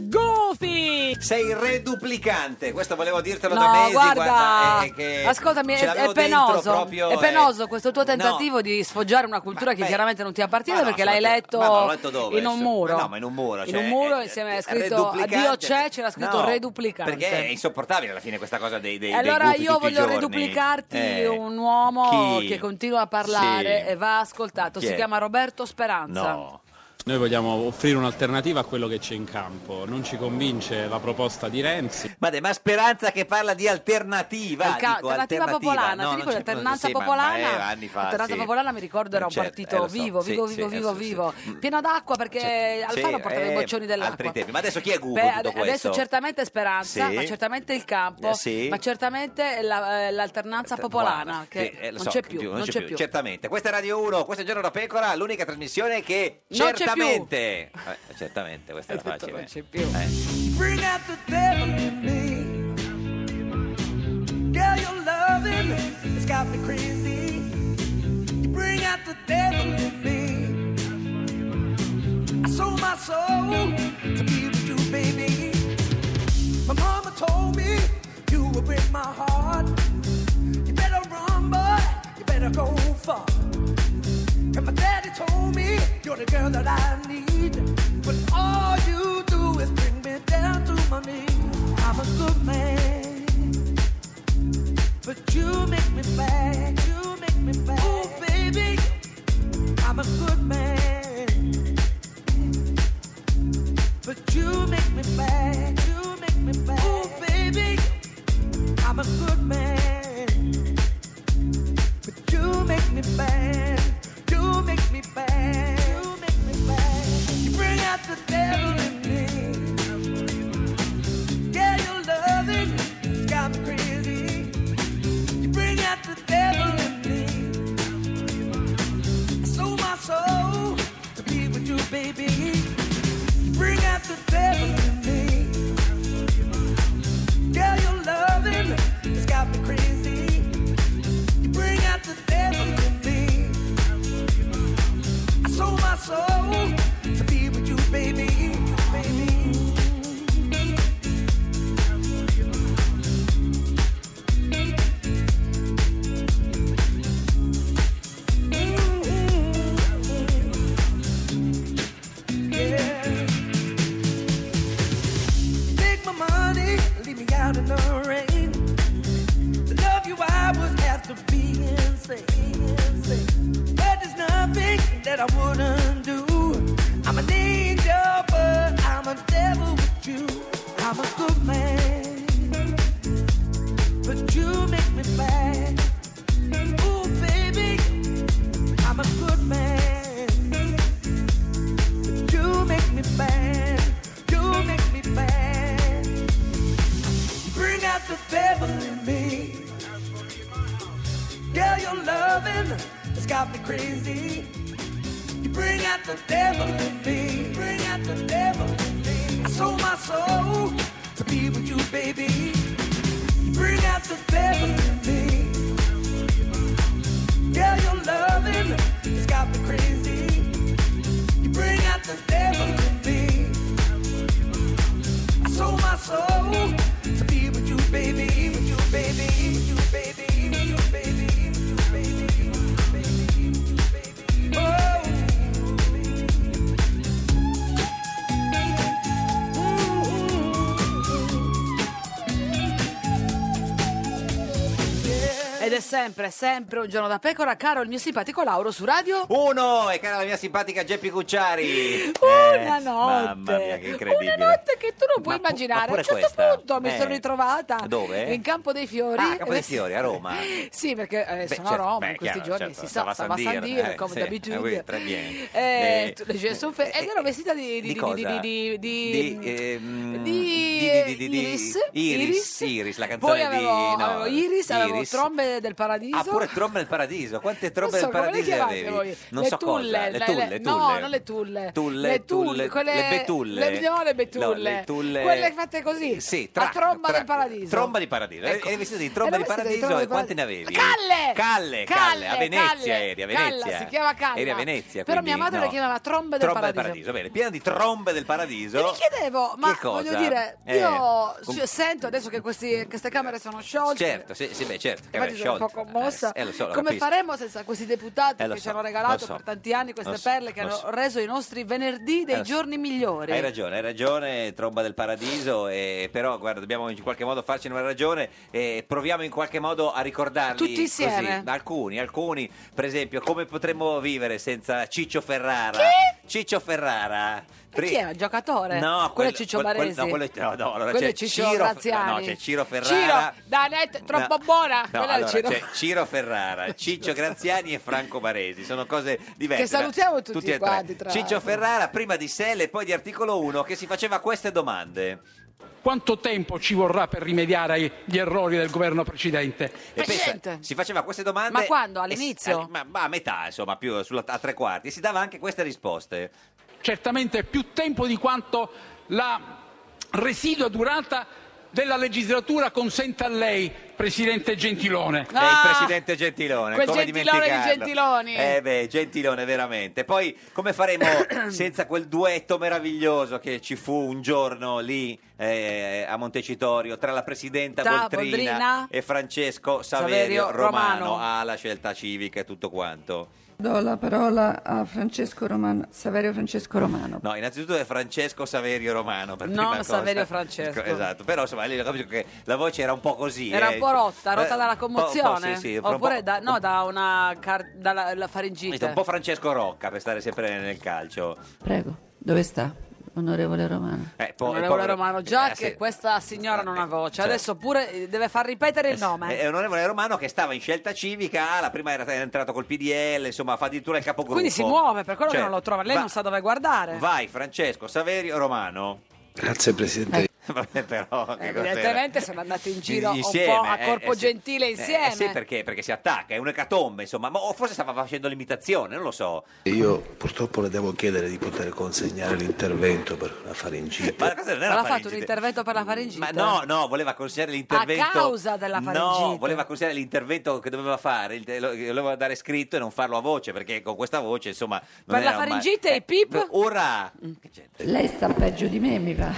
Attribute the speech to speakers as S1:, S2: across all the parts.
S1: Goofy!
S2: Sei reduplicante, questo volevo dirtelo
S1: No,
S2: da mesi.
S1: guarda,
S2: eh, che
S1: ascoltami,
S2: ce
S1: è,
S2: l'avevo
S1: è
S2: dentro
S1: penoso,
S2: proprio,
S1: è
S2: eh,
S1: tentativo questo tuo tentativo di sfoggiare una cultura che chiaramente non ti appartiene perché l'hai letto,
S2: ma no, l'ho letto dove?
S1: in un
S2: Su-
S1: muro.
S2: ma no, ma in un muro,
S1: In
S2: cioè,
S1: un muro
S2: è-
S1: insieme
S2: è
S1: è scritto
S2: reduplicante.
S1: addio c'è, c'era scritto
S2: no,
S1: reduplicante.
S2: Perché è insopportabile alla fine questa cosa dei, dei,
S1: E
S2: dei
S1: allora
S2: gufi
S1: io
S2: tutti i
S1: voglio
S2: giorni.
S1: reduplicarti
S2: Eh,
S1: un uomo
S2: Chi?
S1: che continua a parlare
S2: Sì.
S1: e va ascoltato,
S3: Chi
S1: si
S3: è?
S1: chiama Roberto Speranza.
S3: Noi vogliamo offrire un'alternativa a quello che c'è in campo. Non ci convince la proposta di Renzi.
S2: Ma, de- ma Speranza che parla di alternativa.
S1: Ca-
S2: dico,
S1: alternativa popolana,
S2: no,
S1: ti
S2: non
S1: dico
S2: c'è-
S1: l'alternanza
S2: sì, ma- ma
S1: popolana.
S2: è anni fa,
S1: l'alternanza
S2: sì.
S1: popolana mi ricordo era un
S2: Certo, eh,
S1: partito
S2: lo so.
S1: vivo,
S2: Sì,
S1: vivo,
S2: sì,
S1: vivo,
S2: eh,
S1: vivo,
S2: sì,
S1: vivo, pieno d'acqua perché Alfano
S2: Sì,
S1: portava
S2: eh,
S1: i boccioni dell'acqua.
S2: Altri tempi. Ma adesso chi è Gufi
S1: Beh,
S2: in
S1: ad-
S2: tutto questo?
S1: adesso certamente Speranza,
S2: Sì.
S1: ma certamente il campo,
S2: Eh, sì.
S1: ma certamente la- eh, l'alternanza popolana
S2: Sì,
S1: che
S2: eh, lo
S1: non
S2: so,
S1: c'è più, non c'è più.
S2: Certamente. Questa è Radio 1, questo è Giorno da Pecora, l'unica trasmissione che
S1: Non c'è più.
S2: certamente... Eh, certamente, questa era facile. Non c'è
S1: più.
S4: Bring out the devil in me. Girl, your loving has got me crazy. You bring out the devil in me. I sold my soul to be with you, baby. My mama told me you would break my heart. You better run, boy. You better go far. And my daddy told me you're the girl that I need. But all you do is bring me down to my knees. I'm a good man. But you make me bad. You make me bad. Oh, baby. I'm a good man. But you make me bad. You make me bad. Oh, baby. I'm a good man. But you make me bad. You make me bad. You make me bad. You bring out the devil in me. Yeah, your loving has got me crazy. You bring out the devil in me. I sold my soul to be with you, baby. You bring out the devil in me. Yeah, your loving has got me crazy. You bring out the devil in me. I sold my soul to be with you, baby, baby. Mm-mm. Yeah. Take my money, leave me out in the rain. To love you, I would have to be insane. insane. But there's nothing that I wouldn't do. I'm an angel, but I'm a devil with you. I'm a good man, but you make me bad. Ooh, baby, I'm a good man, but you make me bad. You make me bad. Bring out the devil in me. Yeah, your loving has got me crazy. You bring out the devil in me. Bring out the devil in me. I sold my soul to be with you, baby. You bring out the devil in me. Yeah, your loving has got me crazy. You bring out the devil in me. I sold my soul to be with you, baby, with you, baby, with you, baby, with you, baby, with you, baby, with you, baby, with you, baby. Oh.
S1: Ed è sempre, sempre un giorno da pecora, caro il mio simpatico Lauro su Radio
S2: Uno, e cara la mia simpatica Geppi Cucciari.
S1: Una
S2: Eh,
S1: notte.
S2: Mamma mia, che incredibile.
S1: Una notte che tu non puoi immaginare. A
S2: pure
S1: un certo
S2: questa?
S1: punto mi
S2: Eh.
S1: sono ritrovata
S2: Dove?
S1: in Campo dei Fiori.
S2: Ah, Campo dei Fiori, a Roma.
S1: Sì, perché eh,
S2: Beh,
S1: sono a
S2: certo,
S1: Roma
S2: beh,
S1: in questi
S2: chiaro,
S1: giorno,
S2: certo,
S1: si sa,
S2: stava
S1: stava a San Dire,
S2: eh,
S1: come
S2: sì, eh,
S1: d'abitudine.
S2: oui, très bien.
S1: Eh,
S2: Eh,
S1: tu- le Jason Fe- ed ero vestita di
S2: di cosa?
S1: di-
S2: Di,
S1: di- di-
S2: ehm,
S1: di-
S2: di- di- di- di-
S1: Iris,
S2: Iris, Iris, la canzone
S1: Poi avevo,
S2: di no,
S1: avevo Iris, avevo
S2: Iris.
S1: Trombe del paradiso.
S2: Ah, pure trombe nel paradiso. Quante
S1: Non
S2: trombe
S1: so,
S2: nel
S1: come le
S2: paradiso
S1: chiamate
S2: avevi?
S1: voi?
S2: Non
S1: le
S2: so
S1: tulle,
S2: cosa.
S1: le- le- No, non le tulle.
S2: Tulle,
S1: le tulle,
S2: tulle,
S1: quelle,
S2: le betulle.
S1: le- no, le betulle.
S2: No, le tulle-
S1: Quelle fatte così.
S2: Sì, tra-
S1: a tromba
S2: tra-
S1: del paradiso. Ecco.
S2: Tromba di paradiso. Eri vestito di tromba
S1: Era
S2: di
S1: vestito
S2: paradiso
S1: di tromba
S2: e
S1: di
S2: quante
S1: paradiso.
S2: ne avevi?
S1: Calle!
S2: Calle, calle, a Venezia
S1: Calle,
S2: eri, a
S1: Calla,
S2: Venezia.
S1: si chiama Calla.
S2: Eri a Venezia,
S1: Però
S2: quindi,
S1: mia madre
S2: no.
S1: le chiamava trombe del
S2: Tromba del
S1: paradiso.
S2: paradiso, bene, piena di trombe del paradiso.
S1: E mi chiedevo, ma
S2: Che cosa?
S1: voglio dire,
S2: Eh,
S1: io
S2: com-
S1: s- sento adesso che questi- queste camere sono sciolte.
S2: Certo, sì, sì, beh, certo. che
S1: Infatti
S2: vabbè,
S1: sono un po'
S2: sciolte.
S1: commossa.
S2: Eh, lo so, lo
S1: Come
S2: capisco.
S1: faremo senza questi deputati
S2: Eh, lo
S1: che
S2: so,
S1: ci hanno
S2: lo
S1: regalato
S2: so,
S1: per tanti anni queste
S2: lo so,
S1: perle che
S2: lo
S1: hanno
S2: so.
S1: reso i nostri venerdì dei
S2: Eh, lo so.
S1: giorni migliori?
S2: Hai ragione, hai ragione, tromba del paradiso, eh, però guarda, dobbiamo in qualche modo farci una ragione e proviamo in qualche modo a ricordarli
S1: Tutti insieme.
S2: così. Alcuni, alcuni, per esempio, come potremmo vivere senza Ciccio Ferrara? Ciccio Ferrara.
S1: E Chi era il giocatore?
S2: No,
S1: quello è Ciccio
S2: quel- quel-
S1: Baresi.
S2: no, quello, no, no, allora
S1: Quello
S2: c'è
S1: è Ciccio
S2: Ciro,
S1: Graziani.
S2: No, c'è Ciro Ferrara.
S1: Ciro, Danette, troppo
S2: No.
S1: buona.
S2: No,
S1: Quello è
S2: allora,
S1: Ciro.
S2: c'è Ciro Ferrara, Ciccio Graziani e Franco Baresi, sono cose diverse.
S1: Che salutiamo
S2: Ma-
S1: tutti
S2: e tre.
S1: quanti, tra
S2: Ciccio
S1: l'altro.
S2: Ferrara, prima di Selle e poi di Articolo 1, che si faceva queste domande.
S5: Quanto tempo ci vorrà per rimediare agli errori del governo precedente?
S2: E
S1: Presidente.
S2: pensa, si faceva queste domande.
S1: Ma quando?
S2: e-
S1: All'inizio?
S2: eh, ma, ma a metà, insomma, più sulla- a tre quarti. E si dava anche queste risposte.
S5: Certamente più tempo di quanto la residua durata della legislatura consente a lei, Presidente Gentilone.
S2: E il
S1: Ah,
S2: presidente Gentilone,
S1: quel
S2: come
S1: Gentilone di
S2: dimenticarlo?
S1: Gentiloni.
S2: Eh beh, Gentilone veramente. Poi come faremo senza quel duetto meraviglioso che ci fu un giorno lì eh, a Montecitorio tra la presidenta
S1: Da
S2: Voltrina,
S1: Boldrina
S2: e Francesco Saverio,
S1: Saverio
S2: Romano,
S1: Romano.
S2: alla scelta civica e tutto quanto.
S6: Do la parola a Francesco Romano, Saverio Francesco Romano.
S2: No, innanzitutto è Francesco Saverio Romano per
S1: Non
S2: prima cosa.
S1: Saverio Francesco.
S2: Esatto, però insomma lì capisco che la voce era un po' così.
S1: Era
S2: eh.
S1: un po' rotta, rotta
S2: Eh,
S1: dalla
S2: un po'- un po' sì,
S1: commozione.
S2: sì, un po'-
S1: Oppure da,
S2: un
S1: no, da una car- dalla la
S2: Questo
S1: faringite.
S2: è un po' Francesco Rocca per stare sempre nel calcio.
S6: Prego, dove sta, onorevole Romano?
S2: Eh, po-
S1: Onorevole
S2: il povero-
S1: Romano, già
S2: eh,
S1: che
S2: sì.
S1: questa signora non ha voce,
S2: Cioè-
S1: adesso pure eh, deve far ripetere il nome.
S2: È onorevole Romano che stava in scelta civica, la prima era era entrato col PDL, insomma fa addirittura il capogruppo.
S1: Quindi si muove, per quello
S2: Cioè,
S1: che non lo trova. Lei
S2: va-
S1: non sa dove guardare.
S2: Vai Francesco, Saverio, Romano.
S7: Grazie Presidente.
S2: Vabbè però... che cos'era?
S1: Evidentemente sono andati in giro
S2: Insieme,
S1: un po' a
S2: eh,
S1: corpo
S2: eh, sì.
S1: gentile
S2: Eh,
S1: insieme.
S2: eh, sì, perché? Perché si attacca, è un'ecatombe, insomma. Ma o forse stava facendo l'imitazione, non lo so.
S7: Io purtroppo Ecco, le devo chiedere di poter consegnare l'intervento per la faringite.
S2: Ma la cosa non
S1: Ma
S2: era
S1: l'ha fatto un
S2: faringite.
S1: intervento per la faringite?
S2: Ma no, no, voleva considerare l'intervento.
S1: A causa della
S2: No,
S1: faringite.
S2: voleva considerare l'intervento che doveva fare, il- lo lo doveva dare scritto e non farlo a voce, perché con questa voce, insomma. non
S1: Per la
S2: era un ma-
S1: faringite
S2: eh,
S1: e pip?
S2: Ora! Che c'è?
S6: Lei sta peggio di me, mi va,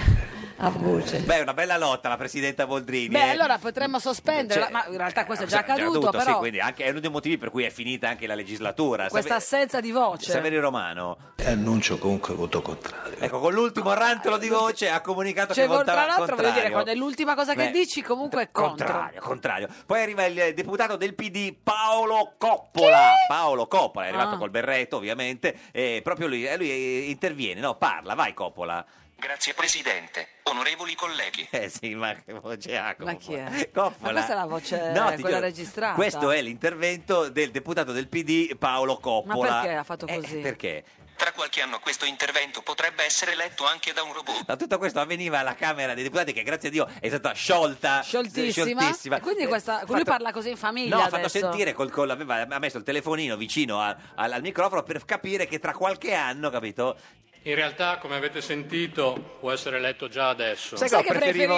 S6: a voce.
S2: Beh, è una bella lotta la presidenta Boldrini.
S1: Beh,
S2: eh.
S1: allora potremmo sospenderla,
S2: Cioè,
S1: ma in realtà questo è
S2: eh,
S1: già accaduto,
S2: sì,
S1: però
S2: quindi anche- è uno dei motivi per cui è finita anche la legislatura.
S1: questa
S2: Saver-
S1: assenza di voce.
S2: Saverio Romano.
S7: E Eh, annuncio comunque voto contrario.
S2: Ecco, con l'ultimo rantolo di voce ha comunicato
S1: Ah, Cioè,
S2: che votava
S1: tra l'altro, voglio dire,
S2: contrario.
S1: quando è l'ultima cosa che
S2: Beh,
S1: dici, comunque è contro.
S2: Contrario, contrario. Poi arriva il deputato del PD Paolo Coppola. Paolo Coppola è arrivato
S1: Ah.
S2: col berretto, ovviamente, e proprio lui, eh, lui eh, interviene, no, parla, vai Coppola.
S8: Grazie Presidente, onorevoli colleghi.
S2: Eh sì, ma che voce ha Coppola?
S1: Ma chi è?
S2: Coppola.
S1: Ma questa è la voce,
S2: No, ti
S1: quella
S2: giuro,
S1: registrata.
S2: Questo è l'intervento del deputato del PD Paolo Coppola.
S1: Ma perché ha fatto
S2: Eh,
S1: così?
S2: perché?
S8: Tra qualche anno questo intervento potrebbe essere letto anche da un robot.
S2: Ma tutto questo avveniva alla Camera dei Deputati che grazie a Dio è stata sciolta
S1: Scioltissima.
S2: scioltissima.
S1: E quindi
S2: Eh,
S1: questa- lui
S2: fatto-
S1: parla così in famiglia
S2: No, ha fatto
S1: adesso.
S2: sentire col, col- aveva, ha messo il telefonino vicino a- al, al microfono per capire che tra qualche anno, capito?
S9: In realtà, come avete sentito, può essere letto già adesso.
S1: Sai
S2: no,
S1: che preferivo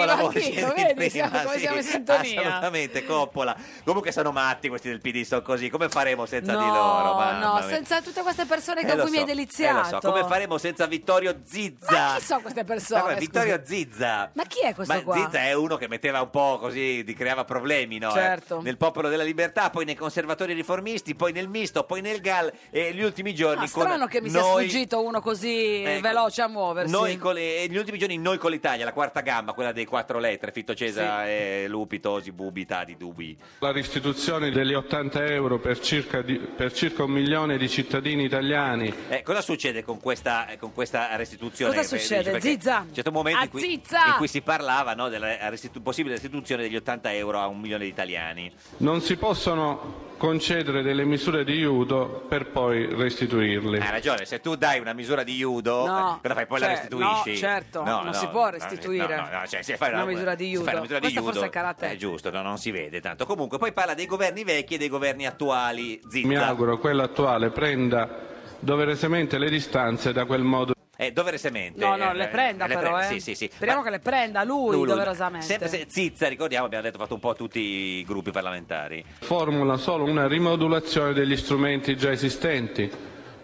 S1: anch'io,
S2: di
S1: vedi, siamo- come
S2: sì,
S1: siamo in sintonia.
S2: Assolutamente, Coppola. Comunque sono matti questi del PD, sono così. Come faremo senza
S1: no,
S2: di loro? Mamma
S1: no,
S2: mia.
S1: senza tutte queste persone
S2: Eh,
S1: con
S2: lo
S1: cui mi hai
S2: so, eh, lo so.
S1: deliziato.
S2: Come faremo senza Vittorio Zizza?
S1: Ma chi sono queste persone,
S2: Ma guarda,
S1: scusa?
S2: Vittorio Zizza.
S1: Ma chi è questo
S2: Ma
S1: qua?
S2: Zizza è uno che metteva un po' così, di- creava problemi, no?
S1: Certo.
S2: Eh, nel Popolo della Libertà, poi nei Conservatori Riformisti, poi nel Misto, poi nel GAL e gli ultimi giorni
S1: Ah,
S2: con
S1: strano che mi sia
S2: noi...
S1: sfuggito uno così
S2: Ecco,
S1: veloce a muoversi.
S2: Noi con le- e negli ultimi giorni noi con l'Italia, la quarta gamma, quella dei quattro lettere, Fitto Cesa, eh, Lupi, Tosi, Bubi, Tadi, Dubi.
S10: La restituzione degli 80 euro per circa, di- per circa un milione di cittadini italiani
S2: Eh, cosa succede con questa, eh, con questa restituzione?
S1: Cosa
S2: Beh,
S1: succede?
S2: dice, perché
S1: Zizza!
S2: c'è un certo momento in cui,
S1: Azzizza!
S2: in cui si parlava eh, no, della restitu- possibile restituzione degli 80 euro a un milione di italiani.
S10: non si possono concedere delle misure di aiuto per poi restituirli.
S2: Hai ragione, se tu dai una misura di judo,
S1: No,
S2: eh, cosa fai? Poi la
S1: cioè,
S2: restituisci?
S1: no, certo, non si può restituire
S2: No, no, no, cioè, se fai una,
S1: una misura di
S2: se fai
S1: judo.
S2: una misura di
S1: Questa forse
S2: judo,
S1: è karate.
S2: È giusto, no, non si vede tanto. Comunque, poi parla dei governi vecchi e dei governi attuali. Zitta.
S10: Mi auguro quello attuale prenda doveresemente le distanze da quel modo
S2: Eh, doveresemente.
S1: No, no,
S2: eh,
S1: le prenda
S2: le
S1: però,
S2: prenda,
S1: eh.
S2: Sì, sì, sì.
S1: Speriamo che le prenda lui,
S2: Lui, lui.
S1: doverosamente.
S2: Sempre se- Zizza, ricordiamo, abbiamo detto fatto un po' tutti i gruppi parlamentari.
S10: formula solo una rimodulazione degli strumenti già esistenti,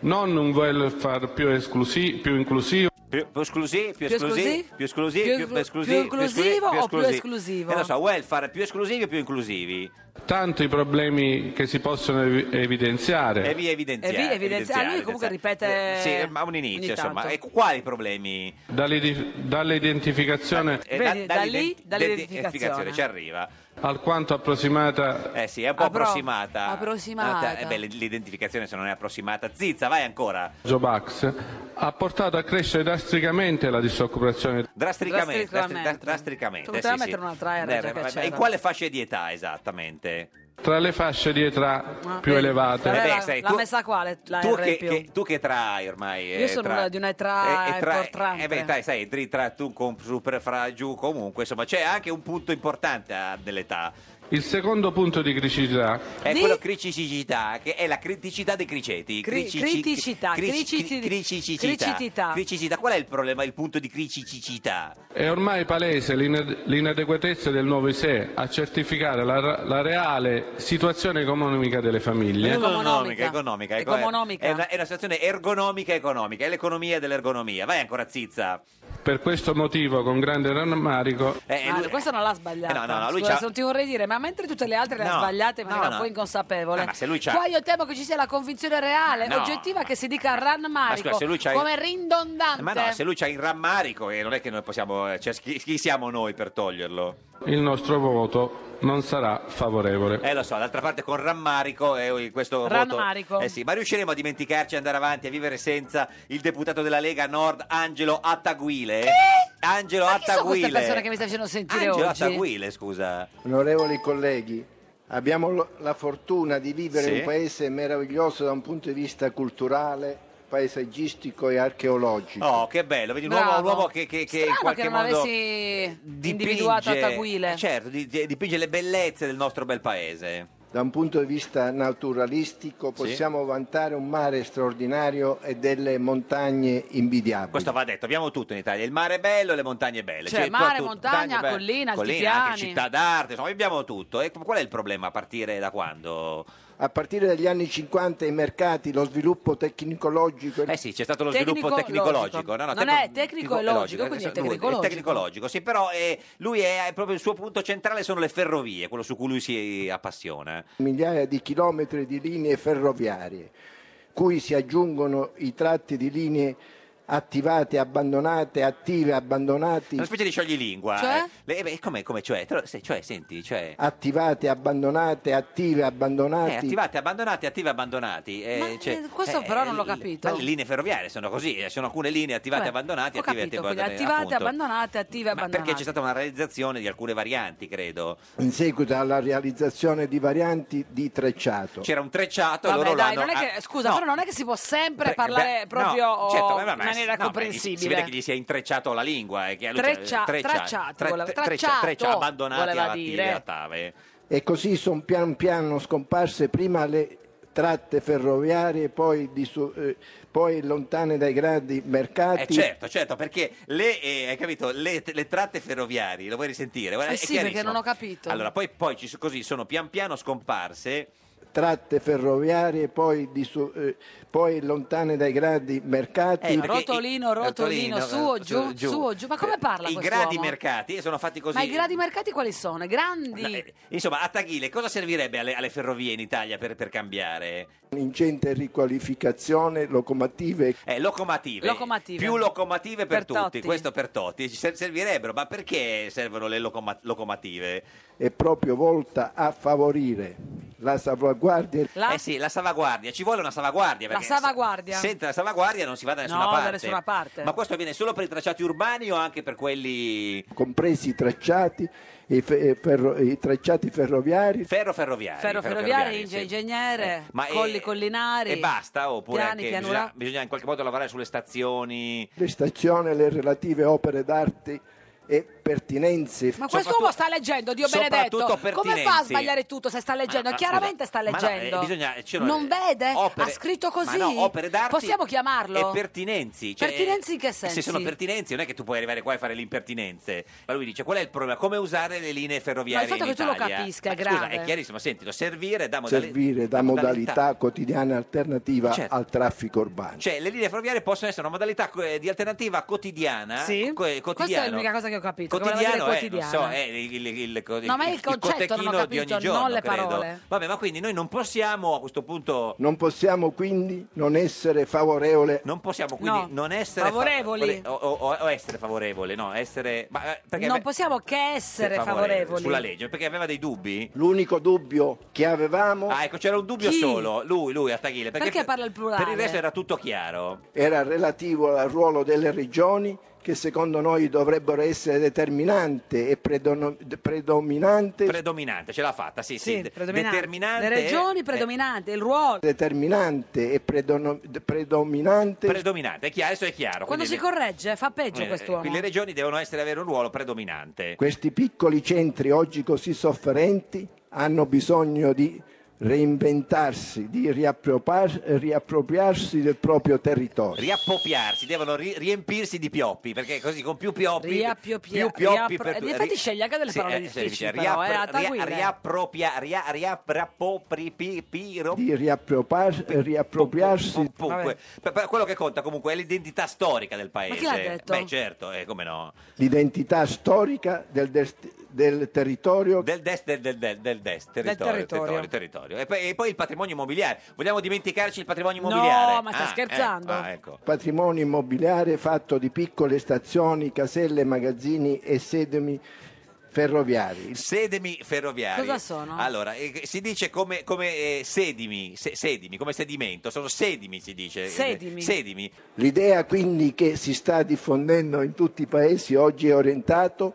S10: non un welfare più, esclusi- più inclusivo.
S2: Più, più esclusi, più
S10: Più
S2: esclusi,
S10: esclusi?
S2: più esclusi,
S10: Più
S2: più,
S10: esclu-
S2: esclusi,
S10: più
S2: esclusi,
S10: inclusivo o più
S2: esclusi.
S10: esclusivo?
S2: Eh, non so, welfare più esclusivi o più inclusivi?
S10: Tanto i problemi che si possono evi-
S2: E
S10: evidenziare.
S2: vi evidenziare. Eh,
S1: E Eh, vi evidenziare. Ah, lui comunque ripete
S2: Sì, ma un
S1: ogni
S2: inizio,
S1: tanto.
S2: insomma. E quali problemi?
S10: Dall'idi- dall'identificazione
S2: Eh,
S1: Vedi, da lì,
S2: dall'ident-
S1: dall'identificazione.
S2: dall'identificazione ci arriva.
S10: alquanto approssimata
S2: Eh sì, è un po'
S1: Appro-
S2: approssimata.
S1: approssimata.
S2: Eh beh, l'identificazione se non è approssimata. Zizza, vai ancora.
S10: Jobax ha portato a crescere drasticamente la disoccupazione.
S2: Drasticamente.
S1: Drasticamente.
S2: drastri- Drasticamente.
S1: Tu poteva
S2: sì, sì.
S1: mettere un'altra R, già che
S2: ma- ma-
S1: c'era.
S2: In quale fascia di età esattamente?
S10: Tra le fasce di età più
S1: Eh,
S10: elevate.
S1: L'aveva-
S2: Eh beh, sai,
S1: l'ha
S2: tu-
S1: messa quale la
S2: tu,
S1: R
S2: che,
S1: più?
S2: che- tu che tra hai ormai? eh,
S1: Io sono
S2: tra-
S1: una- di una tra
S2: Eh, eh, tra-
S1: importante.
S2: eh, beh, dai, sai, dri- tra tu, con- su, per- fra, giù, comunque, insomma, c'è anche un punto importante ah, dell'età.
S10: Il secondo punto di criticità
S2: È quello criticità, che è la criticità dei criceti.
S1: Cri-
S2: Critici-
S1: criticità,
S2: cri-
S1: critici- ah,
S2: cri- criticità.
S1: criticità.
S2: Criticità. Qual è il problema, il punto di criticità?
S10: È ormai palese l'inad- l'inadeguatezza del nuovo ISE a certificare la, ra- la reale situazione economica delle famiglie.
S2: Economica, economica, ecco, è-
S1: Economica.
S2: È, una, è una situazione ergonomica economica, è l'economia dell'ergonomia. Vai ancora zizza.
S10: Per questo motivo, con grande rammarico,
S2: Eh,
S1: Ah,
S2: lui-
S1: questa non l'ha sbagliata.
S2: Eh, no, no, no, lui
S1: Scusa,
S2: c'ha-
S1: se non ti vorrei dire, ma mentre tutte le altre le ha
S2: No,
S1: sbagliate in
S2: no,
S1: maniera
S2: no.
S1: un po' inconsapevole.
S2: Ah, ma se lui c'ha-
S1: Qua io temo che ci sia la convinzione reale,
S2: No.
S1: oggettiva, che si dica rammarico,
S2: Ma scusa, se lui c'ha-
S1: come rindondante.
S2: Eh, Ma no, se lui c'ha il rammarico, e non è che noi possiamo. eh, Cioè, chi, chi siamo noi per toglierlo?
S10: il nostro voto non sarà favorevole.
S2: Eh, lo so, d'altra parte con rammarico eh, questo
S1: Rammarico.
S2: voto. Eh sì, ma riusciremo a dimenticarci, andare avanti, a vivere senza il deputato della Lega Nord, Angelo Attaguile? Angelo
S1: Ma chi sono queste persone
S2: Attaguile.
S1: che mi stai facendo sentire
S2: Angelo
S1: oggi?
S2: Attaguile, scusa.
S11: Onorevoli colleghi, abbiamo lo- la fortuna di vivere
S2: Sì.
S11: in un paese meraviglioso da un punto di vista culturale, paesaggistico e archeologico.
S2: Oh, che bello, vedi un uomo,
S11: Bravo.
S2: un uomo che, che, che in
S1: Strano
S2: qualche
S1: che non
S2: modo
S1: avessi
S2: dipinge-
S1: individuato Attaguile.
S2: Certo, di- di- dipinge le bellezze del nostro bel paese.
S11: Da un punto di vista naturalistico
S2: Sì.
S11: possiamo vantare un mare straordinario e delle montagne invidiabili.
S2: Questo va detto, abbiamo tutto in Italia. Il mare è bello, le montagne belle.
S1: Cioè,
S2: qua
S1: mare,
S2: tu-
S1: montagna,
S2: montagne belle.
S1: collina,
S2: collina anche
S1: altipiani.
S2: città d'arte, insomma, abbiamo tutto. E qual è il problema a partire da quando?
S11: A partire dagli anni 50 i mercati, lo sviluppo tecnologico
S2: Eh sì, c'è stato lo
S11: Tecnico-
S2: sviluppo tecnicologico.
S11: logico.
S2: No, no,
S11: Non
S1: è tecnico e logico, quindi è
S2: eh, cioè, Lui-
S1: tecnicologico.
S2: tecnicologico, sì, però eh, lui è, è proprio il suo punto centrale sono le ferrovie, quello su cui lui si appassiona.
S11: migliaia di chilometri di linee ferroviarie, cui si aggiungono i tratti di linee attivate, abbandonate, attive,
S2: È
S11: abbandonati,
S2: Una specie di scioglilingua.
S11: Cioè?
S2: Eh, le- eh, beh, come, come, cioè, Te lo- se- cioè, senti, cioè...
S11: attivate, abbandonate, attive,
S2: Eh,
S11: abbandonati.
S2: attivate, abbandonati, attive, abbandonati. eh, cioè,
S1: questo
S2: eh,
S1: però non l'ho
S2: l-
S1: capito.
S2: Ma le linee ferroviarie sono così, eh, sono alcune linee attivate,
S1: Vabbè,
S2: abbandonate,
S1: Ho
S2: attive,
S1: capito, quindi
S2: attive,
S1: attivate,
S2: appunto.
S1: abbandonate, attive,
S2: esatto. Ma perché c'è
S1: abbandonate.
S2: stata una realizzazione di alcune varianti, credo.
S11: In seguito alla realizzazione di varianti di trecciato.
S2: C'era un trecciato e
S1: Vabbè,
S2: certo loro
S1: dai,
S2: lo
S1: non
S2: hanno...
S1: è che, scusa, però non è che si può sempre parlare
S2: Beh,
S1: proprio
S2: no,
S1: oh,
S2: certo, beh, ma-
S1: in maniera
S2: no, beh, gli- Si
S1: comprensibile.
S2: vede che gli si è intrecciato la lingua. eh, che a lui c'è-
S1: Treccia-
S2: treccia-
S1: tracciato,
S2: tre-
S1: voleva-
S2: treccia-
S1: tracciato,
S2: treccia, abbandonati
S1: voleva
S2: alla Eh,
S1: dire.
S2: Atave.
S11: E così sono pian piano scomparse prima le tratte ferroviarie, poi, disu- eh, poi lontane dai grandi mercati.
S2: Eh certo, certo, perché le, eh, hai capito, le, le tratte ferroviarie, lo vuoi risentire? Guarda,
S1: Eh
S2: è
S1: sì, perché
S2: chiarissimo.
S1: non ho capito.
S2: Allora, poi, poi ci, so- così sono pian piano scomparse.
S11: tratte ferroviarie, poi, disu- eh, poi lontane dai grandi mercati.
S1: Eh, rotolino, rotolino,
S2: eh, rotolino,
S1: su o
S2: eh,
S1: giù,
S2: giù.
S1: su o giù. Ma come parla
S2: I
S1: questo
S2: grandi mercati sono fatti così. eh,
S1: Ma i gradi mercati quali sono? I grandi?
S2: Insomma, a Taghile cosa servirebbe alle, alle ferrovie in Italia per, per cambiare?
S11: Ingente riqualificazione, locomotive.
S2: Eh, locomotive.
S1: Locomotive.
S2: Più locomotive per,
S11: Per
S2: tutti,
S11: Totti.
S2: questo per Totti. Ci ser- servirebbero, ma perché servono le locoma- locomotive?
S11: è proprio volta a favorire La salvaguardia.
S2: Eh sì, la salvaguardia, ci vuole una salvaguardia.
S1: La
S2: perché
S1: salvaguardia.
S2: se- Senza la salvaguardia non si va da nessuna,
S1: No, da
S2: parte.
S1: nessuna parte.
S2: Ma questo avviene solo per i tracciati urbani o anche per quelli
S11: compresi i tracciati, i, fe- e ferro- i tracciati ferroviari.
S2: ferro-ferroviari?
S1: Ferro ferroviare,
S2: ferroferroviari, sì.
S1: ingegnere,
S2: Ma è-
S1: colli collinari.
S2: E basta? Oppure
S1: piani,
S2: anche
S1: pianura-
S2: bisogna, bisogna in qualche modo lavorare sulle stazioni?
S11: Le stazioni, le relative opere d'arte e pertinenze.
S1: Ma quest'uomo sta leggendo, Dio benedetto.
S11: soprattutto
S1: Come fa a
S11: pertinenzi.
S1: sbagliare tutto se sta leggendo?
S2: Ma- ma
S1: Chiaramente sta
S2: Ma no,
S1: leggendo.
S2: eh, bisogna- ci sono-
S1: non vede?
S2: opere-
S1: ha scritto
S2: ma
S1: così?
S2: no, opere d'arte
S1: Possiamo chiamarlo?
S2: E pertinenzi. Cioè,
S1: Pertinenzi in che
S2: eh,
S1: senso?
S2: se sono pertinenzi non è che tu puoi arrivare qua e fare le impertinenze. Ma lui dice qual è il problema? Come usare le linee ferroviarie
S1: Ma il fatto
S2: in
S1: che tu lo
S2: Italia?
S1: capisca è
S2: Ma scusa,
S1: grave.
S2: è chiarissimo, sentito, servire da modalità.
S11: servire da modalità quotidiana alternativa
S2: Certo.
S11: al traffico urbano.
S2: Cioè, le linee ferroviarie possono essere una modalità eh, di alternativa quotidiana.
S1: Sì.
S2: co- eh,
S1: Questa è
S2: quotidiano.
S1: l'unica cosa che ho capito. che voleva
S2: Quotidiano,
S1: dire
S2: eh, non so,
S1: quotidiana.
S2: è il, il, il, il-
S1: No, ma è il concetto,
S2: cotechino
S1: non ho
S2: di ogni
S1: capito,
S2: giorno,
S1: non le
S2: credo.
S1: parole.
S2: Vabbè, ma quindi noi non possiamo a questo punto
S11: Non possiamo quindi non essere favorevole.
S2: Non possiamo quindi
S1: No.
S2: non essere fa-
S1: Favorevoli.
S2: o, o- o essere favorevole, no, essere ma, eh, perché
S1: non
S2: ave-
S1: possiamo che essere
S2: favorevole
S1: favorevoli.
S2: sulla legge, perché aveva dei dubbi?
S11: L'unico dubbio che avevamo
S2: Ah, ecco, c'era un dubbio
S11: Chi?
S2: solo, lui, lui Attaghile, perché,
S1: Perché parla il plurale?
S2: per il resto era tutto chiaro.
S11: era relativo al ruolo delle regioni che secondo noi dovrebbero essere determinante e predono- predominante,
S2: Predominante, ce l'ha fatta, sì, sì, de-
S1: Predominante.
S2: determinante.
S1: Le regioni
S2: eh,
S1: predominante, il ruolo.
S11: determinante e predono- predominante
S2: predominante, è chiaro, adesso è chiaro.
S1: Quando si
S2: quindi-
S1: corregge fa peggio
S2: eh,
S1: quest'uomo.
S2: quindi le regioni devono essere avere un ruolo predominante.
S11: Questi piccoli centri oggi così sofferenti hanno bisogno di reinventarsi, di riappropar- riappropriarsi del proprio territorio.
S2: riappopiarsi, devono ri- riempirsi di pioppi, perché così con più pioppi
S1: Riappiopia-
S2: più pioppi
S1: riappro-
S2: per
S1: eh,
S2: tu-
S1: infatti
S2: ri-
S1: sceglie anche delle
S2: Sì,
S1: parole
S2: eh, sì,
S1: difficili
S2: dice,
S1: però, eh,
S2: riappro- ria-
S1: Attaguile.
S2: riappropria- ria- riappropri- pi- piro-
S11: Di riappropar- riappropriarsi
S2: comunque. Per- per- quello che conta comunque è l'identità storica del paese.
S11: chi l'ha detto?
S2: Beh, certo, eh, come no.
S11: l'identità storica del, dest- del territorio
S2: Del dest, del, del, del, del dest, territorio,
S11: territorio.
S2: territorio. E, poi, e poi il patrimonio immobiliare. Vogliamo dimenticarci il patrimonio
S1: No,
S2: immobiliare?
S1: ma sta
S2: Ah, eh,
S1: scherzando?
S2: ah, ecco.
S11: patrimonio immobiliare fatto di piccole stazioni, caselle, magazzini e sedimi ferroviari.
S2: Sedimi ferroviari.
S11: Cosa sono?
S2: Allora, eh, si dice come, come, eh, sedimi, se- sedimi, come sedimento, sono sedimi si dice.
S11: Sedimi.
S2: Sedimi.
S11: L'idea quindi che si sta diffondendo in tutti i paesi oggi è orientato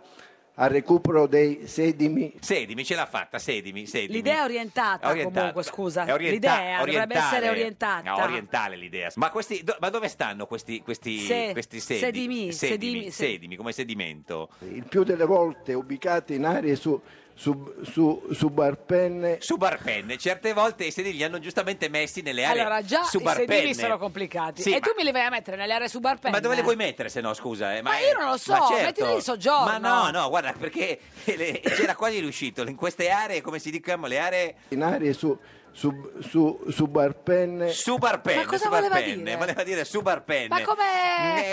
S11: al recupero dei sedimi
S2: Sedimi, ce l'ha fatta, sedimi, sedimi.
S1: L'idea è orientata,
S2: Orientata.
S1: comunque, scusa.
S2: È orienta-
S1: L'idea dovrebbe
S2: orientale.
S1: essere orientata.
S2: No, orientale l'idea. Ma, questi, do- ma dove stanno questi, questi,
S1: Se-
S2: questi sedi-
S1: sedimi, sedimi,
S2: sedimi,
S1: se-
S2: sedimi, come sedimento?
S11: il più delle volte ubicate in aree su, su, su, subarpenne
S2: Subarpenne, certe volte i sedili li hanno giustamente messi nelle aree
S1: Allora già i
S2: subarpenne.
S1: sedili sono complicati.
S2: Sì,
S1: e
S2: ma-
S1: tu mi li vai a mettere nelle aree subarpenne?
S2: Ma dove le vuoi mettere se no, scusa? eh?
S1: Ma io non lo so,
S2: ma certo.
S1: mettili in soggiorno.
S2: Ma no, no, guarda, perché le- c'era quasi riuscito. In queste aree, come si diciamo, le aree
S11: in aree su, su, su, subarpenne
S2: subarpenne.
S11: Ma cosa
S2: subarpenne,
S11: voleva dire?
S2: Voleva dire subarpenne. Mm,
S1: Ma
S2: eh,
S1: come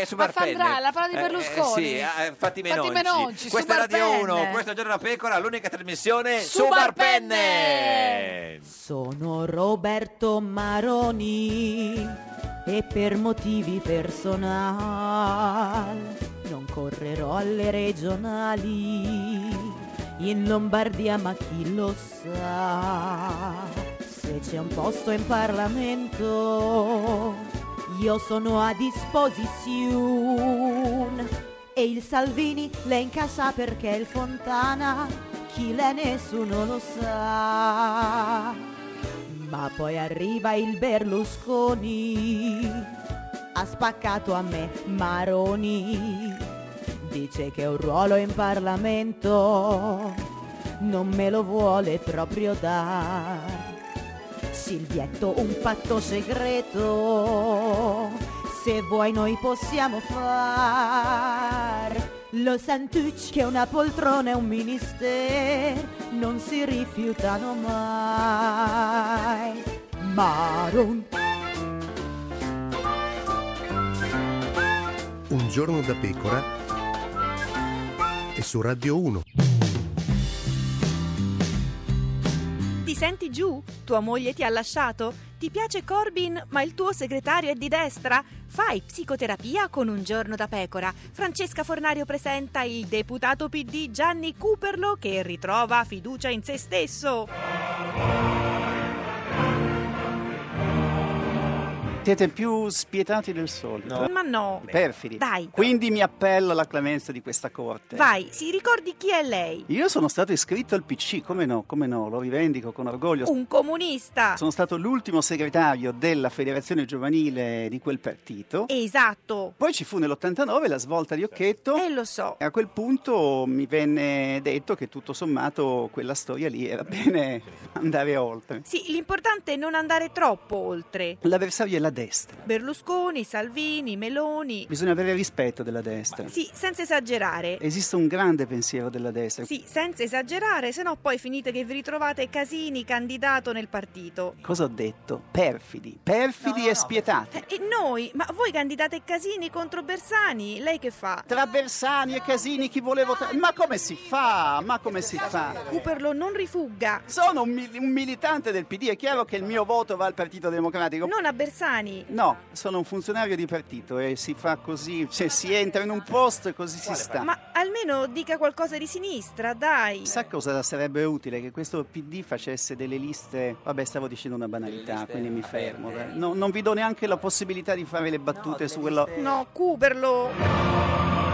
S2: subarpenne.
S1: Fandrà, la parola di
S2: Eh, eh,
S1: Berlusconi?
S2: sì, eh, fatti
S1: Fatti
S2: menonci.
S1: menonci,
S2: Questa è Radio
S1: subarpenne.
S2: 1, questo è Giorno da Pecora, l'unica trasmissione
S12: Subarpenne!
S2: Subarpenne.
S12: Sono Roberto Maroni e per motivi personali non correrò alle regionali in Lombardia, ma chi lo sa? Se c'è un posto in Parlamento, io sono a disposizione. E il Salvini l'è in cassa perché il Fontana, chi l'è nessuno lo sa. Ma poi arriva il Berlusconi, ha spaccato a me Maroni, dice che ho un ruolo in Parlamento, non me lo vuole proprio dare. Silvietto, un patto segreto, se vuoi noi possiamo far. Lo Santucci che una poltrona e un ministero non si rifiutano mai. Maron.
S13: Un giorno da pecora e su Radio 1.
S14: Ti senti giù? Tua moglie ti ha lasciato? Ti piace Corbyn, ma il tuo segretario è di destra? Fai psicoterapia con un giorno da pecora. Francesca Fornario presenta il deputato PD Gianni Cuperlo che ritrova fiducia in se stesso.
S15: Siete più spietati del solito.
S14: Ma no.
S15: Perfidi.
S14: Dai.
S15: Quindi mi appello alla clemenza di questa corte.
S14: Vai, si ricordi chi è lei?
S15: Io sono stato iscritto al PC, come no, come no, lo rivendico con orgoglio.
S14: Un comunista.
S15: Sono stato l'ultimo segretario della federazione giovanile di quel partito.
S14: Esatto.
S15: Poi ci fu nell'89 la svolta di Occhetto.
S14: E lo so.
S15: E a quel punto mi venne detto che tutto sommato quella storia lì era bene andare oltre.
S14: Sì, l'importante è non andare troppo oltre.
S15: L'avversario è la destra.
S14: Berlusconi, Salvini, Meloni.
S15: Bisogna avere rispetto della destra.
S14: Sì, senza esagerare.
S15: Esiste un grande pensiero della destra.
S14: Sì, senza esagerare, se no poi finite che vi ritrovate Casini candidato nel partito.
S15: Cosa ho detto? Perfidi, perfidi e spietati.
S14: Eh, E noi? Ma voi candidate Casini contro Bersani? Lei che fa?
S15: Tra Bersani e Casini chi vuole votare? Ma come si fa? Ma come si fa?
S14: Cooperlo non rifugga.
S15: Sono un, mil- un militante del PD, è chiaro che il mio voto va al Partito Democratico.
S14: Non a Bersani.
S15: No, sono un funzionario di partito e si fa così, cioè si entra in un posto e così si sta.
S14: Ma almeno dica qualcosa di sinistra, dai.
S15: Sa cosa sarebbe utile? Che questo PD facesse delle liste. Vabbè, stavo dicendo una banalità, quindi mi fermo. dai. No, non vi do neanche la possibilità di fare le battute su quello.
S14: No, Cooperlo.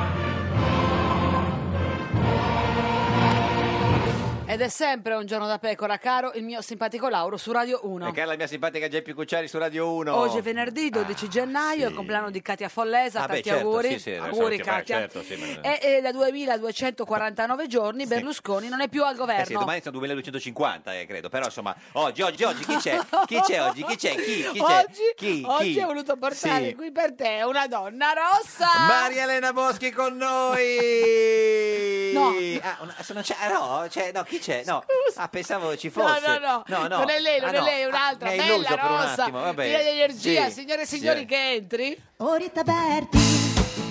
S1: Ed è sempre un giorno da pecora, caro il mio simpatico Lauro su Radio 1.
S2: E cara la mia simpatica Geppi Cucciari su Radio 1.
S1: Oggi è venerdì
S2: Ah,
S1: 12 gennaio, è il compleanno di Katia Follesa, tanti
S2: certo,
S1: auguri. auguri Katia. Eh, E, e da 2249 giorni Berlusconi non è più al governo.
S2: Eh sì, domani sono 2250, eh, credo. Però insomma, oggi, oggi, oggi, chi c'è? Chi c'è oggi? Chi c'è? Chi? Chi c'è?
S1: Oggi,
S2: chi?
S1: oggi
S2: Chi?
S1: ho voluto portare
S2: Sì.
S1: qui per te una donna rossa.
S2: Maria Elena Boschi con noi!
S1: No.
S2: Ah, una- sono- c'è- ah, no, c'è- no, chi c'è? No. Ah, pensavo ci
S1: No,
S2: fosse.
S1: no, no, non è lei, non
S2: Ah,
S1: è
S2: no.
S1: lei, è
S2: Ah,
S1: un'altra,
S2: mi hai
S1: bella,
S2: illuso per un
S1: rossa,
S2: attimo, va bene.
S1: piena di energia,
S2: Sì.
S1: signore e signori
S2: Sì.
S1: che entri.
S16: Orietta Berti,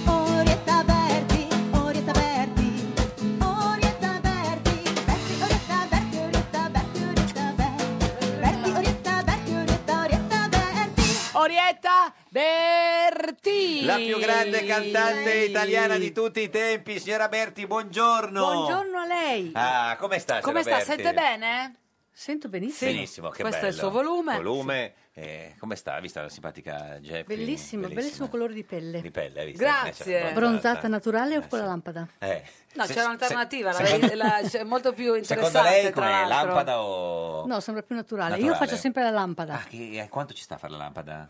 S16: Orietta Berti, Orietta Berti, Orietta Berti, Berti, Orietta Berti, Orietta Berti, Orietta Berti, Berti, Orietta Berti, Orietta, Orietta Berti.
S1: Orietta Berti.
S2: La più grande cantante italiana di tutti i tempi, signora Berti, buongiorno.
S1: Buongiorno a lei.
S2: Ah, come sta?
S1: Come sta?
S2: signora Berti?
S1: Sente bene? Sento benissimo.
S2: Benissimo, che
S1: Questo
S2: bello.
S1: è il suo volume.
S2: Volume, eh, come sta? Ha visto la simpatica Geppi?
S17: Bellissimo, bellissimo colore di pelle.
S2: Di pelle, hai visto?
S1: Grazie.
S2: Eh,
S17: Bronzata naturale o con la lampada?
S2: Eh.
S1: No,
S2: Se-
S1: c'era
S2: se-
S1: un'alternativa, la-
S2: secondo-
S1: la- c'è molto più
S2: Secondo
S1: interessante.
S2: lei
S1: tra
S2: com'è?
S1: l'altro.
S2: Lampada o...
S17: No, sembra più naturale. Io
S2: Naturale.
S17: faccio sempre la lampada.
S2: Ah, che- eh, quanto ci sta a fare la lampada?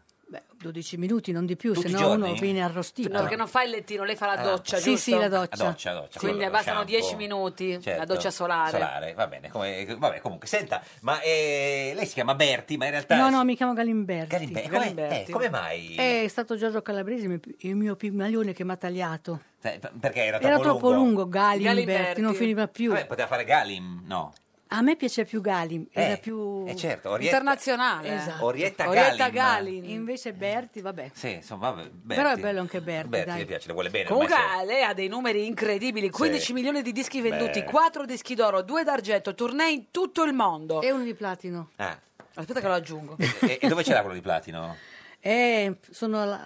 S17: 12 minuti, non di più,
S2: Tutti
S17: se
S2: i
S17: no
S2: giorni?
S17: uno viene arrostito.
S1: No, perché non fa il lettino, lei fa la
S2: Ah.
S1: doccia,
S17: Sì,
S1: giusto?
S17: sì, la doccia.
S2: La doccia, la doccia,
S1: Quindi
S2: quello,
S1: bastano
S2: shampoo.
S1: 10 minuti,
S2: Certo.
S1: la doccia solare.
S2: va bene. come- vabbè, comunque, senta, ma eh, lei si chiama Berti, ma in realtà...
S17: No, no, mi chiamo Galimberti.
S2: Beh, come, eh, come mai?
S17: È stato Giorgio Calabresi, il mio- il mio pignalione, che mi ha tagliato.
S2: Cioè, p- perché era troppo
S17: Era troppo
S2: lungo.
S17: lungo, Galimberti,
S2: Galimberti.
S17: non finiva più.
S2: Vabbè, poteva fare Galim, no.
S17: A me piace più Galim, era
S2: Eh,
S1: Uh.
S17: più
S2: eh, certo, Orietta-
S17: internazionale. Esatto.
S2: Orietta Orietta Galin.
S17: Invece Berti, vabbè.
S2: Sì, insomma, vabbè, Berti.
S17: Però è bello anche Berti,
S2: Berti
S17: dai.
S2: le piace, le vuole bene.
S1: Comunque
S2: ormai se-
S1: lei ha dei numeri incredibili, 15
S2: Sì.
S1: milioni di dischi venduti,
S2: Beh.
S1: 4 dischi d'oro, 2 d'argento, tournée in tutto il mondo. E
S17: uno di platino.
S2: Ah,
S1: Aspetta che lo aggiungo.
S2: e, e dove c'era quello di Platino?
S17: Eh, sono alla,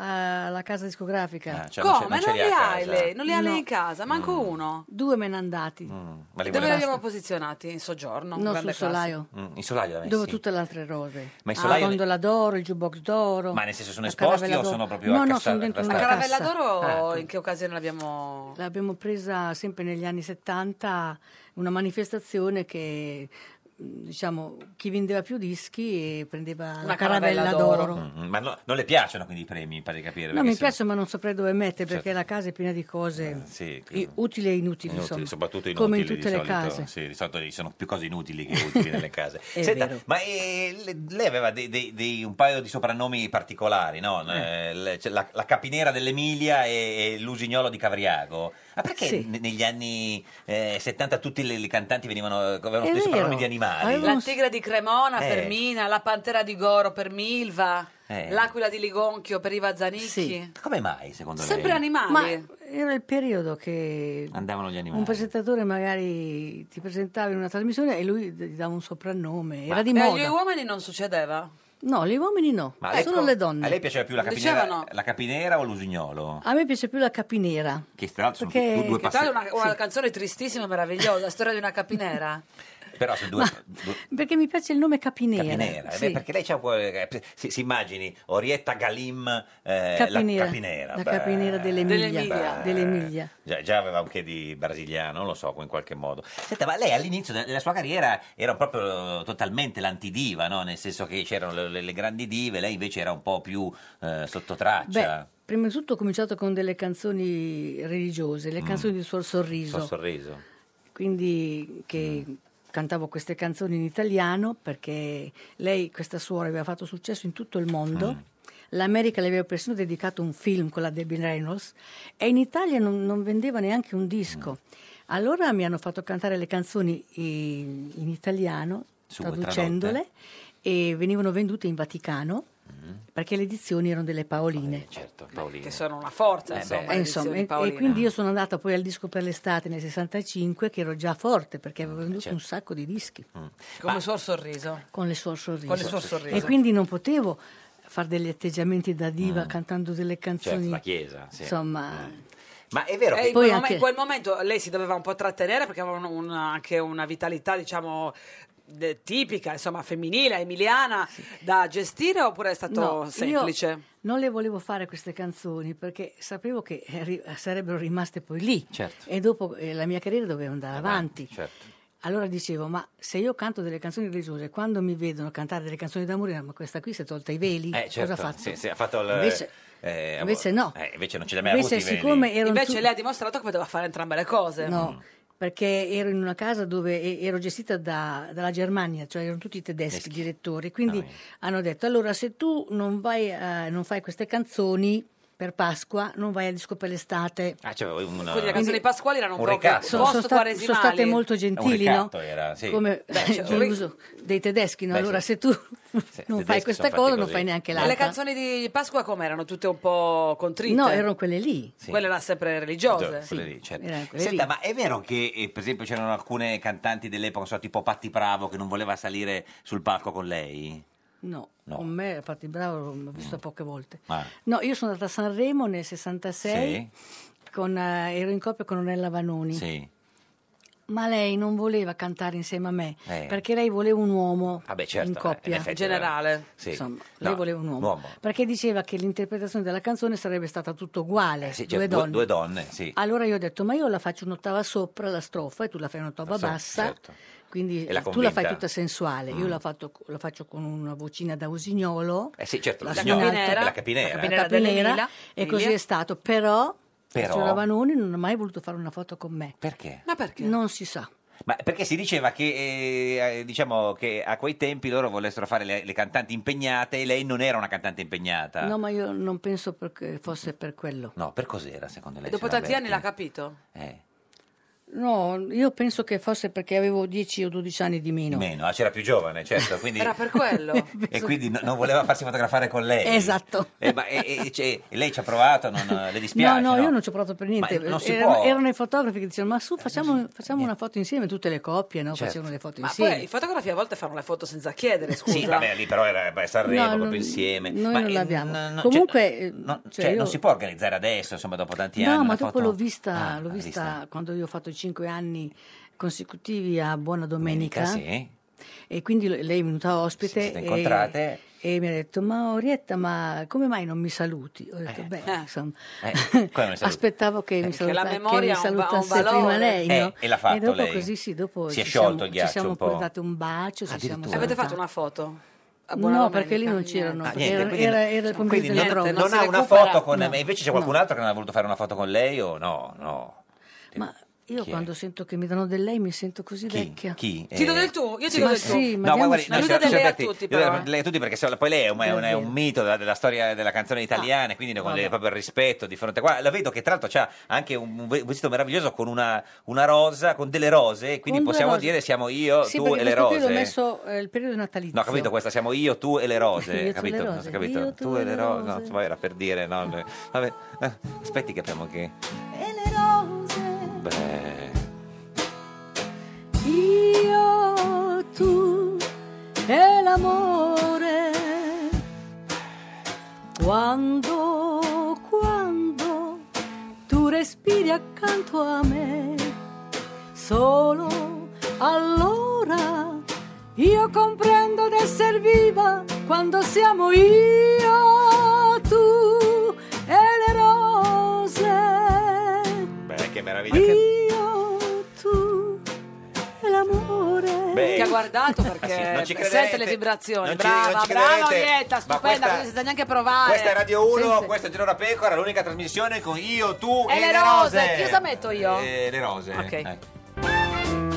S17: alla casa discografica.
S2: Ah, cioè non ce- non ce li ha a casa.
S17: No. Mm.
S1: lei in casa? Manco uno.
S17: Due me ne andati.
S2: Mm. Ma li
S1: Dove li
S2: voleva-
S1: abbiamo posizionati? In soggiorno?
S17: No,
S1: Grande
S17: sul
S1: classe.
S17: solaio.
S2: Mm, in solaio l'ha messi?
S17: Dove tutte le altre rose.
S2: Ma il
S17: Ah,
S2: solaio-
S17: La gondola d'oro, il jukebox d'oro.
S2: Ma nel senso sono
S17: la
S2: esposti
S17: caravella
S2: o
S17: d'oro.
S2: sono proprio
S17: No,
S2: a
S17: no,
S2: cassa-
S17: sono dentro una
S2: La
S1: Caravella
S17: cassa.
S1: d'oro
S17: Ah, ecco.
S1: in che occasione l'abbiamo...
S17: L'abbiamo presa sempre negli anni 70, una manifestazione che mh, diciamo chi vendeva più dischi e prendeva la caravella, d'oro.
S2: Mm, ma no- non le piacciono quindi i premi, mi pare di capire.
S17: No,
S2: perché
S17: mi
S2: se-
S17: piace, ma non saprei dove mettere perché
S2: Certo. Eh,
S17: la casa è piena di cose
S2: Sì,
S17: i- utili e inutili,
S2: Inutili,
S17: insomma.
S2: soprattutto inutili
S17: come in
S2: di
S17: tutte le
S2: solito.
S17: case.
S2: Sì, di solito ci sono più cose inutili che utili nelle case.
S17: È
S2: Senta,
S17: vero.
S2: ma eh, le- lei aveva dei- dei- dei- un paio di soprannomi particolari, no? Eh, le- c'è la, la capinera dell'Emilia e, e l'usignolo di Cavriago. Ma perché
S17: Sì.
S2: ne- negli anni eh, 70 tutti le- i cantanti venivano, avevano
S17: È
S2: dei soprannomi
S17: vero.
S2: di animali?
S1: La tigre di Cremona
S2: Ah, Eh.
S1: per Mina, la pantera di Goro per Milva,
S2: Eh.
S1: l'aquila di Ligonchio per Iva Zanicchi.
S2: Come mai, secondo
S1: Sempre
S2: lei?
S1: animali.
S17: Ma era il periodo che
S2: Andavano gli animali.
S17: un presentatore magari
S2: eh,
S17: ti presentava in una trasmissione e lui gli dava un soprannome, era di
S1: Beh, agli
S17: moda.
S1: uomini non succedeva.
S17: No, gli uomini no,
S2: Ma a lei-
S17: solo le donne.
S2: A lei piaceva più la capinera,
S17: Dicevano. Ah.
S2: la capinera o l'usignolo?
S17: A me piace più la capinera.
S2: Che tra l'altro sono
S17: Perché-
S2: due, due
S17: che
S1: Tra
S2: passaggi.
S1: l'altro è una, una canzone tristissima e meravigliosa, la storia di una capinera.
S2: Però sono due, due-
S17: Perché mi piace il nome capinera.
S2: Capinera, eh,
S17: Sì.
S2: beh, perché lei c'ha un po', eh, si, si immagini Orietta Galim eh,
S17: Capinera.
S2: la capinera,
S17: La
S2: beh,
S17: capinera dell'Emilia.
S2: Dell'Emilia.
S17: Dell'Emilia.
S2: Già, già aveva un che di brasiliano, lo so, in qualche modo. Senta, ma lei all'inizio de- della sua carriera era proprio eh, totalmente l'antidiva, no? Nel senso che c'erano le, le- le grandi dive, lei invece era un po' più eh, sottotraccia.
S17: Beh, prima di tutto ho cominciato con delle canzoni religiose, le
S2: Mm.
S17: canzoni di Suor Sorriso.
S2: Suo sorriso.
S17: quindi che cantavo queste canzoni in italiano perché lei, questa suora, aveva fatto successo in tutto il mondo. L'America le aveva persino dedicato un film con la Debbie Reynolds e in Italia non, non vendeva neanche un disco. Allora mi hanno fatto cantare le canzoni in, in italiano,
S16: Sue,
S17: traducendole, e venivano vendute in Vaticano perché le edizioni erano delle paoline.
S2: Paolino.
S1: Che sono una forza,
S17: Eh,
S1: insomma.
S17: beh, insomma,
S1: le edizioni
S17: e- e,
S1: Paolina.
S17: quindi io sono andata poi al disco per l'estate nel 65 che ero già forte perché
S2: Ah,
S17: avevo venduto
S1: certo.
S17: un sacco di dischi
S1: Come suor sorriso.
S17: con le sue sorriso.
S1: Con le Suor Sorriso.
S17: E quindi non potevo fare degli atteggiamenti da diva cantando delle canzoni.
S2: Mm. Certo, la chiesa, sì. Mm.
S17: Insomma,
S2: Ma è vero
S1: Eh,
S2: che...
S1: in, quel mom- in quel momento lei si doveva un po' trattenere perché avevano una- anche una vitalità, diciamo, de- tipica, insomma, femminile, emiliana, da gestire oppure è stato
S17: No,
S1: semplice?
S17: Io non le volevo fare queste canzoni perché sapevo che eh, ri- sarebbero rimaste poi lì
S2: Certo.
S17: e dopo eh, la mia carriera doveva andare avanti.
S2: Certo.
S17: Allora dicevo, ma se io canto delle canzoni religiose, quando mi vedono cantare delle canzoni d'amore, ma questa qui si è tolta i veli,
S2: Eh, certo,
S17: cosa ha fatto?
S2: sì, sì, ha fatto il-
S17: Invece-
S2: eh,
S17: invece no.
S2: eh, invece non ce l'abbiamo
S17: Invece,
S2: avuti i veli.
S17: siccome ero
S1: Invece
S17: tu-
S1: lei ha dimostrato che poteva fare entrambe le cose.
S2: Mm.
S17: No, perché ero in una casa dove e- ero gestita da- dalla Germania, cioè erano tutti tedeschi, i direttori, quindi
S2: Ah,
S17: hanno detto allora se tu non, vai, a- non fai queste canzoni per Pasqua non vai al disco per l'estate.
S2: Ah, c'aveva una...
S1: Quindi le canzoni pasquali erano un,
S2: un
S1: po'
S2: ricatto.
S1: post
S17: Sono, sono sta- sono
S1: quaresimali.
S17: state molto gentili,
S2: Un
S17: no?
S2: ricatto era, Ah, sì.
S17: Come
S2: Beh,
S1: cioè,
S17: è
S2: certo.
S17: l'uso dei tedeschi, no?
S2: Beh,
S17: allora
S2: sì.
S17: se tu non
S2: tedeschi
S17: fai
S2: sono
S17: questa
S2: fatti
S17: cosa non
S2: così.
S17: fai neanche
S1: E
S17: l'altra.
S1: le canzoni di Pasqua com'erano? Tutte un po' contrite?
S17: No, erano quelle lì.
S1: Quelle erano sempre religiose.
S2: Cioè, Quelle lì, certo.
S1: erano quelle
S2: Senta,
S1: lì.
S2: ma è vero che eh, per esempio c'erano alcune cantanti dell'epoca, non so, tipo Patti Bravo, che non voleva salire sul palco con lei?
S17: No,
S2: No. Mm.
S17: con me, infatti bravo, l'ho visto poche volte.
S2: Ma...
S17: No, io sono andata a Sanremo nel 66, con, eh, ero in coppia con Ornella Vanoni,
S2: Sì.
S17: ma lei non voleva cantare insieme a me,
S2: Eh.
S17: perché lei voleva un uomo
S2: Ah, beh, certo,
S17: in coppia.
S2: eh, in effetti era- Generale. Sì.
S17: Insomma,
S2: No,
S17: lei voleva un uomo.
S2: uomo.
S17: Perché diceva che l'interpretazione della canzone sarebbe stata tutto uguale,
S2: Sì, cioè,
S17: due donne.
S2: Due donne, sì.
S17: Allora io ho detto, ma io la faccio un'ottava sopra la strofa e tu la fai un'ottava
S2: La so-
S17: bassa,
S2: certo.
S17: quindi
S2: E l'ha
S17: tu la fai
S2: convinta.
S17: tutta sensuale, io
S2: Mm.
S17: la, fatto- la faccio con una vocina da usignolo.
S2: Eh sì, certo,
S17: La
S2: l'usignolo.
S17: capinera.
S2: La capinera. eh.
S17: La
S1: Capinera
S17: capinera,
S1: dell'Emilia.
S17: e
S1: Emilia.
S17: così è stato. Però,
S2: Però?
S17: Sora Vanoni non ha mai voluto fare una foto con me.
S2: Perché?
S1: Ma perché?
S17: Non si sa.
S2: Ma perché si diceva che, eh, eh, diciamo, che a quei tempi loro volessero fare le, le cantanti impegnate e lei non era una cantante impegnata.
S17: No, ma io non penso perché fosse per quello.
S2: No, per cos'era secondo lei?
S1: Dopo
S2: Sara
S1: tanti anni
S2: Berti?
S1: l'ha capito?
S2: Eh,
S17: No, io penso che fosse perché avevo 10 o 12 anni di
S2: di
S17: meno.
S2: meno, ah, c'era più giovane, certo. Quindi,
S1: Era per quello.
S2: e quindi no- non voleva farsi fotografare con lei.
S17: Esatto.
S2: Eh, ma, e, e- cioè, e lei ci ha provato, non, eh, le
S17: No,
S2: dispiace?
S17: no, io non ci ho provato per niente.
S2: Ma non si
S17: erano,
S2: può. Eh,
S17: erano i fotografi che dicevano: Ma su, facciamo, facciamo una foto insieme. Tutte le coppie no?
S2: Certo.
S17: facevano le foto
S1: Ma
S17: insieme.
S1: poi i fotografi a volte fanno le foto senza chiedere, scusa.
S2: Sì, vabbè, lì però era beh, Sanremo
S17: No,
S2: proprio
S17: non-
S2: insieme.
S17: Noi
S2: ma
S17: non
S2: eh,
S17: l'abbiamo.
S2: no, no,
S17: Comunque, eh,
S2: cioè, no,
S17: cioè,
S2: cioè,
S17: io-
S2: non si può organizzare adesso, insomma, dopo tanti anni.
S17: No, ma
S2: una
S17: dopo
S2: foto-
S17: l'ho vista,
S2: Ah,
S17: l'ho
S2: l'ha
S17: vista quando io ho fatto i cinque anni consecutivi a Buona Domenica.
S2: Sì.
S17: E quindi lo- lei è venuta ospite.
S2: Sì, siete
S17: e-
S2: incontrate.
S17: E, mi ha detto: Ma Orietta, ma come mai non mi saluti? Ho detto: Beh,
S2: Ah.
S17: insomma,
S2: Eh, come mi saluta?
S17: aspettavo che mi,
S1: la
S17: saluta, che
S1: memoria
S17: mi
S1: ha un va- ha un
S17: salutasse prima
S1: valore.
S17: lei.
S2: Eh,
S17: no?
S2: e l'ha fatto
S17: dopo
S2: lei?
S17: così, sì, dopo
S2: Si è
S17: ci siamo-
S2: sciolto il ghiaccio
S17: Ci siamo
S2: un po'.
S17: pure date un bacio. ci siamo
S2: Addirittura.
S1: Avete fatto
S17: salutati.
S1: una foto? A Buona
S17: No,
S1: Domenica?
S17: perché lì non c'erano.
S2: Ah, niente,
S17: era,
S2: quindi-
S17: era- era il pomeriggio
S2: Quindi
S17: della
S2: non,
S17: prova.
S2: non ha una foto con me, invece c'è qualcun
S17: no.
S2: altro che non ha voluto fare una foto con lei o no? No.
S17: Ma io
S2: Chi è?
S17: quando sento che mi danno del lei mi sento così vecchia.
S2: Chi? Eh,
S17: Ti do del
S1: tu, io ti
S17: do del tu. Sì, ma
S2: no, guardi,
S17: diamoci- Ma
S2: no,
S17: lui
S2: signora-
S17: dà del lei
S2: signora
S17: a
S2: Berti,
S17: tutti,
S2: lui dà
S17: però, eh.
S2: lei a tutti perché se- poi lei è un, è un- è un mito della, della storia della
S17: Ah.
S2: canzone italiana, quindi con le- proprio il rispetto di fronte. Guarda, la vedo che tra l'altro c'ha anche un un vestito meraviglioso con una, una rosa, con delle rose, quindi
S17: Con due
S2: possiamo
S17: rose.
S2: dire siamo io,
S17: sì,
S2: tu
S17: perché
S2: e le
S17: questo qui
S2: rose.
S17: l'ho messo eh, il periodo natalizio.
S2: No, capito questa, siamo io, tu e le rose,
S17: Io, tu,
S2: capito?
S17: le
S2: Non
S17: rose.
S2: so, capito?
S17: Io,
S2: tu e le rose, no, insomma era per dire, no, no. vabbè, eh, aspetti che abbiamo che...
S16: E le rose,
S2: Beh,
S12: Io, tu e l'amore
S17: Quando, quando tu respiri accanto a me, solo allora io comprendo di essere viva quando siamo io, tu e le rose.
S2: Beh, che meraviglia.
S17: Io, tu e l'amore.
S2: Beh.
S1: Ti ha guardato
S2: Ah, sì,
S1: perché
S2: non ci
S1: sente
S2: credete.
S1: le vibrazioni.
S2: Non ci-
S1: brava,
S2: non ci
S1: brava
S2: credete.
S1: Orietta,
S2: Ma
S1: stupenda,
S2: questa-
S1: non senza neanche provare.
S2: Questa è Radio 1,
S1: eh. Sì, sì.
S2: questo è Giro da Pecora, l'unica trasmissione con io, tu
S1: E
S2: e,
S1: le rose, chiusa metto io.
S2: Eh, le rose.
S1: Ok.
S2: Ecco.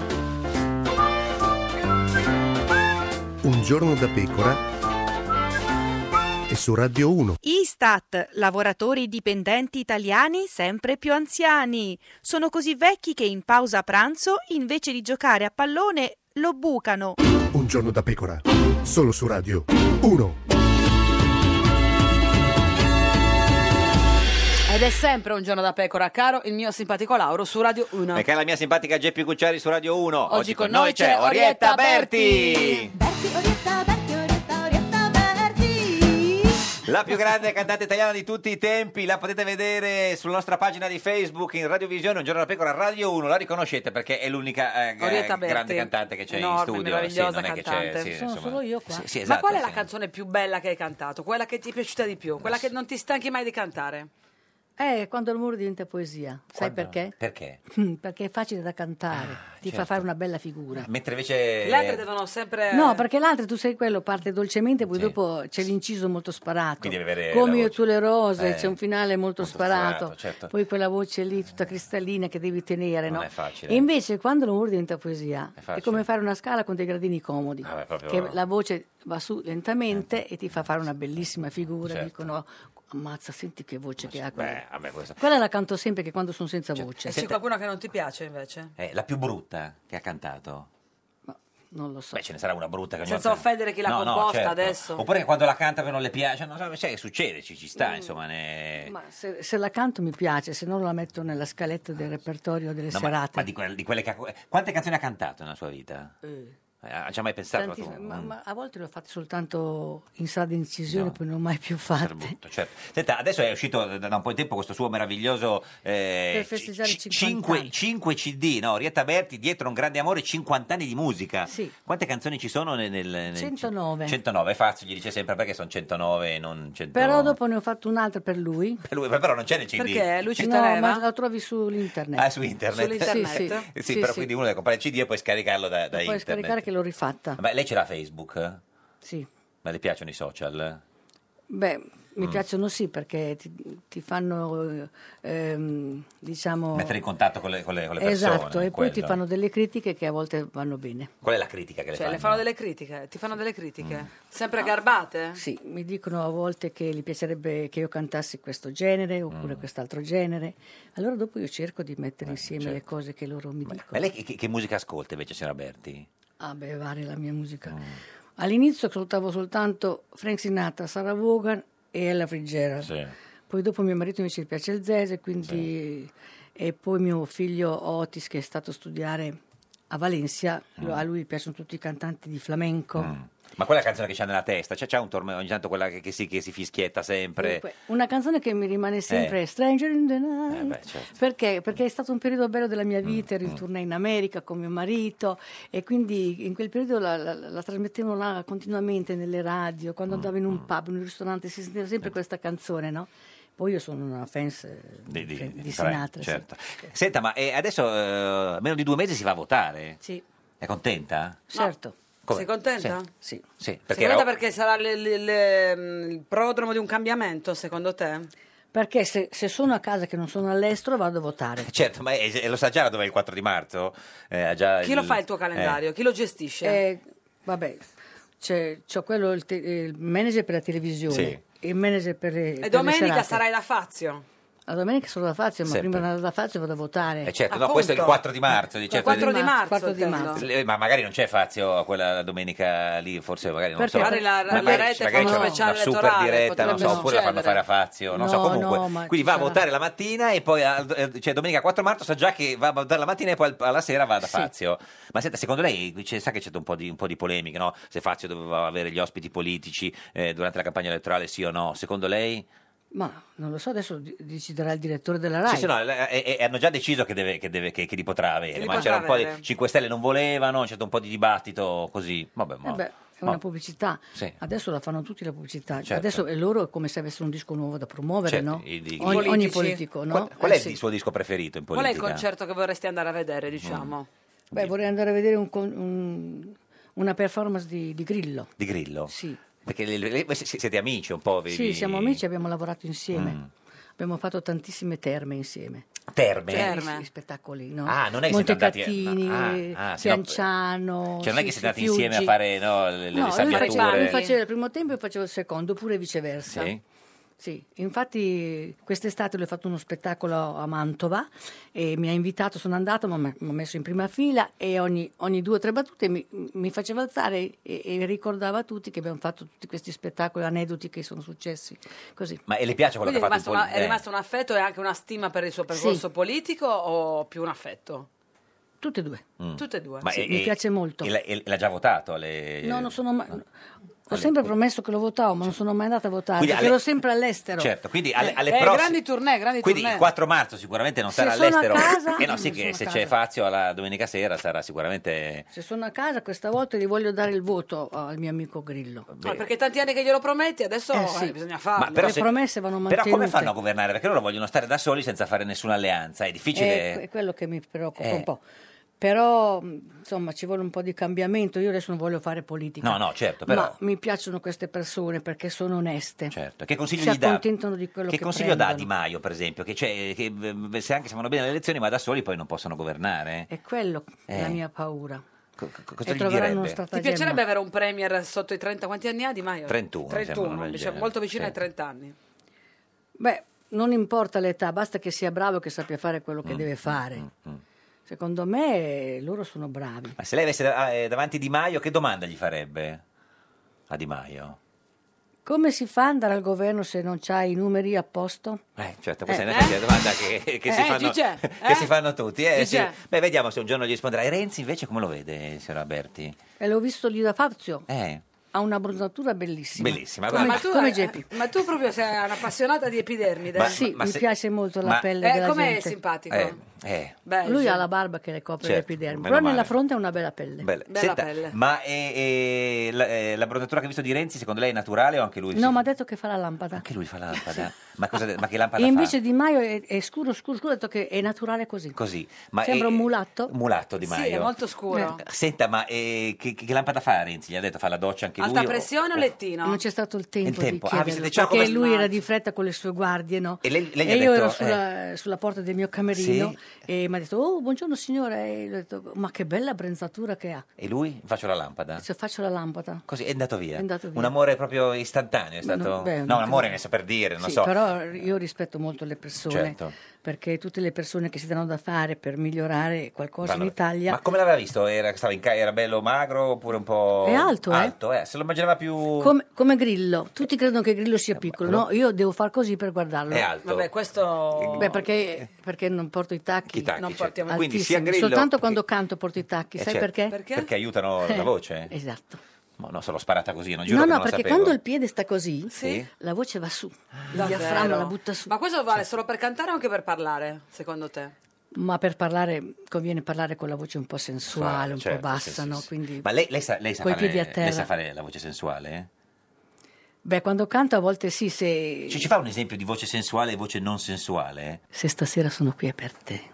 S13: Un giorno da pecora e su Radio 1.
S14: Istat, lavoratori dipendenti italiani sempre più anziani. Sono così vecchi che in pausa pranzo, invece di giocare a pallone, lo bucano.
S13: Un giorno da pecora, solo su Radio 1.
S1: Ed è sempre un giorno da pecora, caro il mio simpatico Lauro su Radio 1.
S2: E che è la mia simpatica Geppi Cucciari su Radio 1.
S1: Oggi con noi c'è Orietta
S2: Berti. La più grande cantante italiana di tutti i tempi, la potete vedere sulla nostra pagina di Facebook in Radiovisione, un giorno da pecora, Radio 1, la riconoscete perché è l'unica eh,
S1: Orietta
S2: eh,
S1: Berti.
S2: grande cantante che c'è
S1: Enorme,
S2: in studio.
S1: meravigliosa
S2: sì, non è che c'è-
S1: cantante.
S2: sì,
S1: Sono
S2: insomma.
S1: solo io qua.
S2: Sì, sì,
S1: Ma
S2: esatto,
S1: qual è la
S2: sì.
S1: canzone più bella che hai cantato? Quella che ti è piaciuta di più? Quella che non ti stanchi mai di cantare?
S17: Eh, quando il muro diventa poesia, sai perché?
S2: Perché?
S17: Perché è facile da cantare, ti fa
S2: certo.
S17: fare una bella figura.
S2: Mentre invece...
S1: Le altre devono sempre...
S17: No, perché l'altra tu sei quello, parte dolcemente, poi dopo c'è l'inciso molto sparato.
S2: Quindi deve avere la
S17: Come io
S2: voce.
S17: tu le rose,
S2: Eh,
S17: c'è un finale molto, sparato.
S2: sparato, certo.
S17: Poi quella voce lì tutta cristallina che devi tenere,
S2: Non
S17: no?
S2: è facile.
S17: E invece quando l'umore diventa poesia, è,
S2: facile.
S17: come fare una scala con dei gradini comodi,
S2: Ah, beh, proprio- Eh.
S17: che la voce va su lentamente e ti fa fare una bellissima figura,
S2: Certo.
S17: dicono "Ammazza, senti che voce che ha quella".
S2: Beh, Cioè, eh, vabbè, questa-
S17: Quella la canto sempre che quando sono senza voce.
S1: E c'è qualcuno che non ti piace invece?
S2: Eh, la più brutta che ha cantato.
S17: Non lo so.
S2: Beh, ce ne sarà una brutta che ogni
S1: Senza
S2: volta-
S1: offendere chi l'ha
S2: No, no,
S1: composta
S2: certo.
S1: adesso.
S2: Oppure che quando la canta però non le piace, non so, sai che succede, ci, ci sta, insomma. ne-
S17: Mm. Ma se, se la canto mi piace, se no la metto nella scaletta del repertorio delle
S2: Ah, No, ma-
S17: serate.
S2: Ma, di, quelle, di quelle che ha- Quante canzoni ha cantato nella sua vita?
S17: Eh.
S2: Eh, ci ha mai pensato?
S17: Tanti-
S2: tu?
S17: ma,
S2: Mm,
S17: ma a volte le ho fatte soltanto in sala di incisione, poi non ho mai più fatte.
S2: certo. Senta, adesso è uscito da da un po' di tempo questo suo meraviglioso
S17: per
S2: eh,
S17: festeggiare i 50
S2: 5,
S17: anni.
S2: CD, no? Orietta Berti, dietro un grande amore, 50 anni di musica.
S17: Sì.
S2: Quante canzoni ci sono nel... nel- nel-
S17: 109.
S2: 109, Fazio gli dice sempre perché sono 109 e non 100.
S17: Però dopo ne ho fatto un'altra per lui.
S2: Per lui- però non c'è nel CD.
S17: No, ma la trovi sull'internet.
S2: Ah, su internet.
S17: Sì,
S2: Eh,
S17: sì.
S2: sì,
S17: Sì,
S2: però
S17: sì.
S2: quindi uno deve comprare il CD e poi scaricarlo da, da
S17: Puoi
S2: internet.
S17: scaricare che l'ho rifatta.
S2: Ma lei ce l'ha Facebook? eh?
S17: Sì.
S2: Ma le piacciono i social?
S17: Beh, mi
S2: Mm.
S17: piacciono sì perché ti, ti fanno, ehm, diciamo...
S2: Mettere in contatto con le, con le- con le persone.
S17: Esatto, e poi ti
S2: quello.
S17: fanno delle critiche che a volte vanno bene.
S2: Qual è la critica che le
S1: Cioè,
S2: fanno? Mm.
S1: le fanno delle critiche? Ti fanno delle critiche? Sempre garbate?
S17: Sì, mi dicono a volte che gli piacerebbe che io cantassi questo genere oppure quest'altro genere. Allora dopo io cerco di mettere insieme le cose che loro mi dicono.
S2: Ma lei che, che- che musica ascolta invece, signora Berti?
S17: Ah, beh, varia la mia musica. All'inizio ascoltavo soltanto Frank Sinatra, Sarah Vaughan e Ella Fitzgerald. Poi dopo mio marito invece gli piace il jazz, e quindi... E poi mio figlio Otis, che è stato a studiare a Valencia, lo- a lui piacciono tutti i cantanti di flamenco.
S2: Ma quella canzone che c'ha nella testa? Cioè, c'è un tormento ogni tanto quella che, che si, che si fischietta sempre?
S17: Dunque, una canzone che mi rimane sempre è Stranger in the Night.
S2: Eh, beh, certo. Mm,
S17: Perché? Perché è stato un periodo bello della mia vita, ero in tournée in America con mio marito e quindi in quel periodo la, la- la trasmettevano là continuamente nelle radio,
S2: Mm,
S17: quando andavo in un pub, in un ristorante, si sentiva
S2: Eh.
S17: sempre questa canzone, no? Poi io sono una fans eh,
S2: Di, di-
S17: di
S2: di
S17: Sinatra,
S2: Frank,
S17: sì.
S2: certo. Senta, ma eh, adesso eh, meno di due mesi si va a votare?
S17: Sì,
S2: È contenta?
S17: certo.
S2: Come?
S1: Sei contenta?
S2: Sì.
S17: Sì.
S2: Sì,
S1: Perché,
S2: perché era-
S1: perché sarà le- le- le- mm, il prodromo di un cambiamento, secondo te?
S17: Perché se, se sono a casa che non sono all'estero vado a votare.
S2: Certo, ma è- è- lo sa già dove è il 4 di marzo? Eh, ha già
S1: Chi lo fa il tuo calendario? Chi lo gestisce?
S17: Eh, vabbè, c'è, c'ho quello, il, te- il manager per la televisione,
S2: Sì.
S17: il manager per le per
S1: e
S17: le
S1: domenica
S17: serate.
S1: sarai da Fazio.
S17: La domenica sono da Fazio, ma
S2: Sempre.
S17: prima vado da Fazio vado a votare.
S2: Eh, certo, no, questo è il 4 di marzo. Dice,
S17: Quattro di marzo. certo.
S2: Eh, Ma magari non c'è Fazio a quella domenica lì, forse magari non
S17: Perché
S2: so.
S17: magari la- la
S2: Magari-
S17: rete
S2: magari
S17: fa
S2: c'è
S17: uno
S2: una-
S17: speciale
S2: una super
S17: elettorale,
S2: diretta, non so,
S17: potrebbe
S2: oppure la fanno
S17: succedere.
S2: fare a Fazio, non so,
S17: No,
S2: comunque.
S17: no, ma cioè-
S2: Quindi
S17: ci
S2: va a
S17: sarà.
S2: votare la mattina e poi, al- eh, cioè domenica 4 marzo sa già che va a votare la mattina e poi al- alla sera va da
S17: Sì.
S2: Fazio. Ma senta, secondo lei c'è- sa che c'è un po' di, un po' di polemica, no? Se Fazio doveva avere gli ospiti politici eh, durante la campagna elettorale, sì o no? Secondo lei?
S17: Ma non lo so, adesso di- deciderà il direttore della RAI.
S2: Sì, sì, no, le- e- e hanno già deciso che, deve- che deve- che- che li potrà avere,
S17: li
S2: ma
S17: potrà
S2: c'era un po'
S17: avere.
S2: di 5 Stelle non volevano, c'è stato un po' di dibattito così. Vabbè, ma...
S17: Eh beh, è
S2: ma-
S17: una pubblicità.
S2: Sì.
S17: Adesso la fanno tutti la pubblicità.
S2: Certo.
S17: Adesso è loro come se avessero un disco nuovo da promuovere,
S2: Certo,
S17: no?
S2: i- i-
S17: ogni,
S2: i-
S17: ogni
S2: Politici.
S17: politico, no?
S2: Qual, qual è
S17: Eh sì.
S2: il suo disco preferito in
S18: Qual
S2: politica?
S18: è il concerto Certo che vorresti andare a vedere, diciamo?
S2: Mm.
S17: Beh, vorrei andare a vedere un con- un- una performance di, di Grillo.
S2: Di Grillo?
S17: Sì.
S2: Perché le- le- voi si- siete amici un po'? vi-
S17: Sì,
S2: vi-
S17: siamo amici, abbiamo lavorato insieme.
S2: Mm.
S17: Abbiamo fatto tantissime terme insieme.
S2: Terme?
S17: Cioè,
S2: Terme.
S17: sì, spettacoli, no?
S2: Ah, non è che siete andati...
S17: Montecatini,
S2: ah, ah, sì, no,
S17: Pianciano,
S2: Cioè non è che
S17: sì,
S2: siete andati
S17: Fiuggi.
S2: insieme a fare no, le, le
S17: No, lui
S2: sabbiature?
S17: faceva, lui faceva il primo tempo e facevo il secondo, oppure viceversa.
S2: Sì.
S17: Sì, infatti quest'estate lui ha fatto uno spettacolo a Mantova e mi ha invitato, sono andata, mi ha mi ha messo in prima fila e ogni, ogni due o tre battute mi, mi faceva alzare e, e ricordava a tutti che abbiamo fatto tutti questi spettacoli, aneddoti che sono successi, così.
S2: Ma e le piace quello
S18: Quindi è
S2: che ha fatto eh.
S18: rimasto,
S2: in
S18: una-
S2: politica?
S18: è rimasto un affetto e anche una stima per il suo percorso politico o più un affetto?
S17: Tutte e due.
S2: Mm.
S18: Tutte e due.
S2: Ma
S17: Sì,
S2: e-
S17: mi
S2: e-
S17: piace molto.
S2: E, l'ha- e l'ha già votato? alle-
S17: Eh, No, non sono mai- Ho sempre promesso che lo votavo, ma non sono mai andata a votare,
S2: Certo. Quindi alle-
S17: perché ero sempre all'estero.
S2: Certo, quindi alle,
S17: Eh,
S2: alle
S17: eh,
S2: prossime...
S17: grandi tournée, grandi
S2: Quindi
S17: tournée.
S2: il 4 marzo sicuramente non
S17: Se
S2: sarà
S17: sono a
S2: all'estero.
S17: casa-
S2: eh no, sì,
S17: Non sono
S2: che
S17: a
S2: se
S17: casa.
S2: c'è Fazio alla domenica sera sarà sicuramente...
S17: Se sono a casa questa volta gli voglio dare il voto al mio amico Grillo.
S18: Ah, perché tanti anni che glielo prometti, adesso
S17: Eh, sì.
S18: eh, bisogna farlo.
S2: Ma però
S17: le
S2: se-
S17: promesse vanno
S2: Però
S17: mantenute.
S2: come fanno a governare? Perché loro vogliono stare da soli senza fare nessuna alleanza. È
S17: Eh, È,
S2: difficile.
S17: è quello che mi preoccupa
S2: Eh.
S17: un po'. Però, mh, insomma, ci vuole un po' di cambiamento. Io adesso non voglio fare politica.
S2: No, no, certo, però-
S17: Ma mi piacciono queste persone perché sono oneste.
S2: Certo. Che consiglio
S17: si
S2: gli dà?
S17: accontentano di quello che,
S2: Che consiglio dà
S17: prendono.
S2: a Di Maio, per esempio? Che, cioè, che, eh, se anche se vanno bene le elezioni, ma da soli poi non possono governare.
S17: È quello
S2: Eh.
S17: la mia paura.
S2: Co- co- cosa
S17: E
S2: gli
S17: troveranno
S2: direbbe?
S17: uno
S18: Ti
S17: stratagemma.
S18: piacerebbe avere un premier sotto i 30? Quanti anni ha Di Maio?
S2: 31, mi sembra,
S18: 31,
S2: una roba del
S18: diciamo,
S2: genere.
S18: molto vicino
S2: Sì.
S18: ai 30 anni.
S17: Beh, non importa l'età, basta che sia bravo e che sappia fare quello che
S2: Mm,
S17: deve fare. Secondo me loro sono bravi.
S2: Ma se lei avesse da- eh, davanti Di Maio, che domanda gli farebbe a Di Maio?
S17: Come si fa ad andare al governo se non c'hai i numeri a posto?
S2: Eh, certo, questa
S17: Eh,
S2: è
S17: eh?
S2: una effetti domanda che, che si
S17: Eh,
S2: fanno,
S17: Gigè,
S2: che
S17: eh?
S2: si fanno tutti. eh, sì.
S17: Gigè.
S2: Beh, vediamo se un giorno gli risponderà. E Renzi invece come lo vede, signora Berti?
S17: E l'ho visto lì da Fazio.
S2: Eh,
S17: Ha una bronzatura bellissima.
S2: bellissima.
S17: Come,
S2: guarda.
S17: come Geppi.
S18: Ma tu proprio sei un'appassionata di epidermide.
S2: Ma- Sì, ma- ma mi se-
S17: Eh, piace molto la
S2: ma-
S17: pelle
S18: Eh,
S17: della
S18: com'è
S17: gente.
S18: simpatico?
S2: Eh, eh.
S18: Bello.
S17: Lui ha la barba che le copre
S2: Certo,
S17: l'epiderme,
S2: meno
S17: però
S2: male.
S17: nella fronte ha una bella pelle.
S2: Bella. Senta, Ma eh, eh, la, eh, la bronzatura che ha visto di Renzi, secondo lei è naturale o anche lui?
S17: No, ma ha detto che fa la lampada.
S2: Anche lui fa la lampada. Ma, cosa- ma che lampada
S17: E
S2: fa?
S17: invece Di Maio è, è scuro, scuro, scuro, ha detto che è naturale così.
S2: Così. Ma
S17: Sembra
S2: eh,
S17: un mulatto.
S2: mulatto Di Maio.
S17: scuro.
S2: Senta, ma eh, che, che lampada fa Renzi? Gli ha detto fa la doccia anche
S17: Alta
S2: lui? o-
S17: pressione
S2: o-
S17: lettino? Non c'è stato il tempo,
S2: Il tempo.
S17: di
S2: Ah,
S17: chiederlo,
S2: vi siete già
S17: perché
S2: come-
S17: lui era di fretta con le sue guardie, no?
S2: E lei- lei gli ha
S17: io
S2: detto, eh.
S17: ero sulla, sulla porta del mio camerino e mi ha detto, oh, buongiorno signore, e gli ho detto, ma che bella bronzatura che ha,
S2: E lui? Faccio la lampada.
S17: se faccio la lampada.
S2: Ah. Così è andato via.
S17: È andato via.
S2: Un amore proprio istantaneo è
S17: Ma
S2: stato.
S17: no, beh,
S2: no, un amore
S17: no.
S2: ne so per dire, non
S17: Sì,
S2: so.
S17: però io rispetto molto le persone,
S2: Certo.
S17: perché tutte le persone che si danno da fare per migliorare qualcosa
S2: Vanno-
S17: in Italia...
S2: Ma come l'aveva visto? Era, stava in ca- era bello magro oppure un po'.
S17: È alto, eh?
S2: eh? Se lo immaginava più.
S17: Come, come Grillo, tutti credono che Grillo sia piccolo,
S2: no.
S17: no? Io devo far così per guardarlo.
S2: Eh, È alto. Vabbè,
S18: questo...
S17: Beh, perché, perché non porto i tacchi.
S2: eh. I tacchi, Non certo. portiamo- Quindi
S17: altissimi.
S2: sia Grillo-
S17: Soltanto quando canto porto i tacchi,
S2: Eh,
S17: sai
S2: certo.
S17: perché?
S2: Perché aiutano
S17: Eh,
S2: la voce?
S17: Esatto.
S2: Ma no, se l'ho sparata così, non giuro
S17: no,
S2: che
S17: no,
S2: non lo
S17: perché
S2: sapevo.
S17: quando il piede sta così,
S2: Sì.
S17: la voce va su, il
S18: Davvero?
S17: diaframma la butta su.
S18: Ma questo vale solo per cantare o anche per parlare, secondo te?
S17: Ma per parlare conviene parlare con la voce un po' sensuale, un
S2: certo,
S17: po' bassa,
S2: sì, sì,
S17: no?
S2: sì.
S17: Quindi
S2: Ma lei, lei sa, lei sa
S17: coi
S2: fare,
S17: piedi a
S2: lei
S17: terra.
S2: sa fare la voce sensuale?
S17: Beh, quando canto a volte sì, se,
S2: eh? Ci, ci fa un esempio di voce sensuale e voce non sensuale?
S17: se stasera sono qui è per te.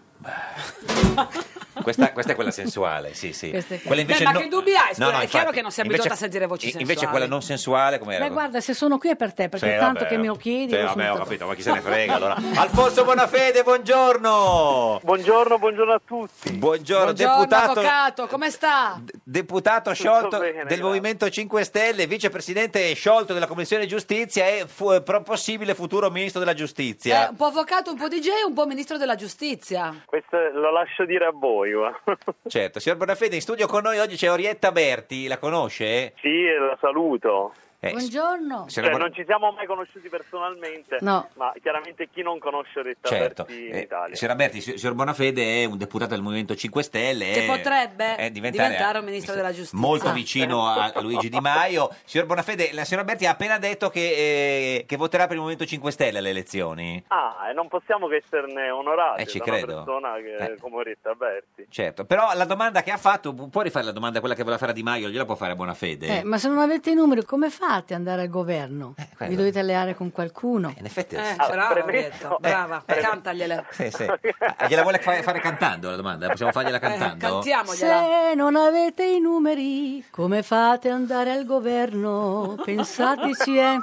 S2: Questa, questa è quella sensuale, sì, sì.
S17: Questa è-
S2: Quella invece
S17: Beh, ma
S2: no-
S17: che
S1: dubbi hai?
S2: no,
S1: Scusa,
S2: no,
S1: è
S2: infatti,
S1: chiaro che non sei abituata
S2: invece-
S1: a sentire voci
S2: in-
S1: sensuali.
S2: Invece quella non sensuale, come era?
S17: Beh, guarda, se sono qui è per te, perché
S2: Sì,
S17: tanto
S2: vabbè.
S17: che me lo chiedi...
S2: Sì,
S17: io
S2: vabbè,
S17: sono
S2: ho
S17: tutta-
S2: capito, ma chi se ne frega allora. Alfonso Bonafede, buongiorno. Buongiorno, buongiorno a tutti. Buongiorno,
S1: Buongiorno,
S2: deputato,
S1: avvocato, come sta?
S2: deputato
S1: Tutto
S2: sciolto
S1: bene,
S2: del
S1: grazie.
S2: Movimento 5 Stelle, vicepresidente sciolto della Commissione Giustizia e fu- eh, pro- possibile futuro ministro della Giustizia.
S1: Eh, un po' avvocato, un po' DJ, un po' ministro della giustizia.
S2: Questo lo lascio dire a voi. Certo, signor Bonafede, in studio con noi oggi c'è Orietta Berti, la conosce? Eh, Sì, la saluto.
S17: Buongiorno.
S2: Cioè, Signora- non
S19: ci siamo mai conosciuti personalmente,
S17: No.
S19: ma chiaramente chi non conosce Orietta
S2: Certo.
S19: Berti in
S2: Eh,
S19: Italia.
S2: signora Berti, il signor Bonafede è un deputato del Movimento 5 Stelle.
S1: Che
S2: è-
S1: potrebbe
S2: è Eh, diventare,
S1: diventare, un ministro della giustizia. Ah, eh.
S2: Molto vicino a, a Luigi Di Maio. Signor Bonafede, la signora Berti ha appena detto che, eh, che voterà per il Movimento 5 Stelle alle elezioni.
S19: Ah, e non possiamo che esserne onorati
S2: Eh, ci
S19: da
S2: credo.
S19: una persona che-
S2: Eh.
S19: come Orietta Berti.
S2: Certo, però la domanda che ha fatto, pu- può rifare la domanda quella che voleva fare a Di Maio, gliela può fare a Bonafede?
S17: Eh, ma se non avete i numeri, come fate ad andare al governo?
S2: Eh, quello.
S17: Vi dovete alleare con qualcuno.
S2: In effetti,
S1: Eh,
S2: sì.
S1: brava,
S2: premesso-
S1: Orietta, brava,
S2: eh, eh,
S1: cantagliela.
S2: Sì, sì. Ah, gliela vuole fa- fare cantando la domanda? Possiamo
S1: Eh,
S2: fargliela cantando?
S17: Se non avete i numeri, come fate ad andare al governo? Pensateci, eh.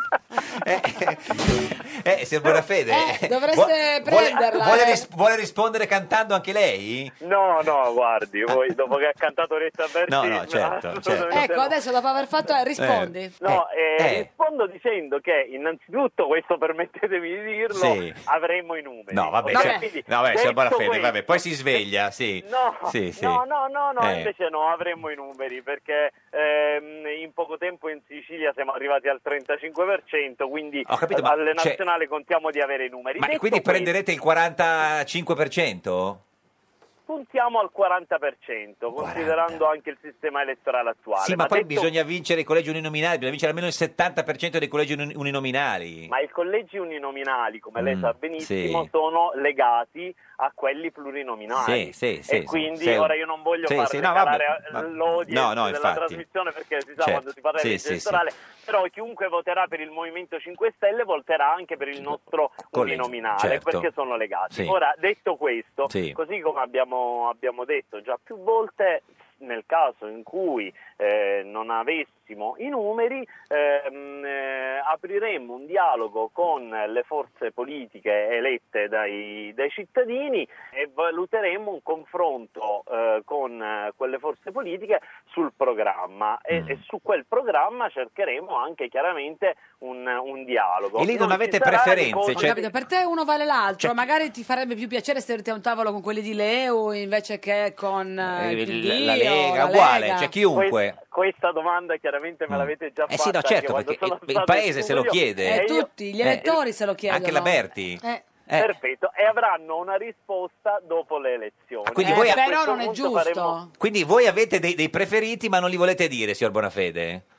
S2: Eh, signor Bonafede.
S17: Eh,
S2: vuole-
S1: dovreste prenderla,
S2: Vuole,
S1: eh.
S2: ris- vuole rispondere cantando anche lei?
S19: No, no, guardi, voi dopo che ha cantato Orietta Berti...
S2: No, no, certo, certo.
S1: Ecco, adesso dopo aver fatto eh, rispondi.
S19: No, eh,
S2: eh.
S19: rispondo dicendo che innanzitutto, questo permettetemi di dirlo,
S2: Sì.
S19: avremo i numeri.
S2: No, vabbè,
S19: Ok,
S2: cioè-
S19: quindi,
S2: no, vabbè, signor
S19: detto
S2: Bonafede,
S19: questo-
S2: vabbè, poi si sveglia, sì.
S19: No,
S2: Sì, sì.
S19: no, no, no, no,
S2: Eh.
S19: invece no, avremmo i numeri perché ehm, in poco tempo in Sicilia siamo arrivati al 35%, quindi
S2: Ho capito, ma
S19: alle
S2: cioè-
S19: nazionali contiamo di avere i numeri.
S2: Ma
S19: Detto
S2: quindi
S19: questo,
S2: prenderete il 45%?
S19: puntiamo al 40%, considerando anche il sistema elettorale attuale.
S2: Sì, ma poi
S19: detto-
S2: bisogna vincere i collegi uninominali, bisogna vincere almeno il 70% dei collegi uni- uninominali.
S19: Ma i collegi uninominali, come lei
S2: Mm,
S19: sa benissimo,
S2: sì.
S19: sono legati a quelli plurinominali.
S2: Sì, sì, sì,
S19: e
S2: sì.
S19: quindi
S2: Sì.
S19: ora io non voglio
S2: Sì,
S19: far
S2: sì, no,
S19: calare
S2: vabbè, ma-
S19: l'audience
S2: no, no,
S19: della
S2: infatti.
S19: trasmissione perché si sa
S2: Certo.
S19: quando si parla
S2: Sì,
S19: di
S2: sì,
S19: legge elettorale, però chiunque voterà per il Movimento 5 Stelle voterà anche per il nostro
S2: Collegio,
S19: uninominale
S2: certo.
S19: perché sono legati.
S2: Sì.
S19: Ora, detto questo,
S2: Sì.
S19: così come abbiamo, abbiamo detto già più volte, nel caso in cui eh, non avessimo i numeri, ehm, eh, apriremmo un dialogo con le forze politiche elette dai, dai cittadini e valuteremo un confronto eh, con eh, quelle forze politiche sul programma e,
S2: Mm.
S19: e su quel programma cercheremo anche chiaramente un, un dialogo.
S2: E lì non
S19: ci
S2: avete
S19: sarà
S2: preferenze,
S19: l'incontro-
S1: Ho capito, per te uno vale l'altro,
S2: Cioè-
S1: magari ti farebbe più piacere sederti a un tavolo con quelli di Leo invece che con eh, il
S2: Eh,
S1: PD
S2: la- la
S1: o
S2: Lega,
S1: la
S2: uguale,
S1: Lega.
S2: cioè chiunque.
S19: Que- Questa domanda chiaramente me l'avete già fatta.
S2: Eh sì, no,
S19: anche
S2: certo,
S19: quando
S2: perché
S19: sono
S2: il- il
S19: stato in
S2: paese se lo
S19: studio.
S2: chiede.
S19: E
S1: Eh,
S19: io-
S1: tutti, gli elettori se lo chiedono.
S2: Anche la Berti.
S1: Eh.
S19: Perfetto, e avranno una risposta dopo le elezioni.
S2: quindi Eh, voi-
S19: Ah, A
S1: però
S19: questo
S1: non è
S19: punto
S1: giusto.
S19: faremo-
S2: Quindi voi avete dei, dei preferiti ma non li volete dire, signor Bonafede?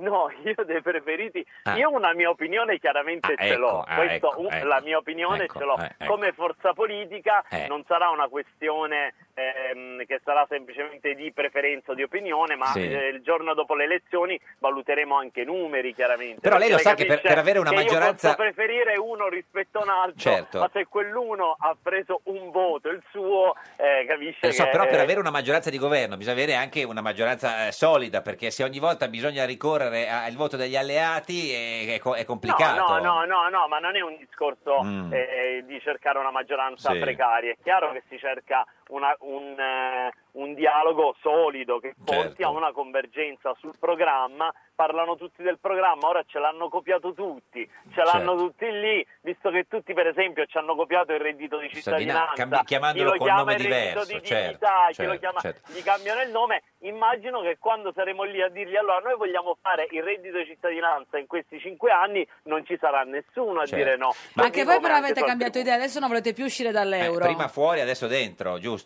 S19: No, io dei preferiti,
S2: Ah.
S19: io una mia opinione chiaramente
S2: Ah,
S19: ce
S2: ecco,
S19: l'ho,
S2: ah,
S19: Questo,
S2: ecco,
S19: un-
S2: ecco,
S19: la mia opinione
S2: ecco,
S19: ce l'ho.
S2: eh, ecco.
S19: Come forza politica
S2: Eh.
S19: non sarà una questione ehm, che sarà semplicemente di preferenza o di opinione, ma
S2: Sì.
S19: eh, il giorno dopo le elezioni valuteremo anche i numeri chiaramente.
S2: Però lei
S19: Perché
S2: lo sa che per-
S19: capisce
S2: per avere una
S19: che
S2: maggioranza-
S19: Io posso preferire uno rispetto a un altro,
S2: Certo.
S19: ma se quell'uno ha preso un voto, il suo, eh, capisce
S2: Lo so,
S19: che...
S2: però per
S19: eh,
S2: avere una maggioranza di governo bisogna avere anche una maggioranza eh, solida, perché se ogni volta bisogna ricorrere a- al voto degli alleati eh, è, è co- è complicato.
S19: No, no, no, no, no, ma non è un discorso
S2: Mm.
S19: eh, di cercare una maggioranza
S2: Sì.
S19: precaria. È chiaro che si cerca una- un, eh, un dialogo solido che porti
S2: Certo.
S19: a una convergenza sul programma. Parlano tutti del programma, ora ce l'hanno copiato tutti, ce l'hanno
S2: Certo.
S19: tutti lì, visto che tutti, per esempio, ci hanno copiato il reddito di cittadinanza,
S2: cambi- chiamandolo
S19: chi lo
S2: con
S19: chiama
S2: nome
S19: il reddito
S2: diverso,
S19: di
S2: certo,
S19: dignità, chi lo
S2: certo,
S19: chiama
S2: certo.
S19: gli cambiano il nome, immagino che quando saremo lì a dirgli allora noi vogliamo fare il reddito di cittadinanza in questi cinque anni non ci sarà nessuno a
S2: Certo.
S19: dire no.
S1: Ma
S19: Così
S1: anche voi
S19: come
S1: però avete
S19: su altri
S1: cambiato idea, adesso non volete più uscire dall'euro.
S2: Eh, Prima fuori, adesso dentro, giusto?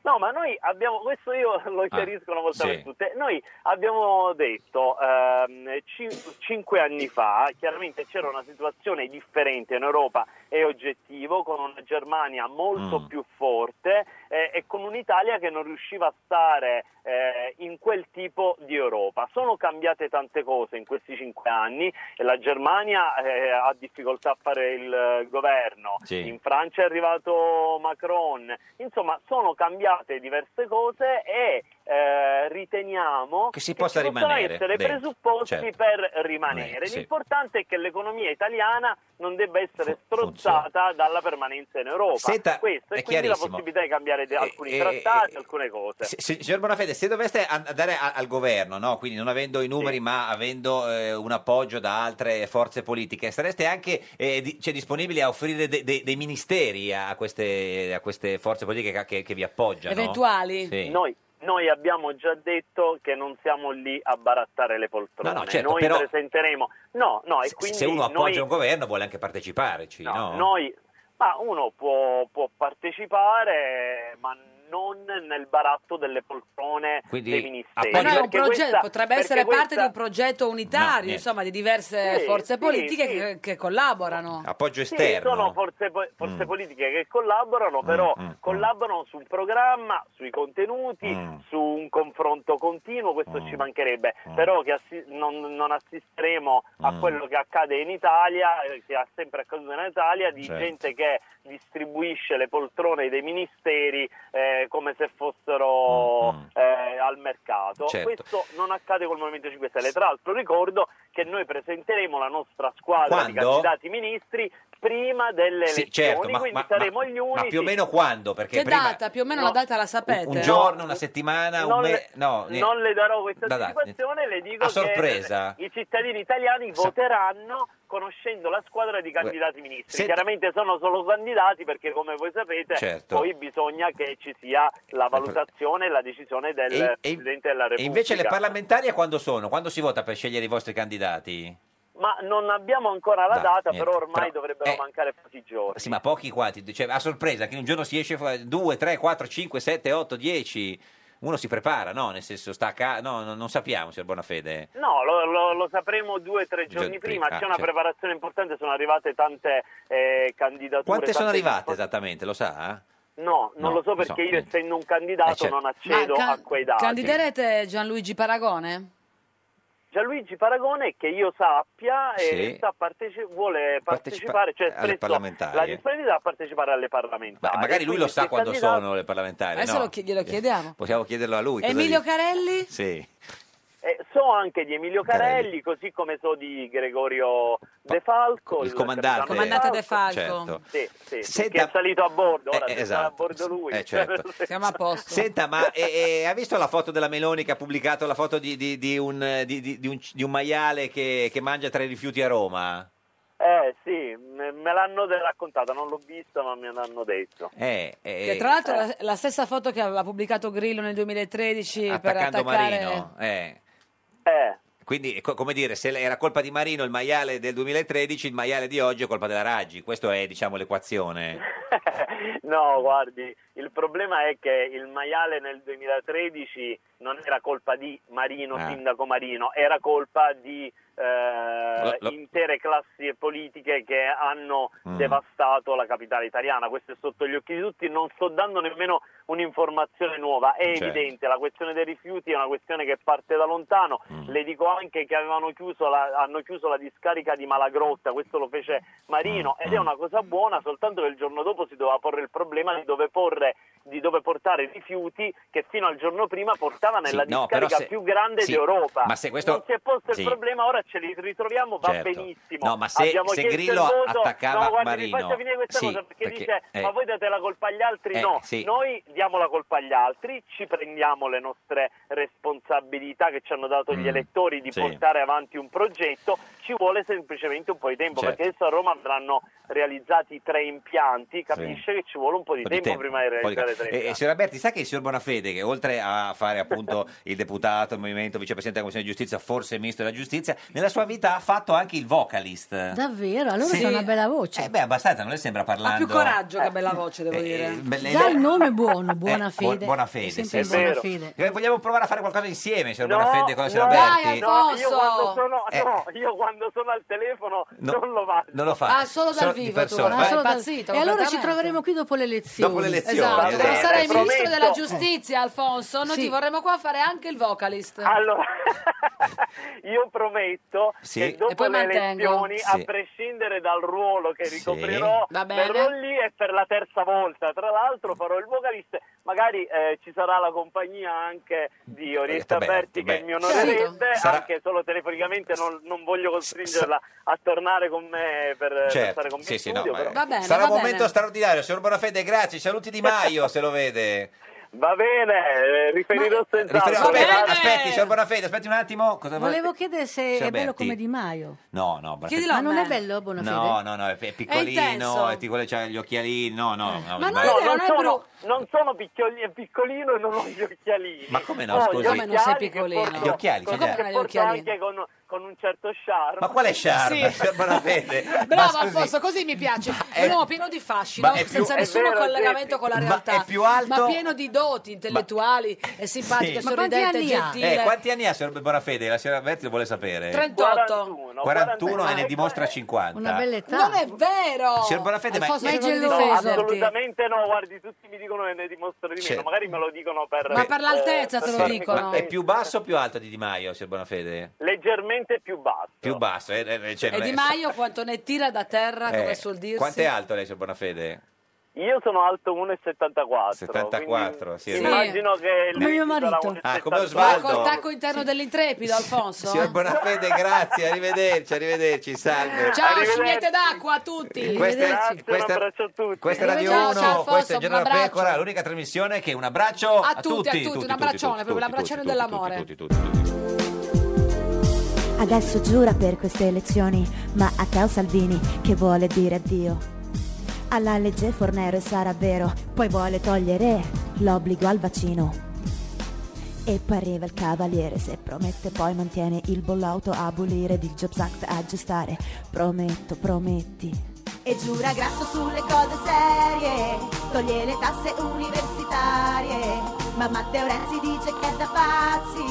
S19: No, ma noi abbiamo, questo io lo chiarisco una volta
S2: Ah, sì.
S19: per tutte, noi abbiamo detto ehm, cin- cinque anni fa, chiaramente c'era una situazione differente in Europa, è oggettivo, con una Germania molto
S2: Mm.
S19: più forte eh, e con un'Italia che non riusciva a stare eh, in quel tipo di Europa. Sono cambiate tante cose in questi cinque anni, la Germania eh, ha difficoltà a fare il eh, governo,
S2: Sì.
S19: in Francia è arrivato Macron, insomma sono cambiate pensate diverse cose e eh, riteniamo
S2: Che si possa
S19: ci possano
S2: rimanere
S19: essere
S2: dentro,
S19: presupposti
S2: certo.
S19: per rimanere.
S2: Eh, sì.
S19: L'importante è che l'economia italiana non debba essere strozzata dalla permanenza in Europa.
S2: Senta,
S19: Questo
S2: è
S19: e quindi la
S2: chiarissimo.
S19: possibilità di cambiare de- alcuni
S2: eh,
S19: trattati, alcune cose.
S2: Si- si- Signor Bonafede, se doveste an- andare a- al governo, no? quindi non avendo i numeri ma avendo eh, un appoggio da altre forze politiche, sareste anche eh, di- cioè, disponibili a offrire de- de- dei ministeri a queste, a queste forze politiche ca- che, che vi appoggiano? Sì.
S19: Noi, noi abbiamo già detto che non siamo lì a barattare le poltrone.
S2: No, no, certo,
S19: noi
S2: però-
S19: presenteremo. No, no, e quindi
S2: se uno appoggia
S19: noi-
S2: un governo vuole anche parteciparci, no?
S19: Noi, ma uno può, può partecipare, ma non nel baratto delle poltrone
S2: Quindi
S19: dei ministeri.
S2: appoggio-
S1: Però è un
S19: perché
S1: progetto,
S19: questa-
S1: potrebbe
S19: perché
S1: essere parte
S19: questa-
S1: di un progetto
S2: No, eh.
S1: unitario,
S2: niente.
S1: insomma, di diverse
S19: Sì,
S1: forze
S19: sì,
S1: politiche
S19: sì.
S1: Che, che collaborano.
S2: Appoggio
S19: Sì,
S2: esterno. Mm.
S19: sono forze, po- forze politiche che collaborano, però collaborano su un programma, sui contenuti,
S2: Mm.
S19: su un confronto continuo, questo ci mancherebbe, però che assi- non, non assisteremo a
S2: Mm.
S19: quello che accade in Italia, eh, che ha sempre accaduto in Italia, di
S20: Certo.
S19: gente che distribuisce le poltrone dei ministeri eh, come se fossero eh, al mercato.
S2: Mm, Certo.
S19: Questo non accade col Movimento 5 Stelle. Tra l'altro ricordo che noi presenteremo la nostra squadra di
S2: Quando?
S19: candidati ministri prima delle
S2: Sì,
S19: elezioni,
S2: certo, ma,
S19: quindi
S2: ma-
S19: saremo
S2: ma-
S19: gli unici.
S2: ma più o meno quando? Perché
S1: Che
S2: prima
S1: data? Più o meno la data la sapete?
S2: un giorno, una settimana, un
S19: Non
S2: mese...
S19: le-
S2: No, ne-
S19: non le darò questa
S2: Da- da-
S19: anticipazione, le dico
S2: A sorpresa.
S19: che i cittadini italiani voteranno conoscendo la squadra di candidati ministri.
S2: senta-
S19: Chiaramente sono solo candidati perché come voi sapete
S2: Certo. Eh,
S19: poi bisogna che ci sia la valutazione e la decisione del
S2: E- e-
S19: Presidente della Repubblica.
S2: E invece le parlamentari a quando sono? Quando si vota per scegliere i vostri candidati?
S19: Ma non abbiamo ancora la
S2: Dai,
S19: data,
S2: niente.
S19: però ormai dovrebbero
S2: eh,
S19: mancare pochi giorni.
S2: Sì, ma pochi quanti? Cioè, a sorpresa, che un giorno si esce 2, 3, 4, 5, 7, 8, 10... Uno si prepara, no? Nel senso, sta a ca- No, non, non sappiamo, signor Bonafede.
S19: No, lo, lo- lo sapremo due o tre giorni
S2: Giorni
S19: prima,
S2: prima,
S19: c'è
S2: ah,
S19: una
S2: certo.
S19: preparazione importante, sono arrivate tante eh, candidature.
S2: Quante sono
S19: tante-
S2: arrivate esattamente, lo sa? Eh?
S19: No, non
S2: No,
S19: lo so
S2: lo
S19: perché
S2: so,
S19: io
S2: niente.
S19: essendo un candidato
S2: Eh, certo.
S19: non
S1: Ma
S19: accedo
S1: can-
S19: a quei dati.
S1: Candiderete Gianluigi Paragone?
S19: Gianluigi Paragone che io sappia eh,
S2: Sì.
S19: sta parteci- vuole
S2: Partecipa-
S19: partecipare, cioè
S2: alle
S19: espresso
S2: parlamentari.
S19: la disponibilità a partecipare alle parlamentari.
S2: Ma magari lui
S19: eh, Quindi
S2: lo sa
S19: se
S2: quando
S19: candidato-
S2: sono le parlamentari. no?
S1: Adesso lo chi- glielo chiediamo.
S2: Possiamo chiederlo a lui. cosa
S1: Emilio
S2: dice?
S1: Carelli?
S2: Sì.
S19: Eh, so anche di Emilio Carelli,
S2: Carelli.
S19: così come so di Gregorio De Falco,
S2: il comandante.
S19: capitano
S2: Comandante De Falco.
S19: Certo. Sì, sì,
S2: Senta-
S19: che è salito a bordo, ora
S2: Certo. Eh,
S19: se
S2: esatto.
S19: sale a bordo lui.
S2: Eh, certo.
S1: Siamo a posto.
S2: Senta, ma eh, eh, ha visto la foto della Meloni che ha pubblicato la foto di, di- di un, eh, di- di- di un- di un maiale che, che mangia tra i rifiuti a Roma?
S19: Eh sì, me me l'hanno de- raccontata, non l'ho vista ma me l'hanno detto.
S2: Eh, eh,
S1: Che tra l'altro la, la stessa foto che aveva pubblicato Grillo nel 2013 per
S2: attaccando
S1: attaccare
S2: Marino. eh. Quindi, co- come dire, se era colpa di Marino il maiale del 2013, il maiale di oggi è colpa della Raggi. Questa è, diciamo, l'equazione.
S19: No, guardi, il problema è che il maiale nel 2013 non era colpa di Marino,
S2: Ah.
S19: sindaco Marino, era colpa di eh,
S2: Lo- lo-
S19: intere classi politiche che hanno
S2: Mm.
S19: devastato la capitale italiana. Questo è sotto gli occhi di tutti, non sto dando nemmeno un'informazione nuova, è
S2: Certo.
S19: evidente, la questione dei rifiuti è una questione che parte da lontano.
S2: Mm.
S19: Le dico anche che avevano chiuso la, hanno chiuso la discarica di Malagrotta, questo lo fece Marino
S2: Mm.
S19: ed è una cosa buona, soltanto che il giorno dopo si doveva porre il problema di dove porre di dove portare i rifiuti che fino al giorno prima portava nella
S2: Sì, no, però
S19: discarica
S2: se-
S19: più grande
S2: sì,
S19: d'Europa.
S2: ma se questo-
S19: Non si è posto
S2: sì.
S19: il problema, ora ce li ritroviamo, va
S2: Certo.
S19: benissimo.
S2: No, ma se-
S19: Abbiamo
S2: se
S19: chiesto il
S2: Grillo
S19: voto-
S2: attaccava
S19: no, guardi,
S2: Marino,
S19: vi faccio finire questa
S2: sì,
S19: cosa perché,
S2: perché-
S19: dice
S2: eh.
S19: ma voi date la colpa agli altri?
S2: Eh,
S19: no,
S2: sì.
S19: noi diamo la colpa agli altri, ci prendiamo le nostre responsabilità che ci hanno dato gli
S2: Mm,
S19: elettori di
S2: sì.
S19: portare avanti un progetto, ci vuole semplicemente un po' di tempo
S2: Certo.
S19: perché adesso a Roma andranno realizzati tre impianti, capisce che ci vuole un po' di,
S2: po' di tempo,
S19: tempo, prima di
S2: un po' di
S19: realizzare
S2: ca-
S19: tre
S2: Eh, eh,
S19: impianti.
S2: signor Alberti, sa che il signor Bonafede, che oltre a fare appunto il deputato, il movimento, vicepresidente della Commissione di Giustizia, forse il ministro della Giustizia, nella sua vita ha fatto anche il vocalist.
S17: Davvero? Allora
S2: Sì.
S17: c'è una bella voce.
S2: Eh beh, abbastanza, non le sembra parlando...
S1: Ha più coraggio che bella voce, devo
S2: Eh,
S1: dire.
S2: beh, lei-
S17: Già il nome è buono, buona
S2: Eh,
S17: fede.
S2: buo- buona fede,
S17: Sempre
S2: sì,
S17: in
S2: sì.
S17: buona fede.
S2: Eh, Vogliamo provare a fare qualcosa insieme, signor
S19: No,
S2: Bonafede, con la signora
S19: no,
S2: Alberti?
S19: no, io quando sono,
S2: Eh.
S19: no, io quando sono al telefono
S2: No,
S19: non lo faccio.
S2: non lo fa.
S1: Ah, solo dal
S2: di
S1: vivo tu,
S2: persona,
S1: ah,
S2: vai.
S1: solo dal-
S17: E allora ci troveremo qui dopo le elezioni.
S2: Dopo le elezioni,
S1: Esatto,
S2: esatto.
S1: quando sarai
S2: Prometto.
S1: ministro della giustizia, Alfonso, noi
S17: Sì.
S1: ti vorremmo qua fare anche il vocalist.
S19: Allora, Io prometto
S2: Sì.
S19: che
S2: E
S19: dopo
S2: poi
S19: le
S2: mantengo.
S19: elezioni,
S2: Sì.
S19: a prescindere dal ruolo che
S2: Sì.
S19: ricoprirò,
S2: Va bene.
S19: verrò lì e per la terza volta. Tra l'altro farò il vocalista, magari eh, ci sarà la compagnia anche di Orietta Berti che
S2: beh,
S19: mi onorerebbe,
S2: Sì. Certo. Sarà-
S19: anche solo telefonicamente non, non voglio costringerla a tornare con me per, per stare con me in
S2: Certo. sì, sì, no,
S19: studio,
S2: ma-
S19: però.
S1: Va bene,
S2: sarà
S1: va
S2: un momento
S1: bene.
S2: straordinario. Signor Bonafede, grazie. Saluti Di Maio se lo vede.
S19: Va bene, eh, riferirò senz'altro.
S2: Riferiamo-
S19: Grazie.
S2: aspetti, aspetti, signor Bonafede, aspetti un attimo. Cosa vuole-
S17: Volevo chiedere se
S2: Signor
S17: è bello
S2: Berti.
S17: come Di Maio.
S2: No, no, Bonafede.
S17: Ma non è bello Bonafede?
S2: No, no, no, è, è
S17: intenso.
S2: piccolino, è piccolo, c'ha gli occhialini. No, no, no,
S19: Ma
S2: ma-
S19: no, non, sono, non sono piccoli- piccolino e non ho gli occhialini.
S2: Ma come no,
S19: Ho
S2: scusi?
S19: gli
S2: Come non sei
S19: occhiali che
S2: piccolino?
S19: porto-
S2: Gli occhiali,
S19: che
S2: ce li ha.
S19: porto anche con, con un certo charme.
S2: Ma quale sciarpa, signor Bonafede? Ma
S1: Bravo
S2: scusi,
S1: Alfonso, così mi piace.
S2: è-
S1: Un uomo pieno di fascino,
S2: ma è più-
S1: senza
S2: è
S1: nessun
S2: vero,
S1: collegamento con la
S2: ma
S1: realtà.
S2: è più alto-
S1: Ma pieno di doti intellettuali, è simpatico,
S2: Sì. Ma
S17: quanti
S1: sorridente,
S17: anni ha?
S1: gentile.
S2: Eh, quanti anni ha signor Bonafede? La signora Berti lo vuole sapere.
S1: 38.
S2: 41 e ne dimostra 50.
S1: Non è vero!
S2: Signor Bonafede, ma-
S1: Alfonso,
S2: Ma è
S1: non dire-
S19: No, assolutamente no, guardi, tutti mi dicono che ne dimostro di meno,
S2: Sì.
S19: magari me lo dicono per...
S1: Ma per l'altezza
S19: eh,
S1: te lo
S19: per-
S1: dicono.
S2: Ma È più basso o più alto di Di Maio, signor Bonafede?
S19: Leggermente più basso.
S2: Più basso. eh, eh, cioè,
S1: E
S2: non è-
S1: Di Maio quanto ne tira da terra,
S2: eh,
S1: come suol dirsi.
S2: Quanto è alto lei, signor Bonafede?
S19: Io sono alto 1,74.
S2: 74,
S19: quindi
S2: sì, è vero.
S19: Immagino che...
S1: Come
S19: lui
S1: mio
S19: sarà
S1: marito.
S19: 1,74.
S2: Ah, come
S1: Ma col
S2: Osvaldo.
S1: tacco interno dell'intrepido, Alfonso?
S2: Signor Bonafede, grazie, arrivederci, arrivederci, salve.
S17: Eh,
S1: Ciao, scimmiette d'acqua a tutti!
S2: Questa, è- questa- questa è Radio
S1: Ciao,
S2: 1,
S1: ciao, Alfonso,
S2: questa è
S1: un
S2: Giornata
S1: abbraccio.
S2: Pecora, l'unica trasmissione che un abbraccio
S1: A tutti, a tutti, un abbraccione, proprio l'abbraccione dell'amore.
S20: Adesso giura per queste elezioni, ma a Teo Salvini che vuole dire addio. Alla legge Fornero e Sara Vero, poi vuole togliere l'obbligo al vaccino. E poi arriva il cavaliere, se promette poi mantiene il bollauto a abolire, il Jobs Act a aggiustare. Prometto, prometti. E giura grasso sulle cose serie, toglie le tasse universitarie. Ma Matteo Renzi dice che è da pazzi,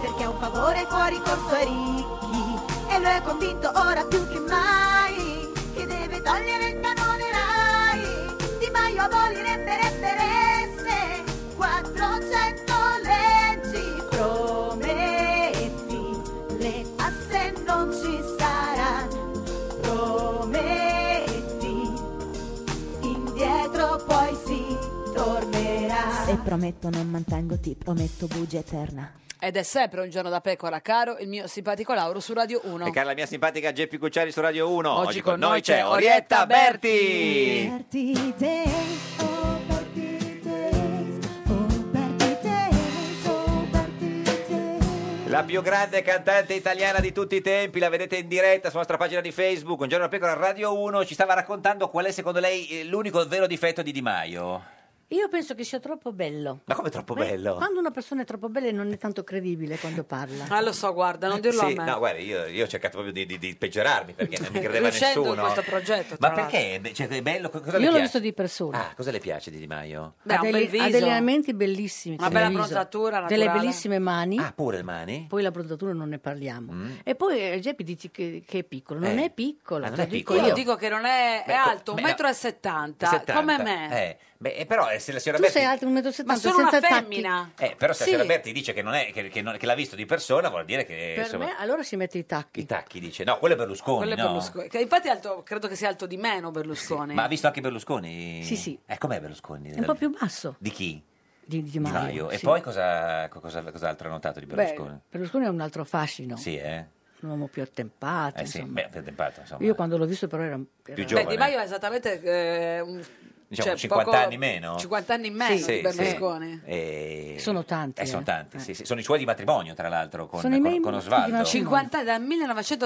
S20: perché è un favore fuori corso ai ricchi. E lo è convinto ora più che mai, che deve togliere il canone RAI. Di Maio abolirebbe l'FRS, 400 leggi prometti, le tasse non ci saranno prometti, indietro poi si tornerà. Se prometto non mantengo, ti prometto bugia eterna.
S1: Ed è sempre un giorno da pecora, caro il mio simpatico Lauro su Radio 1.
S2: E cara la mia simpatica Geppi Cucciari su Radio 1.
S1: Oggi
S2: Oggi,
S1: con
S2: con noi
S1: noi
S2: c'è
S1: c'è
S2: Orietta
S1: Orietta
S2: Berti.
S20: Partite, oh partite, oh partite, oh partite.
S2: La più grande cantante italiana di tutti i tempi, la vedete in diretta sulla nostra pagina di Facebook, un giorno da pecora Radio 1, ci stava raccontando qual è secondo lei eh, l'unico vero difetto di Di Maio.
S17: Io penso che sia troppo bello.
S2: Ma come troppo bello?
S17: Quando una persona è troppo bella non è tanto credibile quando parla.
S1: Ah, lo so, guarda, non dirlo
S2: Eh, sì,
S1: a me.
S2: no, guarda, io, io ho cercato proprio di, di- di peggiorarmi perché non mi credeva
S1: Riuscendo
S2: nessuno.
S1: in questo progetto,
S2: Ma
S1: tra l'altro.
S2: perché? Beh, Cioè, è bello, co- cosa
S17: Io
S2: le
S17: l'ho
S2: piace?
S17: visto di persona.
S2: Ah, cosa le piace di Di Maio?
S1: Beh, ha un bel
S17: degli- ha
S1: viso.
S17: degli allenamenti bellissimi.
S1: Una
S17: sul
S1: bella
S17: viso.
S1: bronzatura
S17: Delle
S1: naturale.
S17: bellissime mani.
S2: Ah, pure le mani?
S17: Poi la bronzatura non ne parliamo. E poi eh, Geppi dici che, che è piccolo. Non
S2: Eh.
S17: è
S2: Ah,
S17: piccolo.
S2: non
S17: te
S2: è
S17: lo dico
S2: piccolo.
S17: io.
S1: Io dico che non è, è
S2: Beh, co-
S1: alto,
S2: beh,
S1: 1,70 m,
S2: 70.
S1: come me.
S2: Eh, beh, eh, però eh, se la signora
S17: Tu
S2: Berti...
S17: sei alto 1,70 m.
S1: Ma sono una
S17: senza tacchi.
S1: femmina.
S2: Eh, però se
S17: Sì.
S2: la signora Berti dice che, non è, che, che non- che l'ha visto di persona, vuol dire che...
S17: Per
S2: Eh, insomma,
S17: me allora si mette i tacchi.
S2: I tacchi dice, no, quello è Berlusconi,
S1: Quello è
S2: no?
S1: Berlusconi. Che Infatti è alto- credo che sia alto di meno Berlusconi.
S2: Ma ha visto anche Berlusconi?
S1: Sì, sì.
S2: Eh, com'è Berlusconi?
S17: È un po' più basso
S2: Di chi?
S17: di, di
S2: Di
S17: Mario.
S2: Maio. E
S17: sì.
S2: poi cosa, co- cosa, cos'altro ha notato di
S17: Beh,
S2: Berlusconi?
S17: Berlusconi è un altro fascino.
S2: sì, eh?
S17: Un uomo più attempato.
S2: Eh sì,
S17: insomma.
S2: beh, più tempato, insomma. eh.
S17: Io quando l'ho visto però era... era-
S2: Più
S1: Beh,
S2: giovane.
S1: Di Maio è esattamente eh, un,
S2: Diciamo
S1: cioè,
S2: 50
S1: poco-
S2: anni meno.
S1: 50 anni in meno
S2: Sì,
S1: di
S2: sì,
S1: Berlusconi.
S2: E-
S17: Sono tanti,
S2: Eh, sono
S17: eh.
S2: tanti, sì, sì. Sono i suoi di matrimonio, tra l'altro, con,
S17: Sono i
S2: con-
S17: miei
S2: con
S17: di
S2: Osvaldo.
S1: 50 dal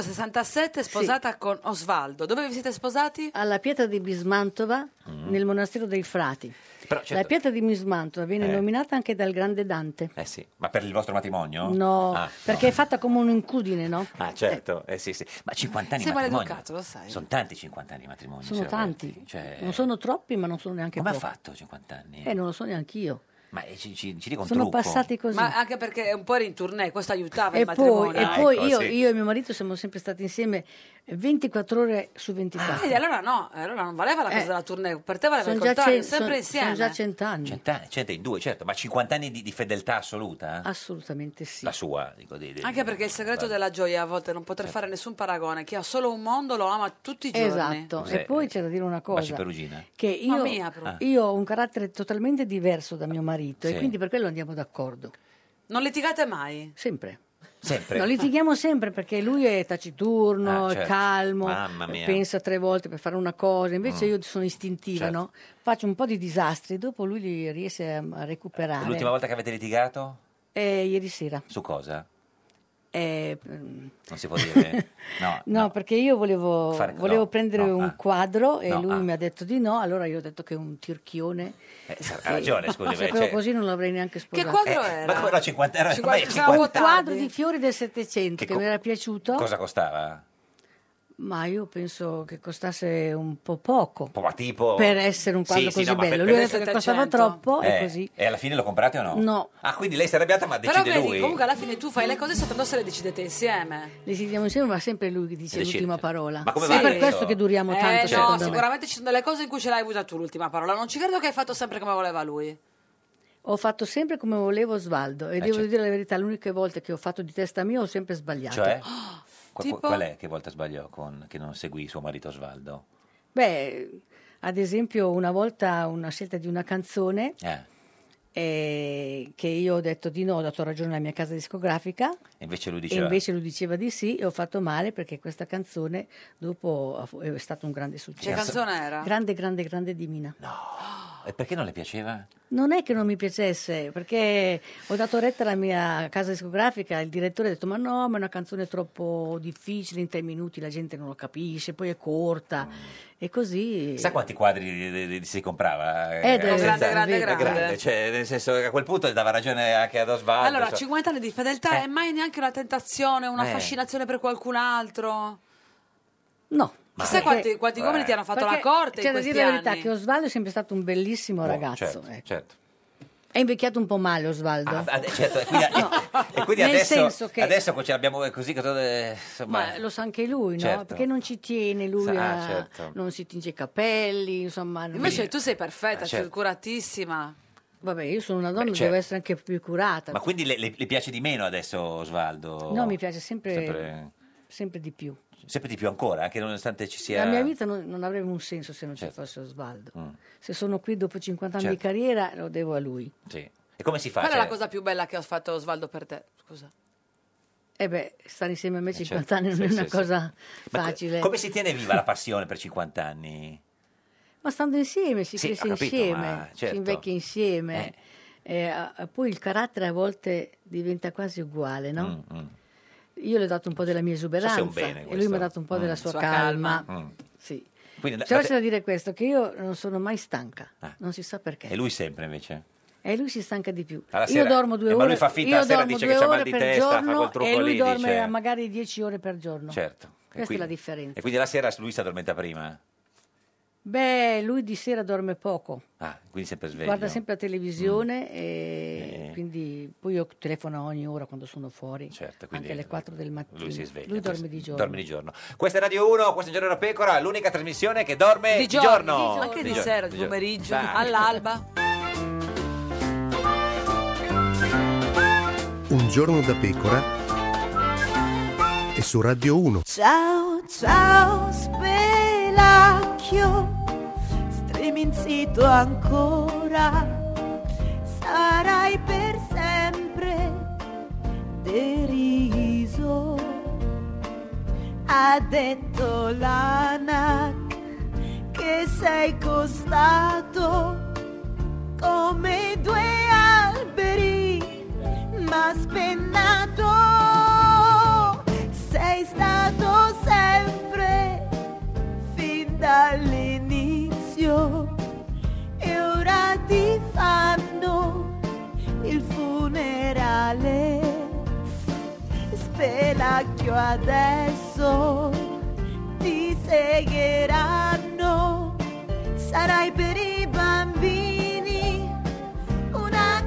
S1: 1967 sposata con Osvaldo. Dove vi siete sposati?
S17: Alla pietra di Bismantova nel monastero dei frati.
S2: Però, Mm. certo-
S17: La pietra di Bismantova viene
S2: Eh.
S17: nominata anche dal grande Dante.
S2: Eh sì, ma per il vostro matrimonio?
S17: No,
S2: Ah,
S17: perché è fatta come un'incudine, no?
S2: Ah, certo, eh sì, sì. Ma 50 anni di
S17: Sei
S2: matrimonio?
S17: maleducato, lo sai.
S2: Sono tanti 50 anni di matrimonio.
S17: Sono
S2: signora
S17: tanti.
S2: Berti, Cioè...
S17: Non sono troppi, ma non sono neanche
S2: Come ha
S17: pochi.
S2: fatto 50 anni?
S17: Eh, non lo so neanch'io.
S2: Ma eh, ci, ci, ci dica un
S17: Sono
S2: trucco.
S17: passati così.
S18: Ma anche perché un po' eri in tournée, questo aiutava
S17: E
S18: il
S17: poi,
S18: matrimonio.
S17: e poi
S2: ecco,
S17: io,
S2: sì.
S17: io e mio marito siamo sempre stati insieme 24 ore su 24.
S18: Ah, Vedi, allora no, allora non valeva la cosa
S17: Eh.
S18: della tournée, per te valeva
S17: Sono
S18: il
S17: già
S18: contrario,
S17: cen-
S18: sempre
S17: son-
S18: insieme.
S17: sono già cent'anni.
S2: Cent'anni, cento in due, certo, ma 50 anni di, di fedeltà assoluta?
S17: Assolutamente sì.
S2: La sua, dico di, di-
S18: Anche perché il segreto della gioia a volte non
S2: Certo.
S18: poter fare nessun paragone, chi ha solo un mondo lo ama tutti i giorni.
S17: Esatto, e poi c'è da dire una
S2: Baci
S17: cosa.
S2: Perugina.
S17: Che io,
S18: Ma mia,
S2: Eh.
S18: però.
S17: io ho un carattere totalmente diverso da mio marito
S2: Ah. Sì.
S17: e quindi per quello andiamo d'accordo.
S18: Non litigate mai?
S17: Sempre.
S2: Sempre.
S17: No, litighiamo sempre perché lui è taciturno,
S2: Ah,
S17: è
S2: certo.
S17: calmo,
S2: Mamma mia.
S17: pensa tre volte per fare una cosa, invece
S2: Mm.
S17: io sono istintiva,
S2: Certo.
S17: no? faccio un po' di disastri e dopo lui li riesce a a recuperare.
S2: L'ultima volta che avete litigato?
S17: Eh, ieri sera.
S2: Su cosa?
S17: Eh, mm,
S2: Non si può dire. Ah, No.
S17: No, perché io volevo,
S2: Fare-
S17: volevo
S2: no,
S17: prendere
S2: no,
S17: un
S2: ah.
S17: quadro e
S2: No,
S17: lui
S2: ah.
S17: mi ha detto di no, allora io ho detto che è un tirchione.
S2: Eh, ha ragione, scusi.
S17: Se
S2: beh,
S17: quello
S2: cioè-
S17: così non l'avrei neanche sposato.
S2: Eh, Ma come no, 50 era ormai 50
S17: un
S2: eh.
S17: quadro di fiori del Settecento che,
S2: co-
S17: mi era piaciuto,
S2: Cosa costava?
S17: ma io penso che costasse un po' poco.
S2: Po- ma tipo...
S17: Per essere un quadro
S2: Sì, sì,
S17: così
S2: no, ma per-
S17: bello.
S2: per-
S17: Lui ha detto che costava
S18: 700.
S17: troppo
S2: Eh,
S17: e così.
S2: E alla fine lo comprate o no?
S17: No.
S2: Ah, quindi lei si è arrabbiata ma
S18: Però
S2: decide
S18: vedi,
S2: lui?
S18: comunque alla fine tu fai le cose soltanto se le decidete insieme.
S17: Decidiamo insieme, ma sempre lui che dice
S2: Decide.
S17: l'ultima parola.
S2: cioè, Ma come
S17: è
S2: va
S17: per
S2: adesso?
S17: questo che duriamo
S18: Eh,
S17: tanto,
S18: no,
S17: secondo me.
S18: sicuramente ci sono delle cose in cui ce l'hai avuta tu l'ultima parola. Non ci credo che hai fatto sempre come voleva lui.
S17: Ho fatto sempre come volevo Osvaldo e
S2: Eh,
S17: devo
S2: certo.
S17: dire la verità, l'unica volta che ho fatto di testa mia ho sempre sbagliato.
S2: Cioè? Qua-
S17: "Oh, tipo?
S2: Qual è che volta sbagliò con, che non seguì suo marito Osvaldo?
S17: Beh, ad esempio una volta una scelta di una canzone
S2: Eh,
S17: eh, che io ho detto di no, ho dato ragione alla mia casa discografica
S2: invece lui
S17: e
S2: diceva...
S17: invece lui diceva di sì e ho fatto male perché questa canzone dopo ha fu- è stato un grande successo.
S2: Che canzone
S18: era?
S17: Grande, grande, grande di Mina.
S2: E perché non le piaceva?
S17: Non è che non mi piacesse, perché ho dato retta alla mia casa discografica, il direttore ha detto ma no, ma è una canzone troppo difficile, in tre minuti la gente non lo capisce, poi è corta e così...
S2: Sa quanti quadri di- di- di- si comprava?
S17: Eh, del-
S2: senza-
S17: grande, grande,
S2: da
S17: grande.
S2: Cioè, nel senso che a quel punto dava ragione anche ad Osvaldo. cioè,
S18: allora,
S2: so-
S18: 50 anni di fedeltà è mai neanche una tentazione, una
S2: Eh.
S18: fascinazione per qualcun altro?
S17: No.
S18: Chissà quanti, quanti
S2: Eh.
S18: uomini ti hanno fatto la
S17: Perché
S18: corte
S17: C'è
S18: in
S17: da
S18: questi
S17: dire la verità
S18: anni.
S17: che Osvaldo è sempre stato un bellissimo
S2: Buono,
S17: ragazzo.
S2: certo,
S17: ecco.
S2: certo.
S17: È invecchiato un po' male Osvaldo.
S2: Ah, ah, certo, e quindi, e quindi
S17: nel
S2: adesso,
S17: senso che-
S2: adesso ce l'abbiamo così, cosa- eh, insomma,
S17: Ma lo sa anche lui, no?
S2: Certo.
S17: Perché non ci tiene lui,
S2: Ah,
S17: a-
S2: certo.
S17: non si tinge i capelli, insomma... non-
S18: Invece tu sei perfetta,
S2: Ah, certo.
S18: curatissima.
S17: Vabbè, io sono una donna,
S2: Beh,
S17: devo
S2: certo.
S17: essere anche più curata.
S2: ma quindi le, le- le piace di meno adesso Osvaldo?
S17: No, mi piace sempre, sempre...
S2: sempre,
S17: di più.
S2: sempre di più ancora, anche nonostante ci sia... Mm,
S17: La mia vita non, non avrebbe un senso se non ci fosse Osvaldo. Se sono qui dopo 50 anni
S2: Certo.
S17: di carriera, lo devo a lui.
S2: Sì. E come si fa?
S18: Qual è
S2: Cioè,
S18: la cosa più bella che ha fatto Osvaldo per te? Scusa.
S17: E Eh beh, stare insieme a me 50
S2: certo.
S17: anni non
S2: Sì,
S17: è
S2: sì,
S17: una
S2: sì.
S17: cosa
S2: ma co-
S17: facile.
S2: Come si tiene viva la passione per 50 anni?
S17: Ma stando insieme, si
S2: Sì,
S17: cresce
S2: ho capito, ma
S17: insieme,
S2: certo.
S17: si invecchia insieme. Eh, a- a- poi il carattere a volte diventa quasi uguale, no?
S2: Mm, mm.
S17: Io le ho dato un po' della mia
S2: Non so se
S17: esuberanza
S2: è un bene
S17: e lui
S2: questo.
S17: mi ha dato un po'
S2: Mm.
S17: della sua,
S2: Sua
S17: calma.
S2: Mm.
S17: Sì.
S2: Quindi la-
S17: Però
S2: la- Ah.
S17: c'è da dire questo, che io non sono mai stanca, non si sa perché.
S2: E lui sempre invece?
S17: E lui si stanca di più.
S2: Alla
S17: io
S2: sera-
S17: dormo due
S2: eh,
S17: ore.
S2: ma lui fa finta
S17: io
S2: la sera,
S17: dormo
S2: dice
S17: due
S2: che c'ha mal
S17: ore
S2: di
S17: per
S2: testa, fa quel
S17: giorno
S2: trucco
S17: e lui
S2: lì,
S17: dorme
S2: dice.
S17: magari 10 ore per giorno.
S2: Certo. E
S17: Questa
S2: quindi-
S17: è la differenza.
S2: E quindi la sera lui si addormenta prima?
S17: Beh, lui di sera dorme poco,
S2: Ah, quindi sempre sveglio.
S17: guarda sempre la televisione e
S2: Mm. Eh.
S17: quindi poi io telefono ogni ora quando sono fuori,
S2: Certo, quindi
S17: anche alle 4 del mattino.
S2: Lui si sveglia.
S17: Lui
S2: poi
S17: dorme
S2: si-
S17: di giorno.
S2: Dorme di giorno. Questa è Radio 1, questo è Giorno da Pecora, l'unica trasmissione che dorme di giorno.
S18: Anche di,
S2: giorno,
S18: sera, di
S2: giorno.
S18: pomeriggio,
S2: Dai.
S18: all'alba.
S4: Oh.
S13: Un giorno da pecora e su Radio 1.
S16: Ciao, ciao, spelacchio, streminzito ancora, sarai per sempre deriso. Ha detto l'ANAC che sei costato come due alberi, ma spennato sei stato sempre fin dall'inizio e ora ti fanno il funerale. Spelacchio adesso ti segheranno, sarai per i bambini una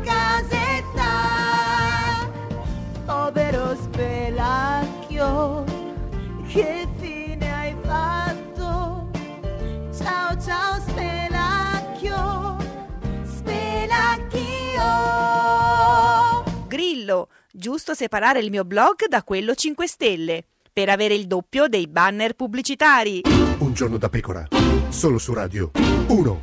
S14: Giusto separare il mio blog da quello 5 stelle per avere il doppio dei banner pubblicitari.
S13: Un giorno da pecora, solo su Radio 1.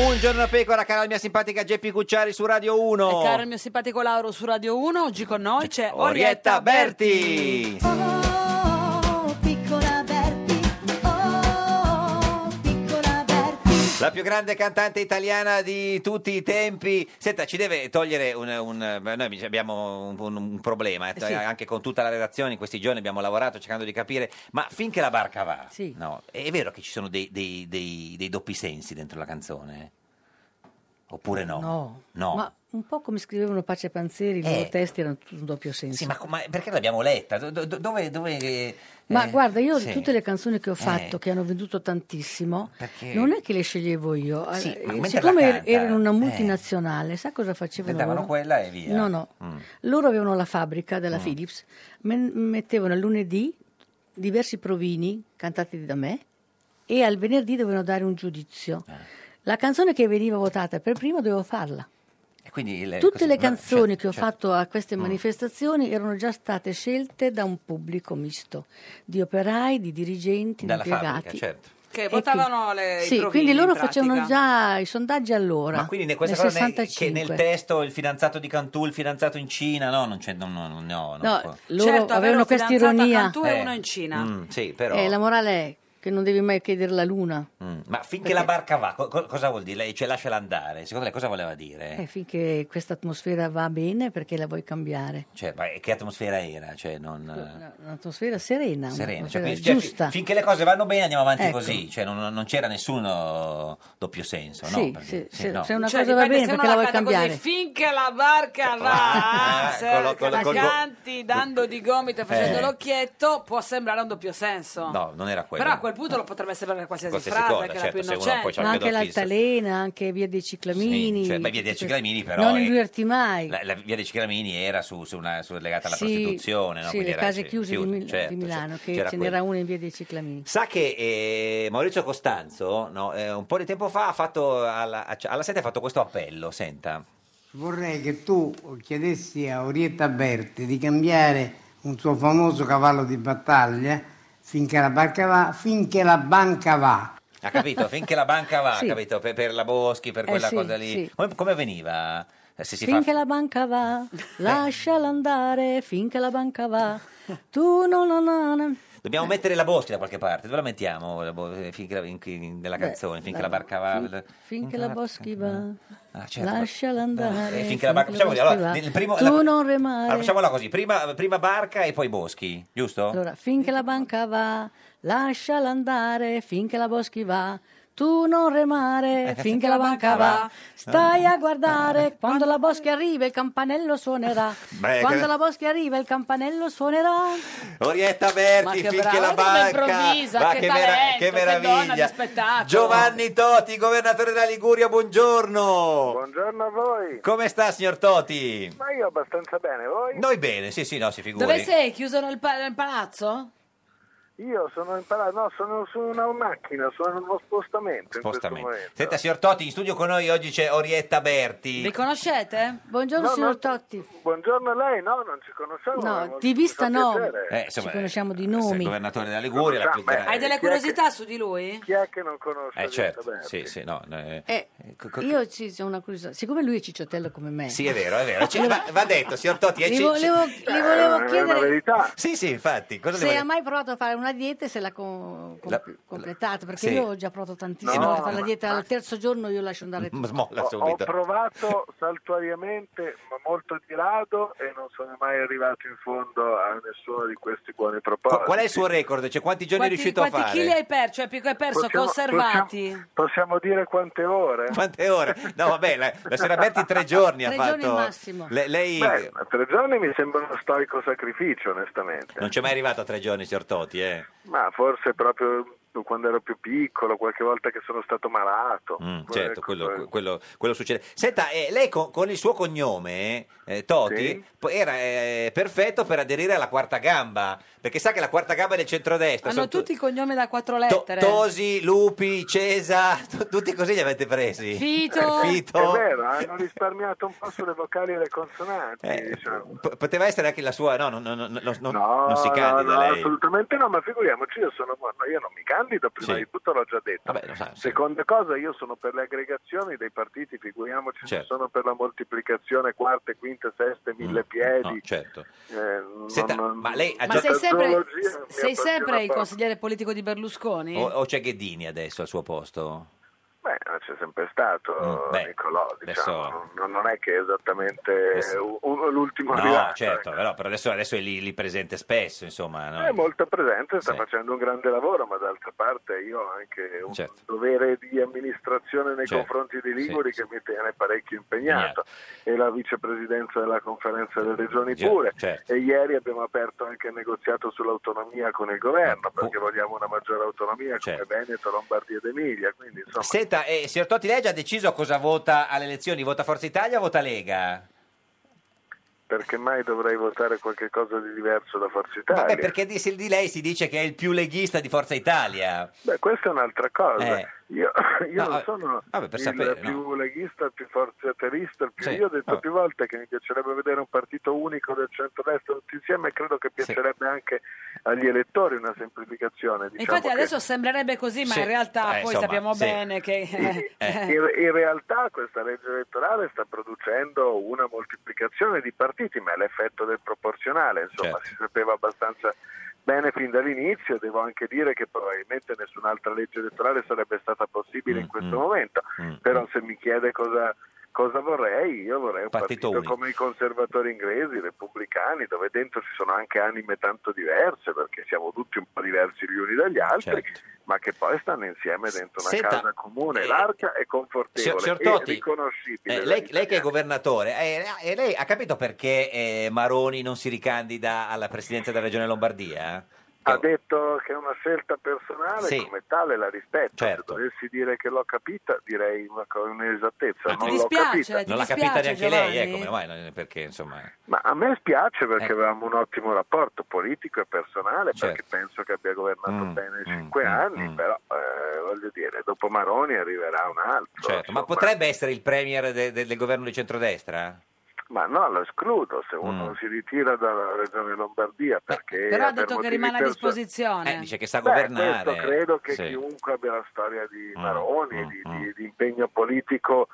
S2: Un giorno da pecora, cara la mia simpatica Geppi Cucciari su Radio 1.
S1: E caro il mio simpatico Lauro su Radio 1, oggi con noi c'è
S2: Orietta
S1: Orietta Berti.
S2: Berti.
S16: Oh, piccola Berti, oh, piccola Berti.
S2: La più grande cantante italiana di tutti i tempi. Senta, ci deve togliere un... un- beh, noi abbiamo un, un- un problema, eh,
S17: Sì.
S2: anche con tutta la redazione. In questi giorni abbiamo lavorato cercando di capire, ma finché la barca va,
S17: Sì.
S2: no, è vero che ci sono dei, dei- dei- dei doppi sensi dentro la canzone? eh? Oppure no?
S17: No.
S2: No.
S17: Ma un po' come scrivevano Pace Panzeri, i
S2: Eh.
S17: loro testi erano tutto un doppio senso.
S2: Ma, ma perché l'abbiamo letta? Do- do- dove... dove eh,
S17: Ma
S2: eh,
S17: guarda, io
S2: sì.
S17: tutte le canzoni che ho fatto,
S2: Eh.
S17: che hanno venduto tantissimo,
S2: Perché-
S17: non è che le sceglievo io.
S2: Sì,
S17: Eh,
S2: ma mentre
S17: Siccome
S2: la
S17: er-
S2: canta,
S17: erano una
S2: eh.
S17: multinazionale, sai cosa facevano?
S2: Vendevano
S17: loro?
S2: quella e via.
S17: No, no.
S2: Mm.
S17: Loro avevano la fabbrica della
S2: Mm.
S17: Philips, men- mettevano il lunedì diversi provini cantati da me e al venerdì dovevano dare un giudizio.
S2: Eh.
S17: La canzone che veniva votata per prima dovevo farla.
S2: E quindi il-
S17: Tutte
S2: così-
S17: le
S2: no,
S17: canzoni
S2: certo,
S17: che ho
S2: certo.
S17: fatto a queste manifestazioni erano già state scelte da un pubblico misto, di operai, di
S2: cioè,
S17: dirigenti,
S2: Dalla
S17: di
S2: fabbrica,
S17: impiegati.
S2: certo.
S18: Che
S17: E
S18: votavano
S17: quindi-
S18: le i
S17: Sì,
S18: provini,
S17: quindi loro
S18: in pratica.
S17: facevano già i sondaggi all'ora.
S2: Ma quindi ne- questa
S17: nel
S2: cosa ne- che
S17: 65.
S2: nel testo il fidanzato di Cantù, il fidanzato in Cina, no, non c'è, no, no, no, no,
S17: No,
S2: può-
S17: loro
S1: Certo,
S17: avevano
S1: avevano
S17: questa
S1: fidanzata
S17: ironia.
S1: Cantù e uno in Cina.
S2: Mm, sì, però...
S17: Eh, la morale è che non devi mai chiedere la luna,
S2: Mm, ma finché la barca va, co- co- cosa vuol dire? Lei cioè, lasciala andare, secondo lei cosa voleva dire?
S17: eh, finché questa atmosfera va bene perché la vuoi cambiare.
S2: Cioè, ma che atmosfera era? Cioè, non...
S17: Un'atmosfera serena,
S2: Serena, cioè,
S17: un'atmosfera
S2: quindi, cioè, fi-
S17: giusta.
S2: finché le cose vanno bene andiamo avanti
S17: Ecco.
S2: così, cioè, non, non c'era nessuno doppio senso, no?
S17: Sì,
S2: Perché-
S17: sì, se-
S2: no.
S17: se una
S18: Cioè,
S17: cosa va
S18: dipende
S17: bene
S18: se uno
S17: perché la vuoi
S18: canta così,
S17: cambiare.
S18: finché la barca va, eh,
S2: Ah,
S18: se
S2: col- col-
S18: la
S2: col-
S18: canti dando di gomito e facendo
S2: Eh.
S18: l'occhietto, può sembrare un doppio senso.
S2: No, non era quello.
S18: Però a quel punto lo potrebbe sembrare qualsiasi,
S2: Qualsiasi
S18: frase,
S2: cosa,
S18: che
S2: certo,
S18: è
S2: se
S18: la
S2: uno
S18: più
S2: poi c'ha
S18: innocente.
S17: Ma
S2: il
S17: anche
S2: pedofilia.
S17: l'altalena, anche via dei ciclamini.
S2: Cioè, ma via dei ciclamini però...
S17: non
S2: è-
S17: illuderti mai.
S2: La, la via dei Ciclamini era su, su una, su- legata alla
S17: Sì,
S2: prostituzione, no?
S17: sì,
S2: Quindi
S17: le
S2: era-
S17: case
S2: sì,
S17: chiuse, di, Mil- di
S2: certo,
S17: Milano,
S2: sì,
S17: che
S2: c'era
S17: ce
S2: quello.
S17: n'era una in via dei ciclamini.
S2: Sa che eh, Maurizio Costanzo, no, eh, un po' di tempo fa, ha fatto alla, a- alla sete ha fatto questo appello, senta.
S21: Vorrei che tu chiedessi a Orietta Berti di cambiare un suo famoso cavallo di battaglia finché la barca va, finché la banca va.
S2: Ha capito? Finché la banca va,
S21: Sì.
S2: capito? Per, per la Boschi, per
S17: Eh,
S2: quella
S17: sì,
S2: cosa lì.
S17: sì.
S2: Come, come veniva? Eh, Se si fa- Eh.
S17: finché la banca va, lasciala andare, finché la banca va. Tu non la nana.
S2: Dobbiamo mettere la Boschi da qualche parte, dove la mettiamo? La Bo- eh, finché la- in- in- nella
S17: Beh,
S2: canzone, finché
S17: la-
S2: la barca va.
S17: Finché la Boschi va,
S2: Ah, certo.
S17: lasciala andare.
S2: Eh, finché la barca. Facciamo così,
S17: Boschi
S2: allora,
S17: va.
S2: nel primo-
S17: tu
S2: la- Ah,
S17: non remare.
S2: allora, facciamola così: prima, prima barca e poi Boschi, giusto?
S17: Allora, finché la banca va, lasciala andare, finché la boschi va. Tu non
S2: Eh,
S17: remare finché la banca va, stai a guardare quando la boschi arriva il campanello suonerà.
S2: Beh,
S17: Quando
S2: cosa-
S17: la boschi arriva il campanello suonerà.
S2: Orietta Berti,
S17: Ma che
S2: finché
S17: brava,
S2: la
S17: guarda
S2: banca.
S17: come improvvisa,
S2: Ma
S17: che
S2: vera-
S17: talento,
S2: che
S17: che
S2: meraviglia.
S17: donna di spettacolo.
S2: Giovanni Toti, governatore della Liguria, buongiorno.
S22: Buongiorno a voi.
S2: Come sta, signor Toti?
S22: Ma io abbastanza bene, voi?
S2: Noi bene, sì, sì, no, si figuri.
S1: Dove sei? Chiuso nel, pa- nel palazzo?
S22: Io sono in palazzo, no, sono su una macchina, sono in uno spostamento, in questo
S2: Spostamento.
S22: momento.
S2: Senta, signor Toti, in studio con noi oggi c'è Orietta Berti.
S1: Vi conoscete?
S17: Buongiorno
S22: No,
S17: signor
S22: no.
S17: Totti.
S22: Buongiorno a lei, no, non ci conosciamo. ma
S17: No,
S22: molto-
S17: di vista
S22: mi fa
S17: no,
S22: piacere.
S2: Eh, insomma,
S17: ci conosciamo di
S2: Sei il
S17: nomi.
S2: governatore della Liguria, la più
S22: Ah, Beh,
S2: grande.
S1: Hai delle
S22: chi è che-
S1: curiosità su di lui?
S22: Chi è che non conosce?
S2: Eh, certo,
S22: Orietta
S2: sì, sì, no. eh,
S17: Eh,
S2: co- co-
S17: io ci ho una curiosità, siccome lui è cicciottello come me.
S2: Sì, è vero, è vero. Ci- va, va detto, signor Totti. eh,
S17: Gli
S2: ci-
S17: volevo-
S2: ci-
S17: gli volevo Eh, è una chiedere-
S22: verità.
S2: Sì, sì, infatti. Cosa le
S17: Se
S2: volevo-
S17: ha mai provato a fare una dieta e se l'ha co- com-
S2: La-
S17: completata, perché
S2: sì.
S17: io ho già provato tantissimo
S22: No,
S17: a fare la
S22: ma-
S17: dieta, al terzo giorno io lascio andare tutto.
S2: Smolla
S22: Ho, ho
S2: subito.
S22: provato saltuariamente, ma molto di rado, e non sono mai arrivato in fondo a nessuno di questi buoni propositi.
S2: Qu- Qual è il suo record? Cioè, quanti giorni
S22: Quanti-
S2: è riuscito a
S1: Quanti
S2: fare?
S1: chili hai perso? Cioè, più che hai perso
S22: Possiamo-
S1: conservati?
S22: Possiamo dire quante ore?
S2: Quante ore? No, vabbè, la, la signora Berti tre giorni ha
S22: Tre
S2: fatto.
S22: giorni massimo.
S2: Le- lei
S22: Beh, ma tre giorni mi sembra uno stoico sacrificio, onestamente.
S2: non c'è mai arrivato a tre giorni, signor Toti, eh?
S22: Ma forse proprio fatto quando ero più piccolo, qualche volta che sono stato malato.
S2: Mm,
S22: Poi,
S2: certo,
S22: ecco,
S2: quello,
S22: poi-
S2: quello- quello succede. Senta, eh, lei con, con il suo cognome, eh, Toti,
S22: Sì.
S2: po- era eh, perfetto per aderire alla quarta gamba, perché sa che la quarta gamba è del centrodestra.
S1: Hanno
S2: sono tu-
S1: tutti i cognomi da quattro lettere.
S2: Tosi, Lupi, Cesa, tu- tutti così li avete presi.
S1: Fito.
S2: Eh, Fito.
S22: È vero, eh, hanno risparmiato un po' sulle vocali e le consonanti.
S2: Eh,
S22: diciamo.
S2: p- poteva essere anche la sua, no, non, non- non- non- non si
S22: No,
S2: candida
S22: no,
S2: lei.
S22: assolutamente no, ma figuriamoci, io, sono, ma io non mi candido, prima
S2: Sì.
S22: di tutto l'ho già detto.
S2: Vabbè, lo sa, sì.
S22: Seconda cosa, io sono per le aggregazioni dei partiti, figuriamoci
S2: Certo. Mm.
S22: se sono per la moltiplicazione quarte, quinte, seste, mille piedi.
S2: No, certo.
S22: Eh,
S2: Senta, ma lei ha
S1: Ma
S2: già-
S1: sei sempre,
S22: Astrologia mi
S1: sei
S22: appassiona
S1: sempre il
S22: poco.
S1: consigliere politico di Berlusconi?
S2: O, o c'è Ghedini adesso al suo posto?
S22: Beh, c'è sempre stato
S2: Mm, beh,
S22: Nicolò, eh, diciamo.
S2: adesso-
S22: non, non è che è esattamente
S2: Adesso-
S22: u- l'ultimo
S2: No,
S22: arrivato.
S2: certo, però, però adesso, adesso è lì, lì presente spesso, insomma. no?
S22: È molto presente, sta
S2: Sì.
S22: facendo un grande lavoro, ma d'altra parte io ho anche un
S2: Certo.
S22: dovere di amministrazione nei
S2: Certo.
S22: confronti di Liguri
S2: Sì,
S22: che mi tiene parecchio impegnato e la vicepresidenza della conferenza delle regioni
S2: Certo,
S22: pure.
S2: certo.
S22: E ieri abbiamo aperto anche il negoziato sull'autonomia con il governo perché vogliamo una maggiore autonomia
S2: Certo.
S22: come Veneto, Lombardia ed Emilia. Quindi insomma,
S2: Senta, eh, signor Totti, lei ha già deciso cosa vota alle elezioni? Vota Forza Italia o vota Lega?
S22: perché mai dovrei votare qualche cosa di diverso da Forza Italia?
S2: Vabbè, perché di, se- di lei si dice che è il più leghista di Forza Italia.
S22: Beh, questa è un'altra cosa.
S2: Eh.
S22: Io, io
S2: No,
S22: non
S2: vabbè,
S22: sono
S2: vabbè, per
S22: il
S2: sapere, no.
S22: più leghista, il più forziaterista, il più...
S2: Sì,
S22: io ho detto
S2: vabbè.
S22: più volte che mi piacerebbe vedere un partito unico del centrodestra tutti insieme e credo che piacerebbe anche agli elettori una semplificazione. Diciamo
S1: Infatti
S22: che-
S1: adesso sembrerebbe così, ma
S22: Sì.
S1: in realtà
S22: Eh,
S1: poi
S22: insomma,
S1: sappiamo
S22: sì.
S1: bene che... eh,
S22: In, in realtà questa legge elettorale sta producendo una moltiplicazione di partiti, ma è l'effetto del proporzionale, insomma si sapeva abbastanza bene fin dall'inizio, devo anche dire che probabilmente nessun'altra legge elettorale sarebbe stata possibile in questo momento, però se mi chiede cosa... Cosa vorrei? Io vorrei un
S2: Partito
S22: partito,
S2: unico.
S22: come i conservatori inglesi, i repubblicani, dove dentro ci sono anche anime tanto diverse, perché siamo tutti un po' diversi gli uni dagli altri, ma che poi stanno insieme dentro una
S2: Senta, eh,
S22: casa comune, larga e confortevole
S2: signor- signor
S22: e
S2: Toti,
S22: riconoscibile.
S2: Eh, lei, lei che è governatore, eh, eh, lei ha capito perché eh, Maroni non si ricandida alla presidenza della regione Lombardia?
S22: Ha detto che è una scelta personale,
S2: Sì. Certo.
S22: come tale la rispetto. Se dovessi dire che l'ho capita, direi una co- un'esattezza. non l'ho capita.
S2: non l'ha capita neanche lei, ecco, meno male, non- perché insomma... eh.
S22: Ma a me spiace perché avevamo un ottimo rapporto politico e personale,
S2: Certo.
S22: perché penso che abbia governato
S2: Mm,
S22: bene cinque anni, però eh, voglio dire, dopo Maroni arriverà un altro.
S2: Certo, ma potrebbe essere il premier de- de- del governo di centrodestra? Mm.
S22: Ma no, lo escludo se uno si ritira dalla regione Lombardia perché...
S1: Però ha
S22: per
S1: detto che
S22: motivi
S1: rimane a
S22: perso-
S1: disposizione.
S2: Eh, dice che sa
S22: Beh,
S2: governare.
S22: questo credo che
S2: Sì. Mm,
S22: chiunque abbia la storia di Maroni, di, di- di impegno politico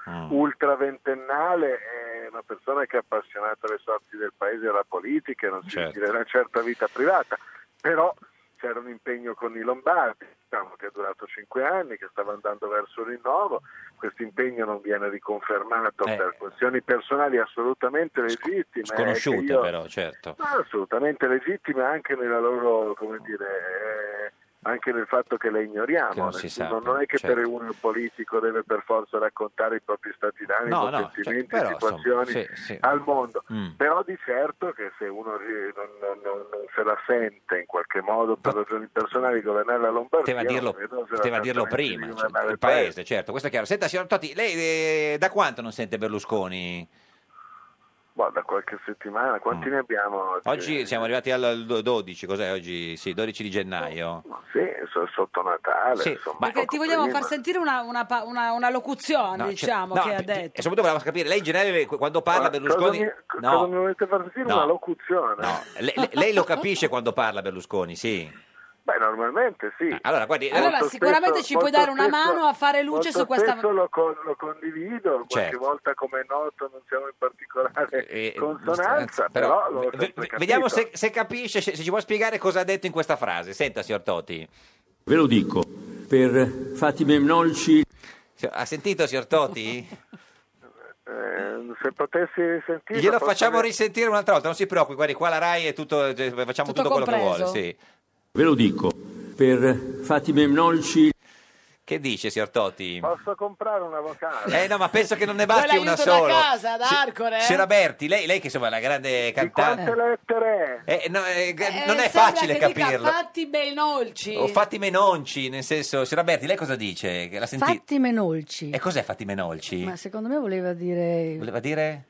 S22: ultraventennale, è una persona che è appassionata alle sorti del paese e alla politica, e non si
S2: Certo.
S22: ritirerà in certa vita privata, però c'era un impegno con i Lombardi, diciamo, che è durato cinque anni, che stava andando verso il rinnovo, questo impegno non viene riconfermato
S2: Eh.
S22: per questioni personali assolutamente legittime. eh, che
S2: Sconosciuta
S22: io-
S2: però, certo.
S22: ma assolutamente legittime anche nella loro, come dire, eh, anche nel fatto che le ignoriamo.
S2: Che non
S22: Nel
S2: si
S22: senso,
S2: sappia,
S22: non è che
S2: certo.
S22: per un politico deve per forza raccontare i propri stati d'animo,
S2: No, no,
S22: sentimenti,
S2: certo, però,
S22: situazioni
S2: insomma, sì, sì.
S22: al mondo.
S2: Mm.
S22: Però di certo che se uno eh, non, non- non- non se la sente in qualche modo per ragioni personali governare la Lombardia,
S2: Poteva dirlo,
S22: non credo se la
S2: poteva
S22: senta
S2: dirlo
S22: neanche di
S2: prima, cioè,
S22: governare
S2: il paese, certo, questo è chiaro. Senta, signor Totti, lei eh, da quanto non sente Berlusconi?
S22: Boh, da qualche settimana, quanti ne abbiamo oggi?
S2: Mm. Oggi siamo arrivati al do- 12, cos'è oggi? Sì, 12 di gennaio.
S22: Sì, so- sotto Natale,
S2: Sì,
S22: insomma.
S2: ma-
S1: Perché ti vogliamo far sentire una, una pa- una- una locuzione,
S2: No,
S1: diciamo,
S2: certo. No,
S1: che ha
S2: pi- pi-
S1: detto.
S2: E soprattutto volevamo capire, lei in generale qu- quando parla Berlusconi...
S22: Cosa mi,
S2: no,
S22: cosa mi volete far sentire?
S2: No.
S22: Una locuzione?
S2: le- le- lei lo capisce quando parla Berlusconi, sì. Ah,
S22: Beh, normalmente sì.
S2: Allora, guardi,
S1: Allora,
S22: Molto
S1: sicuramente
S22: spesso-
S1: ci puoi
S22: molto
S1: dare una
S22: spesso-
S1: mano a fare luce
S22: molto
S1: su questa...
S22: spesso lo, con- lo condivido, qualche
S2: Certo.
S22: volta come è noto non siamo in particolare
S2: Eh,
S22: consonanza,
S2: eh,
S22: però,
S2: però
S22: l'ho
S2: ve-
S22: sempre
S2: ve-
S22: capito.
S2: vediamo se, se capisce, se, se ci può spiegare cosa ha detto in questa frase. Senta, signor Totti.
S3: Ve lo dico, per fatti memnolci...
S2: Ha sentito, signor Totti?
S22: Eh, se potessi sentire...
S2: Glielo
S22: forse
S2: facciamo
S22: mi-
S2: risentire un'altra volta, non si preoccupi, guardi, qua la RAI è tutto, eh, facciamo tutto,
S3: Tutto
S2: quello che
S3: compreso.
S2: vuole, sì.
S3: Ve lo dico, per fatti memnolci...
S2: Che dice, signor Totti?
S22: Posso comprare una vocale?
S2: Eh no, ma penso che non ne
S1: Poi
S2: basti una
S1: l'aiuto da
S2: sola.
S1: casa, da Arcore. eh?
S2: Signora Berti, lei, lei che insomma è una grande
S22: Quante
S2: cantante.
S22: lettere?
S2: Eh, no, eh,
S1: Eh,
S2: non è
S1: sembra
S2: facile
S1: che dica
S2: capirlo.
S1: fatti bei nolci.
S2: O fatti menonci, nel senso, signora Berti, lei cosa dice? Che La sentite?
S17: Fatti menolci.
S2: E cos'è fatti menolci?
S17: Ma secondo me voleva dire
S2: Voleva dire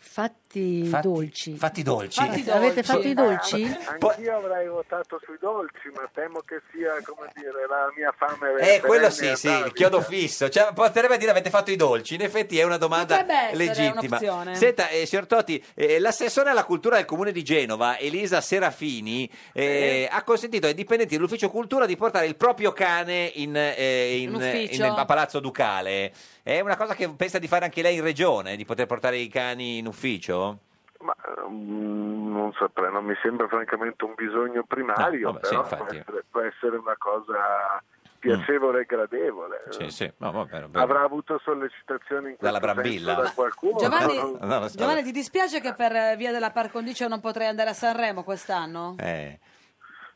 S17: fatti, dolci.
S2: fatti dolci.
S17: Avete fatto i dolci?
S22: Eh, Anch'io avrei votato sui dolci, ma temo che sia, come dire, la mia fame vera.
S2: Eh, quello sì, sì, il chiodo fisso. Cioè, potrebbe dire avete fatto i dolci. In effetti è una domanda
S22: Potrebbe essere
S2: legittima.
S22: un'opzione.
S2: Senta, eh, signor Totti, eh, l'assessore alla cultura del comune di Genova, Elisa Serafini, eh, ha consentito ai dipendenti dell'ufficio cultura di portare il proprio cane in, eh, in-
S1: In ufficio.
S2: in- a Palazzo Ducale. È una cosa che pensa di fare anche lei in regione, di poter portare i cani in ufficio?
S22: Ma mm, non saprei, non mi sembra francamente un bisogno primario,
S2: No, Ah, vabbè, sì,
S22: però può,
S2: infatti. Mm.
S22: essere, può essere una cosa piacevole e gradevole.
S2: Sì, sì. No, vabbè, vabbè.
S22: Avrà avuto sollecitazioni in
S2: Dalla
S22: questo senso
S2: Brambilla.
S22: da qualcuno?
S1: Giovanni-
S22: No?
S2: No, lo so.
S1: Giovanni, ti dispiace che per eh, via della par condicio non potrei andare a Sanremo quest'anno?
S2: Eh.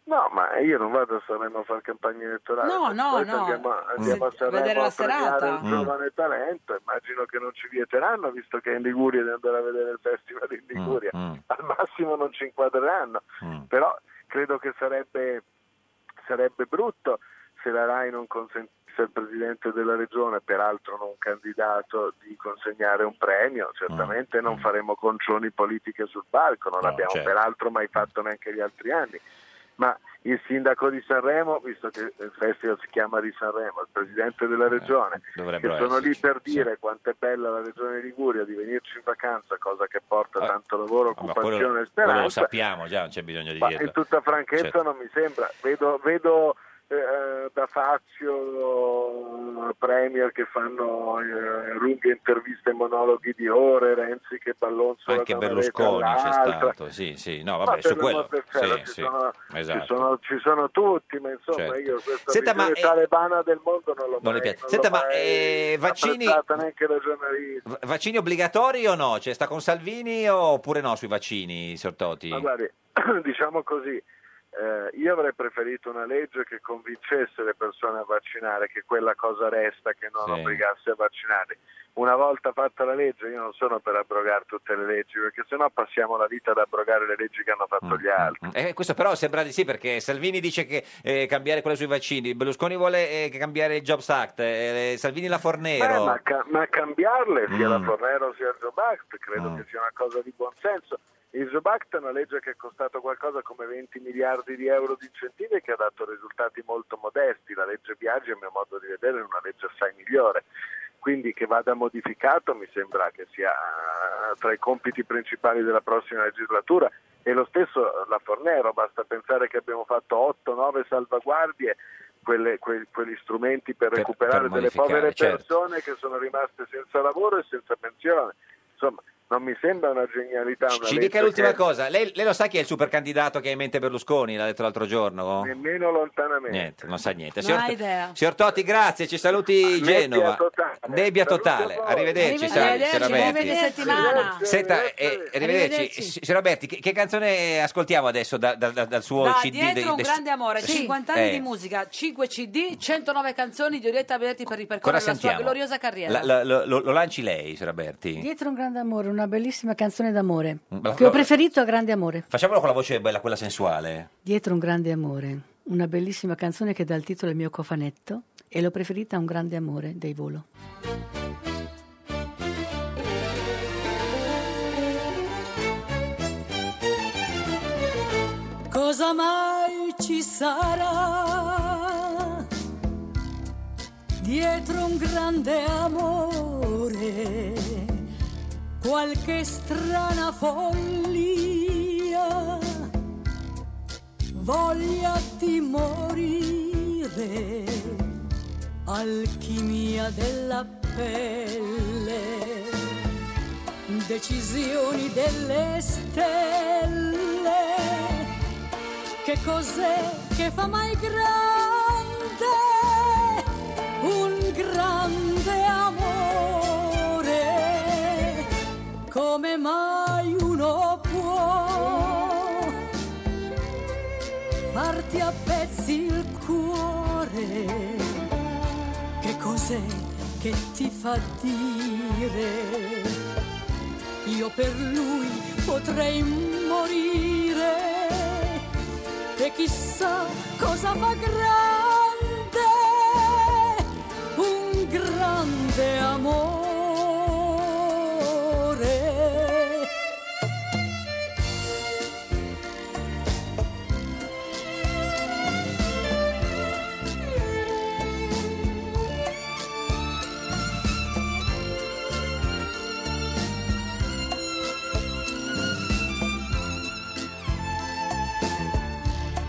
S22: No, ma io non vado a Sanremo a fare campagna elettorale.
S1: No,
S22: per
S1: no,
S22: questo
S1: no.
S22: Andiamo, andiamo
S1: Mm.
S22: a
S1: Vedere
S22: Sanremo
S1: la
S22: a premiare
S1: serata.
S22: un
S1: Mm.
S22: giovane talento. Immagino che non ci vieteranno, visto che è in Liguria di andare a vedere il festival in
S2: Mm,
S22: Liguria. Al massimo non ci inquadreranno. Però credo che sarebbe, sarebbe brutto se la RAI non consentisse al Presidente della Regione, peraltro non candidato, di consegnare un premio. Certamente
S2: Mm.
S22: non faremo concioni politiche sul palco, non
S4: No,
S22: abbiamo
S4: certo.
S22: peraltro mai fatto neanche gli altri anni. Ma il sindaco di Sanremo, visto che il festival si chiama di Sanremo, il presidente della regione,
S2: Dovrebbero
S22: che sono lì
S2: Eh, esserci,
S22: per
S2: sì.
S22: dire quanto è bella la regione Liguria di venirci in vacanza, cosa che porta
S2: Ah,
S22: tanto lavoro,
S2: Ma
S22: occupazione
S2: quello,
S22: e
S2: quello lo
S22: speranza.
S2: sappiamo già, non c'è bisogno di
S22: Ma
S2: dirlo.
S22: in tutta franchezza
S2: Certo.
S22: non mi sembra. Vedo, vedo eh, da Fazio eh, Premier che fanno eh, lunghe interviste e monologhi di ore, Renzi che ballonzola
S2: Anche
S22: da una
S2: Berlusconi
S22: rete
S2: c'è
S22: all'altra.
S2: stato, sì, sì, no,
S22: Ma
S2: vabbè,
S22: per
S2: su
S22: l'amor
S2: quello.
S22: del cielo,
S2: Sì,
S22: ci,
S2: sì,
S22: sono, ci,
S2: esatto.
S22: sono, ci sono tutti, ma insomma
S2: Certo.
S22: io questa
S2: Senta, ma
S22: visione
S2: è-
S22: talebana del mondo non l'ho
S2: Non le
S22: mai,
S2: piace.
S22: non
S2: Senta,
S22: l'ho
S2: ma,
S22: mai
S2: eh, vaccini-
S22: apprezzata neanche da giornalista.
S2: V- Vaccini obbligatori o no? Cioè, sta con Salvini oppure no sui vaccini, signor Totti?
S22: Ma guardi, diciamo così, eh, io avrei preferito una legge che convincesse le persone a vaccinare, che quella cosa resta, che non
S4: Sì.
S22: obbligasse a vaccinare. Una volta fatta la legge, io non sono per abrogare tutte le leggi, perché sennò passiamo la vita ad abrogare le leggi che hanno fatto gli altri.
S2: Eh, questo però sembra di sì perché Salvini dice che eh, cambiare quello sui vaccini, Berlusconi vuole eh, che cambiare il Jobs Act, eh, Salvini la Fornero.
S22: Beh, Eh, ma, ca- ma cambiarle sia
S2: Mm.
S22: la Fornero sia il Zobact credo
S2: Mm.
S22: che sia una cosa di buon senso. Il Zobact è una legge che è costata qualcosa come 20 miliardi di euro di incentivi e che ha dato risultati molto modesti. La legge Biagi, a mio modo di vedere, è una legge assai migliore. Quindi che vada modificato mi sembra che sia eh, tra i compiti principali della prossima legislatura. E lo stesso la Fornero, basta pensare che abbiamo fatto 8-9 salvaguardie, quelle- que- quegli strumenti per,
S4: Per-
S22: recuperare
S4: per
S22: delle
S4: modificare,
S22: povere
S4: certo.
S22: persone che sono rimaste senza lavoro e senza pensione. Insomma, non mi sembra una genialità. Una
S2: Ci
S22: legge
S2: dica l'ultima
S22: che-
S2: cosa, lei, lei lo sa chi è il supercandidato che ha in mente Berlusconi, l'ha detto l'altro giorno?
S22: Nemmeno lontanamente.
S2: Niente, non sa niente.
S1: Non
S2: Signor,
S1: ha idea.
S2: signor Totti, grazie, ci saluti
S22: Nebbia
S2: Genova.
S22: totale.
S2: Nebbia totale. Arrivederci,
S1: Arrivederci,
S2: Sara-
S1: arrivederci,
S2: Sara Berti.
S1: arrivederci settimana.
S2: Senta, eh,
S1: Arrivederci.
S2: arrivederci. S- Signora Berti, che, che canzone ascoltiamo adesso da- da- da- dal suo
S1: Da
S2: CD?
S1: dietro
S2: dei-
S1: un
S2: dei-
S1: grande amore,
S2: Sì.
S1: 50 anni
S2: Eh,
S1: di musica, 5 CD, 109 canzoni di Orietta Berti per
S2: Cosa
S1: ripercorrere la sua
S2: sentiamo?
S1: gloriosa carriera.
S2: La- la- lo, lo- lo lanci lei, signora Berti?
S17: Dietro un grande amore, una bellissima canzone d'amore.
S2: Ma-
S17: Che ho preferito a grande amore.
S2: Facciamolo con la voce bella, quella sensuale.
S17: Dietro un grande amore, una bellissima canzone che dà il titolo al mio cofanetto e l'ho preferita a un grande amore dei Volo.
S5: cosa mai ci sarà dietro un grande amore, qualche strana follia, voglia di morire, alchimia della pelle decisioni delle stelle. Che cos'è che fa mai grande un grande amore? Come mai uno può farti a pezzi il cuore? cos'è che ti fa dire io per lui potrei morire e chissà cosa fa grande un grande amore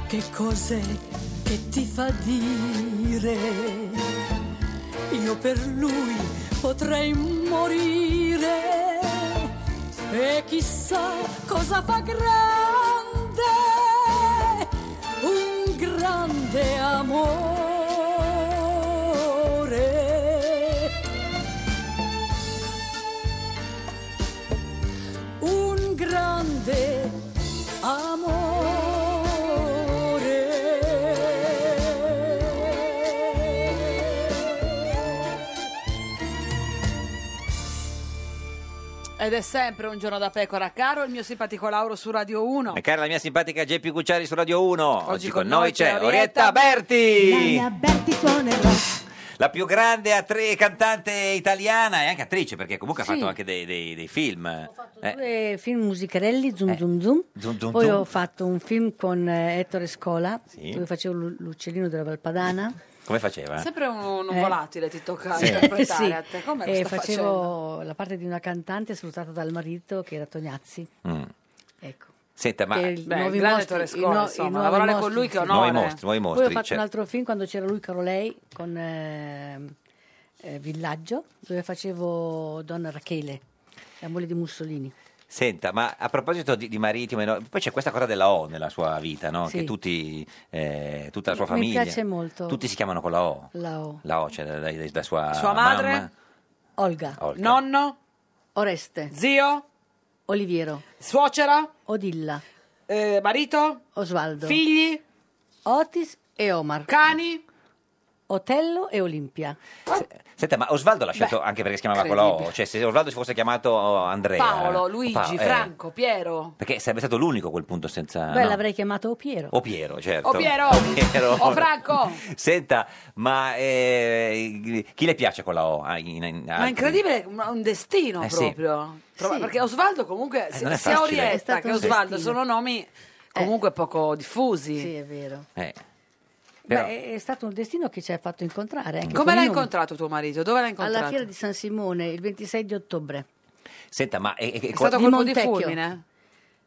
S5: che cos'è che ti fa dire io per lui potrei morire e chissà cosa fa grande un grande amore un grande amore
S1: Ed è sempre un giorno da pecora, caro il mio simpatico Lauro su Radio 1.
S2: E cara la mia simpatica Geppi Cucciari su Radio 1. Oggi, con
S1: noi
S2: noi c'è
S1: c'è
S2: Orietta Berti.
S20: Laia Berti
S2: Eh.
S20: suonerò.
S2: La più grande attri- cantante italiana e anche attrice, perché comunque
S17: Sì.
S2: ha fatto anche dei, dei- dei film. Eh,
S17: Due film musicarelli, Zoom Zoom Zoom.
S2: zum, zum,
S17: Poi
S2: zum.
S17: ho fatto un film con eh, Ettore Scola,
S2: Sì.
S17: dove facevo l'u- l'uccellino della Valpadana.
S2: Come faceva?
S1: Sempre un, un
S17: Eh.
S1: volatile ti tocca
S2: Sì.
S1: interpretare
S17: Sì.
S1: a te. Com'è
S17: e
S1: questa
S17: facevo
S1: faccenda?
S17: la parte di una cantante salutata dal marito che era Tognazzi.
S2: Mm.
S17: Ecco.
S2: Senta, ma...
S17: Che il-
S1: Eh, Beh,
S17: nuovi
S1: il grande
S17: mostri,
S1: Ettore
S17: i
S1: Scola,
S17: no- i
S1: insomma,
S17: nuovi
S1: lavorare
S17: mostri.
S1: con lui che onore.
S2: Nuovi mostri, nuovi
S17: Poi ho
S2: mostri.
S17: fatto
S2: cioè-
S17: un altro film quando c'era lui, caro lei, con ehm, eh, Villaggio, dove facevo Donna Rachele, la moglie di Mussolini.
S2: Senta, ma a proposito di, di mariti, ma no- poi c'è questa cosa della O nella sua vita, no?
S17: Sì.
S2: Che tutti, eh, tutta la sua
S17: Mi
S2: famiglia,
S17: piace molto.
S2: tutti si chiamano con la O.
S17: La O.
S2: La O, cioè da, da- da sua,
S17: Sua madre?
S2: mamma.
S17: Olga.
S2: Olga.
S1: Nonno?
S17: Oreste.
S1: Zio?
S17: Oliviero.
S1: Suocera? Eh,
S17: Odilla.
S1: marito?
S17: Osvaldo.
S1: Figli?
S17: Otis e Omar.
S1: Cani?
S17: Otello e Olimpia.
S2: Senta, ma Osvaldo l'ha scelto anche perché si chiamava con la O. Cioè, se Osvaldo si fosse chiamato oh, Andrea...
S1: Paolo, Luigi,
S2: Pa- eh,
S1: Franco, Piero.
S2: perché sarebbe stato l'unico a quel punto senza...
S17: Beh,
S2: no?
S17: l'avrei chiamato Piero.
S2: O Piero, certo.
S1: O Piero!
S2: Piero.
S1: O Franco!
S2: Senta, ma eh, chi le piace con la O? Ah, in- in-
S1: Ma è
S2: altri?
S1: incredibile, un un destino
S2: Eh, sì.
S1: proprio. Prova-
S2: Sì.
S1: Perché Osvaldo comunque,
S2: non
S1: sia
S2: è
S1: sia
S2: facile. È
S1: Orietta
S2: stato
S1: che
S2: un
S17: destino.
S1: Osvaldo,
S17: Eh.
S1: sono nomi comunque poco diffusi.
S17: Sì, è vero.
S2: Eh.
S1: Però-
S17: Beh, è- è stato un destino che ci ha fatto incontrare. anche
S1: Come
S17: con
S1: l'ha
S17: i nomi.
S1: incontrato tuo marito? Dove l'ha incontrato?
S17: Alla fiera di San Simone, il 26 di ottobre.
S2: Senta, ma... eh, eh,
S17: È
S2: co-
S17: stato Di colpo di
S1: Di
S17: Montecchio.
S1: fulmine?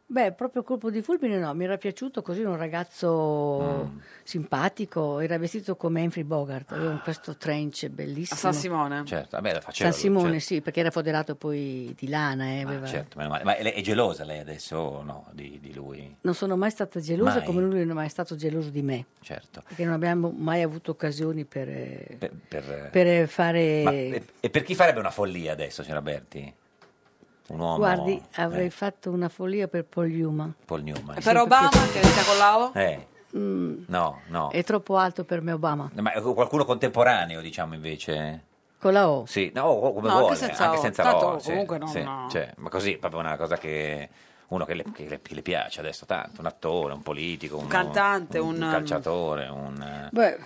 S17: Beh, proprio colpo di fulmine no, mi era piaciuto così un ragazzo
S2: Mm.
S17: simpatico, era vestito come Humphrey Bogart, aveva un- questo trench bellissimo.
S1: A San Simone.
S2: Certo, vabbè, lo faceva
S17: San
S2: lui,
S17: Simone,
S2: certo.
S17: sì, perché era foderato poi di lana. eh,
S2: Ah,
S17: aveva-
S2: certo, meno male. Ma lei- è gelosa lei adesso o no di, di lui?
S17: Non sono mai stata gelosa
S2: Mai.
S17: come lui non è mai stato geloso di me,
S2: Certo.
S17: perché non abbiamo mai avuto occasioni per, eh,
S2: Per, per-
S17: per eh, fare...
S2: Ma- eh, e, e per chi farebbe una follia adesso, signora Berti? Un uomo...
S17: Guardi, avrei
S2: eh,
S17: fatto una follia per Paul Newman.
S2: Paul Newman.
S1: Per Obama, che sta con la O?
S2: Eh,
S17: Mm,
S2: no, no.
S17: È troppo alto per me Obama,
S2: Ma qualcuno contemporaneo, diciamo, invece...
S17: con la O.
S2: Sì, no, o come
S17: No, anche
S2: vuole,
S17: senza
S2: anche
S17: O.
S2: senza
S17: Tanto
S2: O, sì,
S17: comunque non-
S2: sì,
S17: no.
S2: cioè, ma così, proprio una cosa che... Uno che le, che le- che le piace adesso tanto, un attore, un politico, un,
S1: cantante,
S2: un,
S17: um,
S1: un-
S2: calciatore, un... eh,
S17: Beh,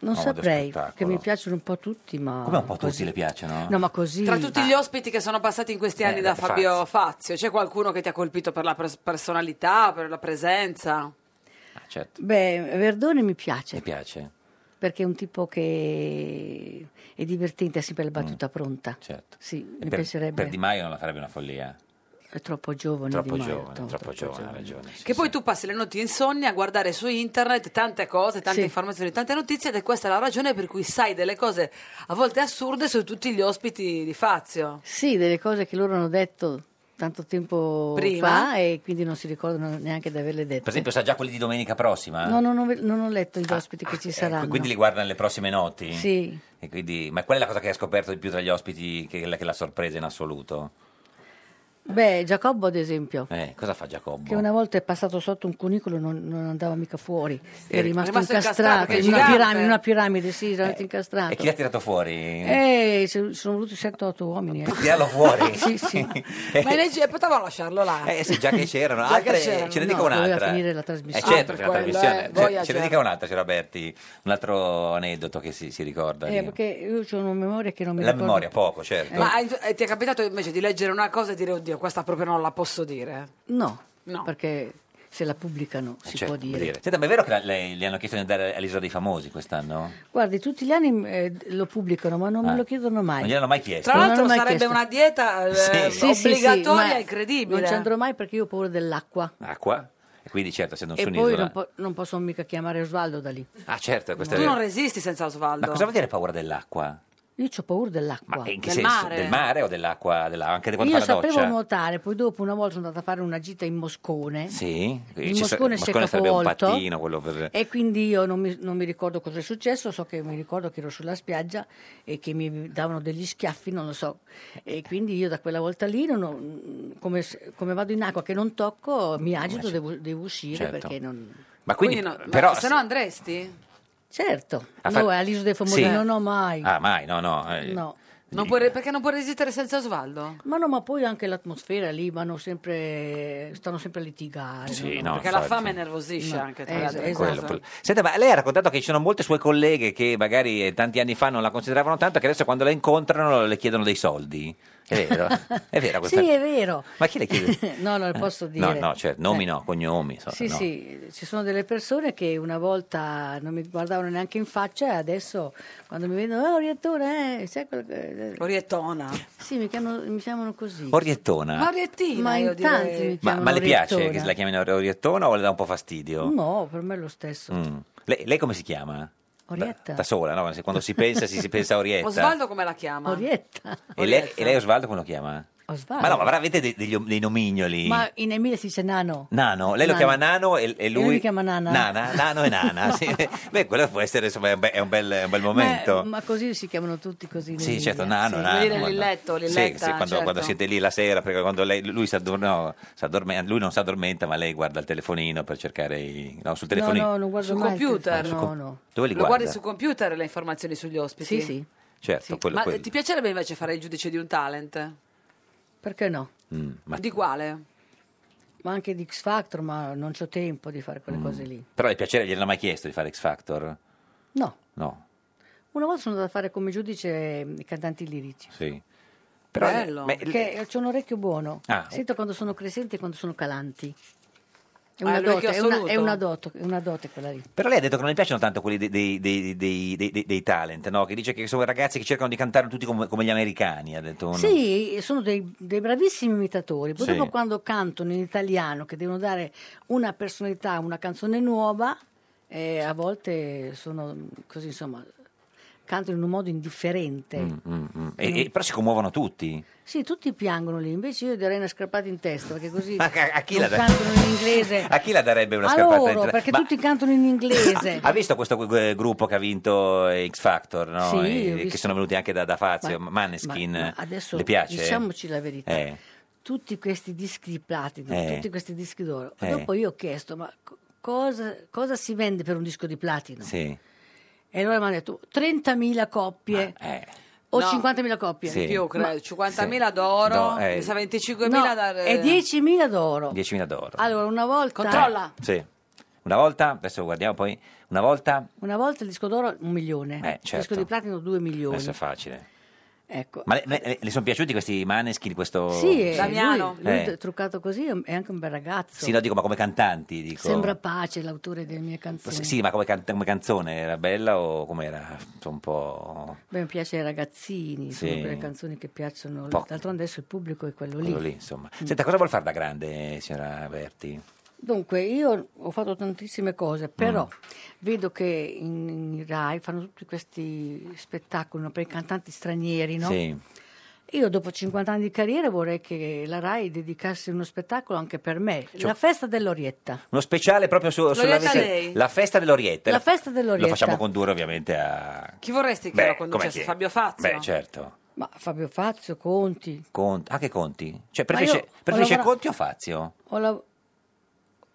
S17: non
S2: No, ma dello
S17: saprei,
S2: spettacolo.
S17: perché mi piacciono un po' tutti, ma...
S2: Come un po' tutti
S17: così.
S2: le piacciono?
S17: No, ma così...
S1: Tra tutti gli ospiti che sono passati in questi anni
S2: Eh, da
S1: da Fabio Fazio, c'è qualcuno che ti ha colpito per la pres- personalità, per la presenza?
S2: Ah, certo,
S17: Beh, Verdone mi piace,
S2: mi piace,
S17: perché è un tipo che è divertente, ha sempre la battuta pronta.
S2: certo.
S17: Sì,
S2: E
S17: mi
S2: per,
S17: piacerebbe...
S2: per Di Maio non la farebbe una follia.
S17: È troppo giovane
S2: Troppo
S17: Di Maio,
S2: giovane,
S17: troppo
S2: troppo giovane, ha ragione.
S1: Che poi tu passi le notti insonni a guardare su internet tante cose, tante informazioni, tante notizie ed è questa la ragione per cui sai delle cose a volte assurde su tutti gli ospiti di Fazio.
S17: Sì, delle cose che loro hanno detto tanto tempo
S1: Prima.
S17: fa e quindi non si ricordano neanche di averle dette.
S2: Per esempio, sa già quelli di domenica prossima?
S17: No, non ho, non ho letto gli ospiti che ci saranno.
S2: eh, Quindi li guarda nelle prossime notti?
S17: Sì.
S2: E quindi- ma qual è la cosa che hai scoperto di più tra gli ospiti che, che l'ha sorpresa in assoluto?
S17: Beh, Giacobbo ad esempio,
S2: Eh, cosa fa Giacobbo?
S17: che una volta è passato sotto un cunicolo e non, non andava mica fuori, è
S2: È
S17: rimasto,
S2: rimasto
S17: incastrato,
S2: incastrato,
S17: in
S2: che
S17: una,
S2: gigante. Eh,
S17: piramide, in una piramide, sì, era incastrato.
S2: E chi l'ha tirato fuori?
S17: Eh, ci sono voluti 7-8 uomini. eh.
S2: Tirarlo fuori?
S17: sì, sì.
S1: Ma i leggi- potevamo lasciarlo là.
S2: Eh sì, già che c'erano.
S1: Già che
S2: Altre,
S1: c'erano,
S2: ce ne
S1: no,
S2: dica
S1: doveva
S2: un'altra.
S1: finire la trasmissione.
S2: Eh, certo,
S1: Ah, per
S2: c'è la
S1: quello,
S2: trasmissione.
S1: eh,
S2: Ce-
S1: Voyager.
S2: ce ne dica un'altra, c'era Berti, un altro aneddoto che si, si ricorda. lì.
S17: Eh, perché io ho una memoria che non mi
S2: la
S17: ricordo.
S2: memoria, poco, certo.
S1: Ma hai- eh, ti è capitato invece di leggere una cosa e dire oddio, questa proprio non la posso dire?
S17: No, perché se la pubblicano si
S2: Certo,
S17: può dire.
S2: dire. Senta, ma è vero che la- le, le hanno chiesto di andare all'isola dei famosi quest'anno?
S17: Guardi, tutti gli anni eh, lo pubblicano, ma non
S2: Ah.
S17: me lo chiedono mai.
S2: Non gliel'hanno mai chiesto?
S1: Tra l'altro
S17: Non l'ho mai
S1: sarebbe
S17: chiesto.
S1: una dieta eh,
S2: Sì.
S17: Sì, sì, sì,
S1: obbligatoria,
S17: ma
S1: incredibile.
S17: Non ci andrò mai perché io ho paura dell'acqua.
S2: Acqua? E quindi certo, se non
S17: e
S2: su
S17: poi
S2: un'isola...
S17: non, po- non posso mica chiamare Osvaldo da lì.
S2: Ah certo, questo
S1: Tu
S2: è vero.
S1: non resisti senza Osvaldo.
S2: Ma cosa vuol dire paura dell'acqua?
S17: Io ho paura dell'acqua.
S2: Ma in che senso? Del mare o dell'acqua? della- Anche quando
S17: Io
S2: fa la
S17: sapevo
S2: doccia?
S17: nuotare, poi dopo una volta sono andata a fare una gita in Moscone.
S2: Sì,
S17: Il
S2: ci sa-
S17: moscone si è
S2: sarebbe un
S17: capovolto.
S2: pattino, quello per...
S17: E quindi io non mi, non mi ricordo cosa è successo, so che mi ricordo che ero sulla spiaggia e che mi davano degli schiaffi, non lo so. E quindi io da quella volta lì, non ho- come, se- come vado in acqua che non tocco, mi agito, devo, devo uscire
S2: certo.
S17: perché non...
S2: Ma quindi,
S1: Quindi no, ma
S2: però...
S1: se no andresti?
S17: Certo,
S2: A
S17: no,
S2: fare-
S17: all'isola dei famosi
S2: Sì.
S17: non ho mai.
S2: Ah, mai, no, no. eh,
S17: No.
S1: Non puoi re- perché non puoi resistere senza Osvaldo?
S17: Ma no, ma poi anche l'atmosfera lì vanno sempre, stanno sempre a litigare.
S2: Sì, no,
S1: Perché la
S2: infatti.
S1: fame nervosisce
S17: No,
S1: anche
S17: eh,
S1: tra l'altro.
S17: esatto.
S2: quello, quello. Senta, ma lei ha raccontato che ci sono molte sue colleghe che magari eh, tanti anni fa non la consideravano tanto, che adesso quando la incontrano le chiedono dei soldi. È vero? È vero questa
S17: Sì, è vero.
S2: Ma chi le chiede?
S17: no, non lo posso
S2: Eh, No,
S17: dire.
S2: no, certo, nomi no, cognomi. insomma,
S17: Sì,
S2: no.
S17: sì, ci sono delle persone che una volta non mi guardavano neanche in faccia e adesso quando mi vedono, oh, Oriettona, eh, sai quello che...
S1: Oriettona.
S17: Sì, mi chiamano- mi chiamano così.
S2: Oriettona.
S1: Ma Oriettina,
S17: Ma
S1: io
S17: in
S1: direi.
S17: tanti mi
S2: Ma,
S17: chiamano
S2: ma le piace
S17: Oriettona.
S2: che la chiamino Oriettona o le dà un po' fastidio?
S17: No, Oh, per me è lo stesso.
S2: Mm. Lei, lei come si chiama?
S17: Orietta.
S2: Da, da sola, no? Se- Quando si pensa, si, si pensa a Orietta.
S1: Osvaldo come la chiama?
S17: Orietta.
S2: E lei, e lei Osvaldo come lo chiama?
S17: Osvaldo.
S2: Ma no, ma avrà- avete dei, degli om- dei nomignoli?
S17: Ma in Emilia si dice nano.
S2: Nano, lei lo
S17: Nano.
S2: chiama Nano e, e lui...
S17: lui mi chiama Nana.
S2: Nana, Nano e Nana. sì. Beh, quello può essere insomma, è un be- è un bel, è un bel momento.
S17: Ma, ma così si chiamano tutti così. in
S2: Sì,
S17: Emilia.
S2: certo, Nano,
S17: Sì.
S2: Nano.
S1: dire
S2: quando-
S1: Lilletto,
S2: Sì,
S1: Lilletta,
S2: sì, quando,
S1: certo.
S2: quando siete lì la sera, perché quando lei- lui, si addor- no, si addorme- lui non sa addormenta, ma lei guarda il telefonino per cercare i... No, sul telefonino.
S17: No, no, non guardo
S1: Sul
S17: mai il
S1: computer?
S17: telefono, No,
S1: No,
S17: no.
S2: Dove li
S1: Lo
S2: guarda?
S1: guardi sul computer le informazioni sugli ospiti?
S17: Sì, sì. eh,
S2: Certo, quello,
S1: Ma
S2: quello.
S1: ti piacerebbe invece fare il giudice di un talent?
S17: Perché no?
S2: Mm, ma-
S1: Di quale?
S17: Ma anche di X Factor, ma non c'ho tempo di fare
S2: Mm.
S17: quelle cose lì.
S2: Però le piacere, gliel'hanno mai chiesto di fare X Factor?
S17: No.
S2: No,
S17: Una volta sono andata a fare come giudice eh, i cantanti lirici.
S2: sì.
S17: Bello.
S2: beh,
S17: perché c'ho un orecchio buono.
S2: Ah.
S17: Sento quando sono crescenti e quando sono calanti. È
S1: Ah,
S17: una,
S1: è l'orecchio
S17: dote, è, una,
S1: assoluto.
S17: è una dote, è una dote quella lì.
S2: Però lei ha detto che non le piacciono tanto quelli dei, dei- dei- dei- dei- dei- dei talent, no? Che dice che sono ragazzi che cercano di cantare tutti come, come gli americani, ha detto uno.
S17: Sì, sono dei, dei bravissimi imitatori. Poi
S2: Sì.
S17: dopo quando cantano in italiano, che devono dare una personalità a una canzone nuova, eh, a volte sono così, insomma, cantano in un modo indifferente.
S2: Mm, mm. E- e- però si commuovono tutti.
S17: Sì, tutti piangono lì, invece io darei una scarpata in testa, perché così
S2: Ma a, a chi
S17: non
S2: la da-
S17: cantano in inglese.
S2: a chi la darebbe una
S17: a
S2: scarpata?
S17: loro,
S2: in-
S17: perché
S2: Ma
S17: tutti cantano in inglese.
S2: Ha visto questo eh, gruppo che ha vinto eh, X Factor, no?
S17: Sì,
S2: E-
S17: ho
S2: che
S17: visto.
S2: sono venuti anche da, da Fazio,
S17: Ma-
S2: Maneskin.
S17: ma- ma adesso
S2: le piace?
S17: diciamoci la verità.
S2: Eh.
S17: Tutti questi dischi di platino,
S2: Eh.
S17: tutti questi dischi d'oro.
S2: Eh.
S17: Dopo io ho chiesto, ma co- cosa, cosa si vende per un disco di platino?
S2: Sì.
S17: E allora mi hanno detto 30.000 coppie o 50.000 coppie.
S2: eh. Sì.
S1: Più,
S17: Ma-
S1: credo. 50.000 eh, d'oro,
S2: No, eh.
S1: mi sa 25.000
S17: No,
S1: da...
S17: e 10.000 d'oro.
S2: 10.000 d'oro.
S17: Allora, una volta...
S1: Controlla.
S2: Sì. Una volta, adesso guardiamo poi, una volta,
S17: Una volta il disco d'oro un milione,
S2: Eh,
S17: il
S2: certo.
S17: disco di platino due milioni.
S2: adesso è facile.
S17: Ecco.
S2: Ma le, le- le sono piaciuti questi Maneskin, questo...
S17: Sì, eh, lui, lui
S2: Eh,
S17: è truccato così è anche un bel ragazzo.
S2: Sì, no, dico, ma come cantanti, dico.
S17: Sembra Pace, l'autore delle mie canzoni.
S2: Sì, ma come, can- come canzone era bella o com'era? Insomma, Un po'...
S17: Beh, mi piace ai ragazzini, sono
S2: Sì.
S17: quelle canzoni che piacciono.
S2: Poco.
S17: D'altronde adesso il pubblico è quello,
S2: Quello
S17: lì. Mm.
S2: lì, insomma. Senta, cosa vuol fare da grande, signora Berti?
S17: Dunque, io ho fatto tantissime cose, però
S2: Mm.
S17: vedo che in, in Rai fanno tutti questi spettacoli no, per i cantanti stranieri, no?
S2: Sì.
S17: Io dopo 50 anni di carriera vorrei che la Rai dedicasse uno spettacolo anche per me,
S2: Cioè-
S17: la festa dell'Orietta.
S2: Uno speciale proprio su, sulla
S17: L'Orietta Day.
S2: La festa dell'Orietta.
S17: La festa
S2: Lo
S17: dell'Orietta.
S2: facciamo condurre ovviamente a...
S1: Chi vorresti che
S2: Beh,
S1: lo
S2: come
S1: conducesse?
S2: chi?
S1: Fabio Fazio?
S2: Beh, certo.
S17: Ma Fabio Fazio, Conti.
S2: Conti. Anche Conti? Cioè,
S17: Ma io
S2: preferisce,
S17: ho
S2: preferisce
S17: lavorato-
S2: Conti o Fazio?
S17: Ho la-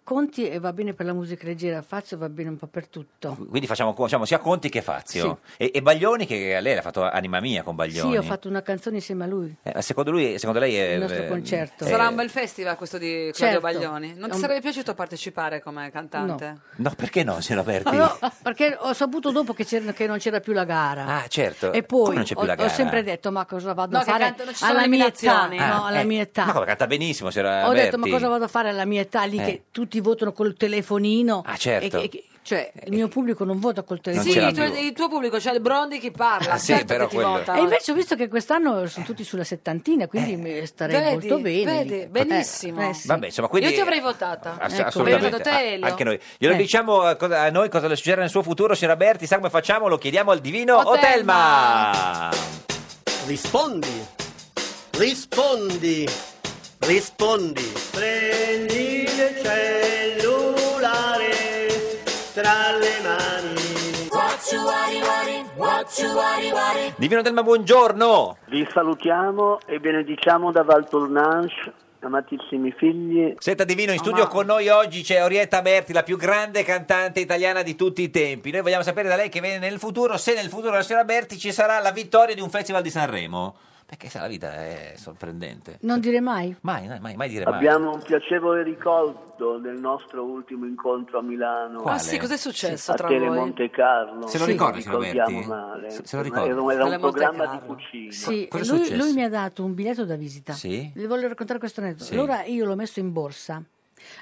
S17: Conti eh, va bene per la musica leggera, Fazio va bene un po' per tutto.
S2: Quindi facciamo, facciamo sia Conti che Fazio. E, e Baglioni, che a lei l'ha fatto Anima Mia con Baglioni.
S17: Sì, ho fatto una canzone insieme a lui.
S2: Eh, secondo lui, secondo lei è...
S17: Il nostro
S2: eh,
S17: concerto.
S2: eh,
S17: Sarà
S19: Un bel festival questo di Claudio
S17: Certo.
S19: Baglioni. Non ti
S17: Un-
S19: sarebbe piaciuto partecipare come cantante?
S2: No, perché no, signora Berti?
S17: Ma no, perché ho saputo dopo che, c'era- che non c'era più la gara.
S2: Ah, certo.
S17: E poi
S2: Come non c'è più
S17: ho,
S2: la
S17: ho
S2: gara?
S17: sempre detto: ma cosa vado
S19: No,
S17: a
S19: che
S17: fare
S19: canto- non ci sono
S17: alla mia età?
S19: eliminazioni.
S17: no,
S2: Ah,
S17: alla
S2: eh,
S17: mia età.
S2: Ma come canta benissimo, c'era
S17: ho
S2: Berti.
S17: detto: ma cosa vado a fare alla mia età? Lì
S2: Eh.
S17: che tutti votano col telefonino.
S2: Ah, certo. Eh.
S17: E che- e che- cioè, il mio pubblico non vota col
S2: Non
S17: telefonino.
S19: Sì,
S2: c'era
S19: il tuo,
S2: più.
S19: il tuo pubblico, cioè il Brondi chi parla,
S2: Ah, sì,
S19: certo
S2: però
S19: che ti
S2: quello-
S19: vota.
S17: E invece ho visto che quest'anno sono tutti sulla settantina, quindi mi starei
S19: Eh. Vedi,
S17: molto bene. lì.
S19: vedi,
S17: Eh,
S19: benissimo.
S17: eh, sì.
S2: Vabbè, insomma, quindi...
S19: Io ti avrei votata.
S2: Ass-
S19: Ecco.
S2: assolutamente.
S19: Avrei votato te,
S2: A-
S19: Elio.
S2: anche noi. Glielo
S19: Eh.
S2: diciamo eh, cosa- a noi cosa le succederà nel suo futuro, signora Berti, sa come facciamo? Lo chiediamo al divino
S19: Oh,
S18: Otelma.
S2: Otelma.
S18: Rispondi. Rispondi. Rispondi. Prendi il cellulare tra le mani.
S5: What you worry, worry, what you worry, worry.
S2: Divino Otelma, buongiorno.
S18: Vi salutiamo e benediciamo da Valtournanche, amatissimi figli.
S2: Senta Divino, in studio con noi oggi c'è Orietta Berti, la più grande cantante italiana di tutti i tempi. Noi vogliamo sapere da lei che viene nel futuro, se nel futuro la signora Berti ci sarà la vittoria di un festival di Sanremo. Perché sa, la vita è sorprendente.
S17: Non dire mai.
S2: Mai, no, mai, mai dire mai.
S18: Abbiamo un piacevole ricordo del nostro ultimo incontro a Milano.
S2: Ah, sì, cos'è
S18: successo
S19: tra
S18: a Tele
S19: voi?
S18: Monte Carlo?
S2: Se lo ricorda, signor
S18: ricordiamo
S2: Berti?
S18: male.
S2: Se- se lo ricorda?
S18: Era un, era un
S2: Tele Monte
S18: programma di
S2: Carlo.
S18: cucina.
S17: Sì,
S2: Cosa è
S17: lui,
S18: successo?
S17: lui mi ha dato un biglietto da visita.
S18: Sì?
S17: Vi voglio raccontare questo aneddoto.
S18: Sì.
S17: Allora io l'ho messo in borsa.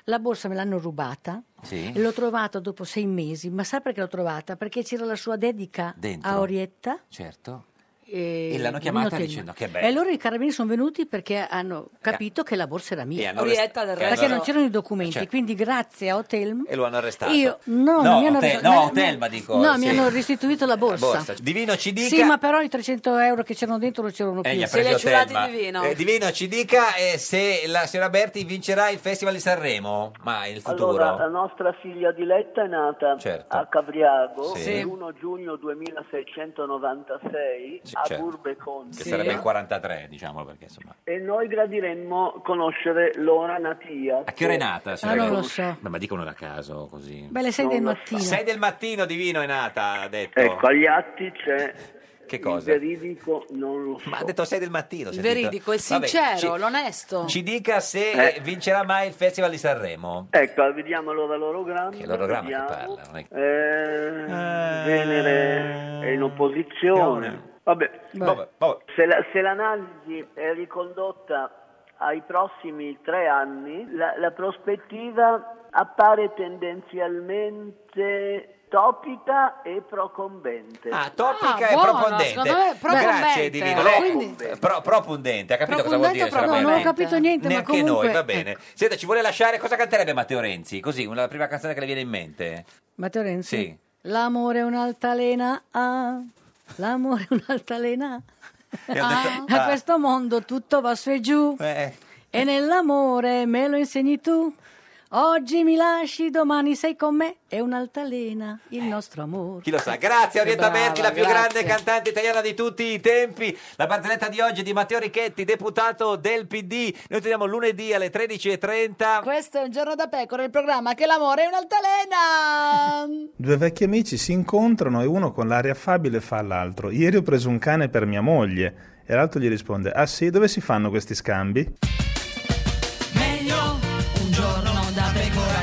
S17: La borsa me l'hanno rubata.
S18: Sì.
S17: e L'ho trovata dopo sei mesi. Ma sai perché l'ho trovata? Perché c'era la sua dedica
S2: Dentro.
S17: a Orietta. eh,
S2: Certo.
S17: E,
S2: E l'hanno
S17: Divino
S2: chiamata
S17: Telma.
S2: dicendo, "Che bello". Eh.
S17: E allora i carabinieri sono venuti perché hanno capito che la borsa era mia.
S2: hanno Orietta, arrest- del resto-
S17: Perché non c'erano i documenti.
S2: Certo.
S17: Quindi grazie a Hotel.
S2: E lo hanno arrestato.
S17: Io- no, non mi hanno
S2: Otel-
S17: arrestato.
S2: no,
S17: Mi-
S2: Otelma dico.
S17: No,
S2: sì.
S17: mi hanno restituito la borsa.
S2: Borsa. Divino ci dica...
S17: Sì, ma però i 300 euro che c'erano dentro non c'erano
S2: Eh, gli
S17: più.
S2: ha preso Telma. Eh, Divino, ci dica eh, se la signora Berti vincerà il Festival di Sanremo, ma il futuro.
S18: Allora, la nostra figlia Diletta è nata
S2: Certo.
S18: a Cavriago
S2: Sì.
S18: il 1 giugno 2696
S2: Sì,
S18: a
S2: certo.
S18: Burbe Conti.
S2: Che sarebbe il 43, diciamo, perché insomma...
S18: E noi gradiremmo conoscere l'ora natia.
S2: A che ora è nata? signora
S18: Ah, non
S2: Berti?
S18: lo so.
S2: Beh, ma dicono a caso, così.
S18: Beh, le sei Non del lo so. mattino.
S2: 6 del mattino, Divino è nata, ha detto.
S18: Ecco, agli atti c'è
S2: Che
S18: il
S2: cosa?
S18: veridico, non lo so.
S2: Ma ha detto 6 del mattino.
S18: Il
S2: sentito?
S18: veridico è
S2: Cioè, Vabbè,
S18: sincero,
S2: ci-
S19: L'onesto.
S2: Ci dica se
S18: Eh.
S2: vincerà mai il Festival di Sanremo.
S18: Ecco, vediamo allora l'orogramma.
S2: Che è l'orogramma che
S18: Vediamo.
S2: parla. non è-
S18: Eh, Venere è in opposizione. Vabbè,
S2: Vabbè, vabbè.
S18: Se, la- se l'analisi è ricondotta ai prossimi tre anni, la, la prospettiva appare tendenzialmente topica e procombente.
S2: Ah, topica
S18: Ah,
S2: e
S18: buono,
S2: propondente.
S18: secondo me, propondente.
S2: Grazie Divino. Lei-
S18: Quindi-
S2: pro- propondente, ha capito cosa vuol dire?
S17: Propondente,
S2: signora
S17: no, non ho
S2: Berti?
S17: capito niente, ma
S2: Neanche
S17: comunque-
S2: noi,
S17: ecco.
S2: va bene. Senta, ci vuole lasciare cosa canterebbe Matteo Renzi? Così, una, la prima canzone che le viene in mente.
S17: Matteo Renzi.
S2: Sì.
S17: L'amore è un'altalena. ah, l'amore è un'altalena.
S2: Ah.
S17: A questo mondo tutto va su e giù. E nell'amore me lo insegni tu. Oggi mi lasci, domani sei con me. È un'altalena il nostro amore.
S2: Chi lo sa? Grazie Orietta
S17: brava,
S2: Berti, la più
S17: grazie.
S2: grande cantante italiana di tutti i tempi. La barzelletta di oggi è di Matteo Richetti, deputato del PD. Noi teniamo lunedì alle 13.30.
S23: Questo è un giorno da pecora, il programma che l'amore è un'altalena.
S24: Due vecchi amici si incontrano e uno con l'aria affabile fa all'altro: Ieri ho preso un cane per mia moglie. E l'altro gli risponde: Ah sì, dove si fanno questi scambi?
S1: Meglio un giorno da pecora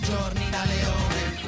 S1: giorni da leone.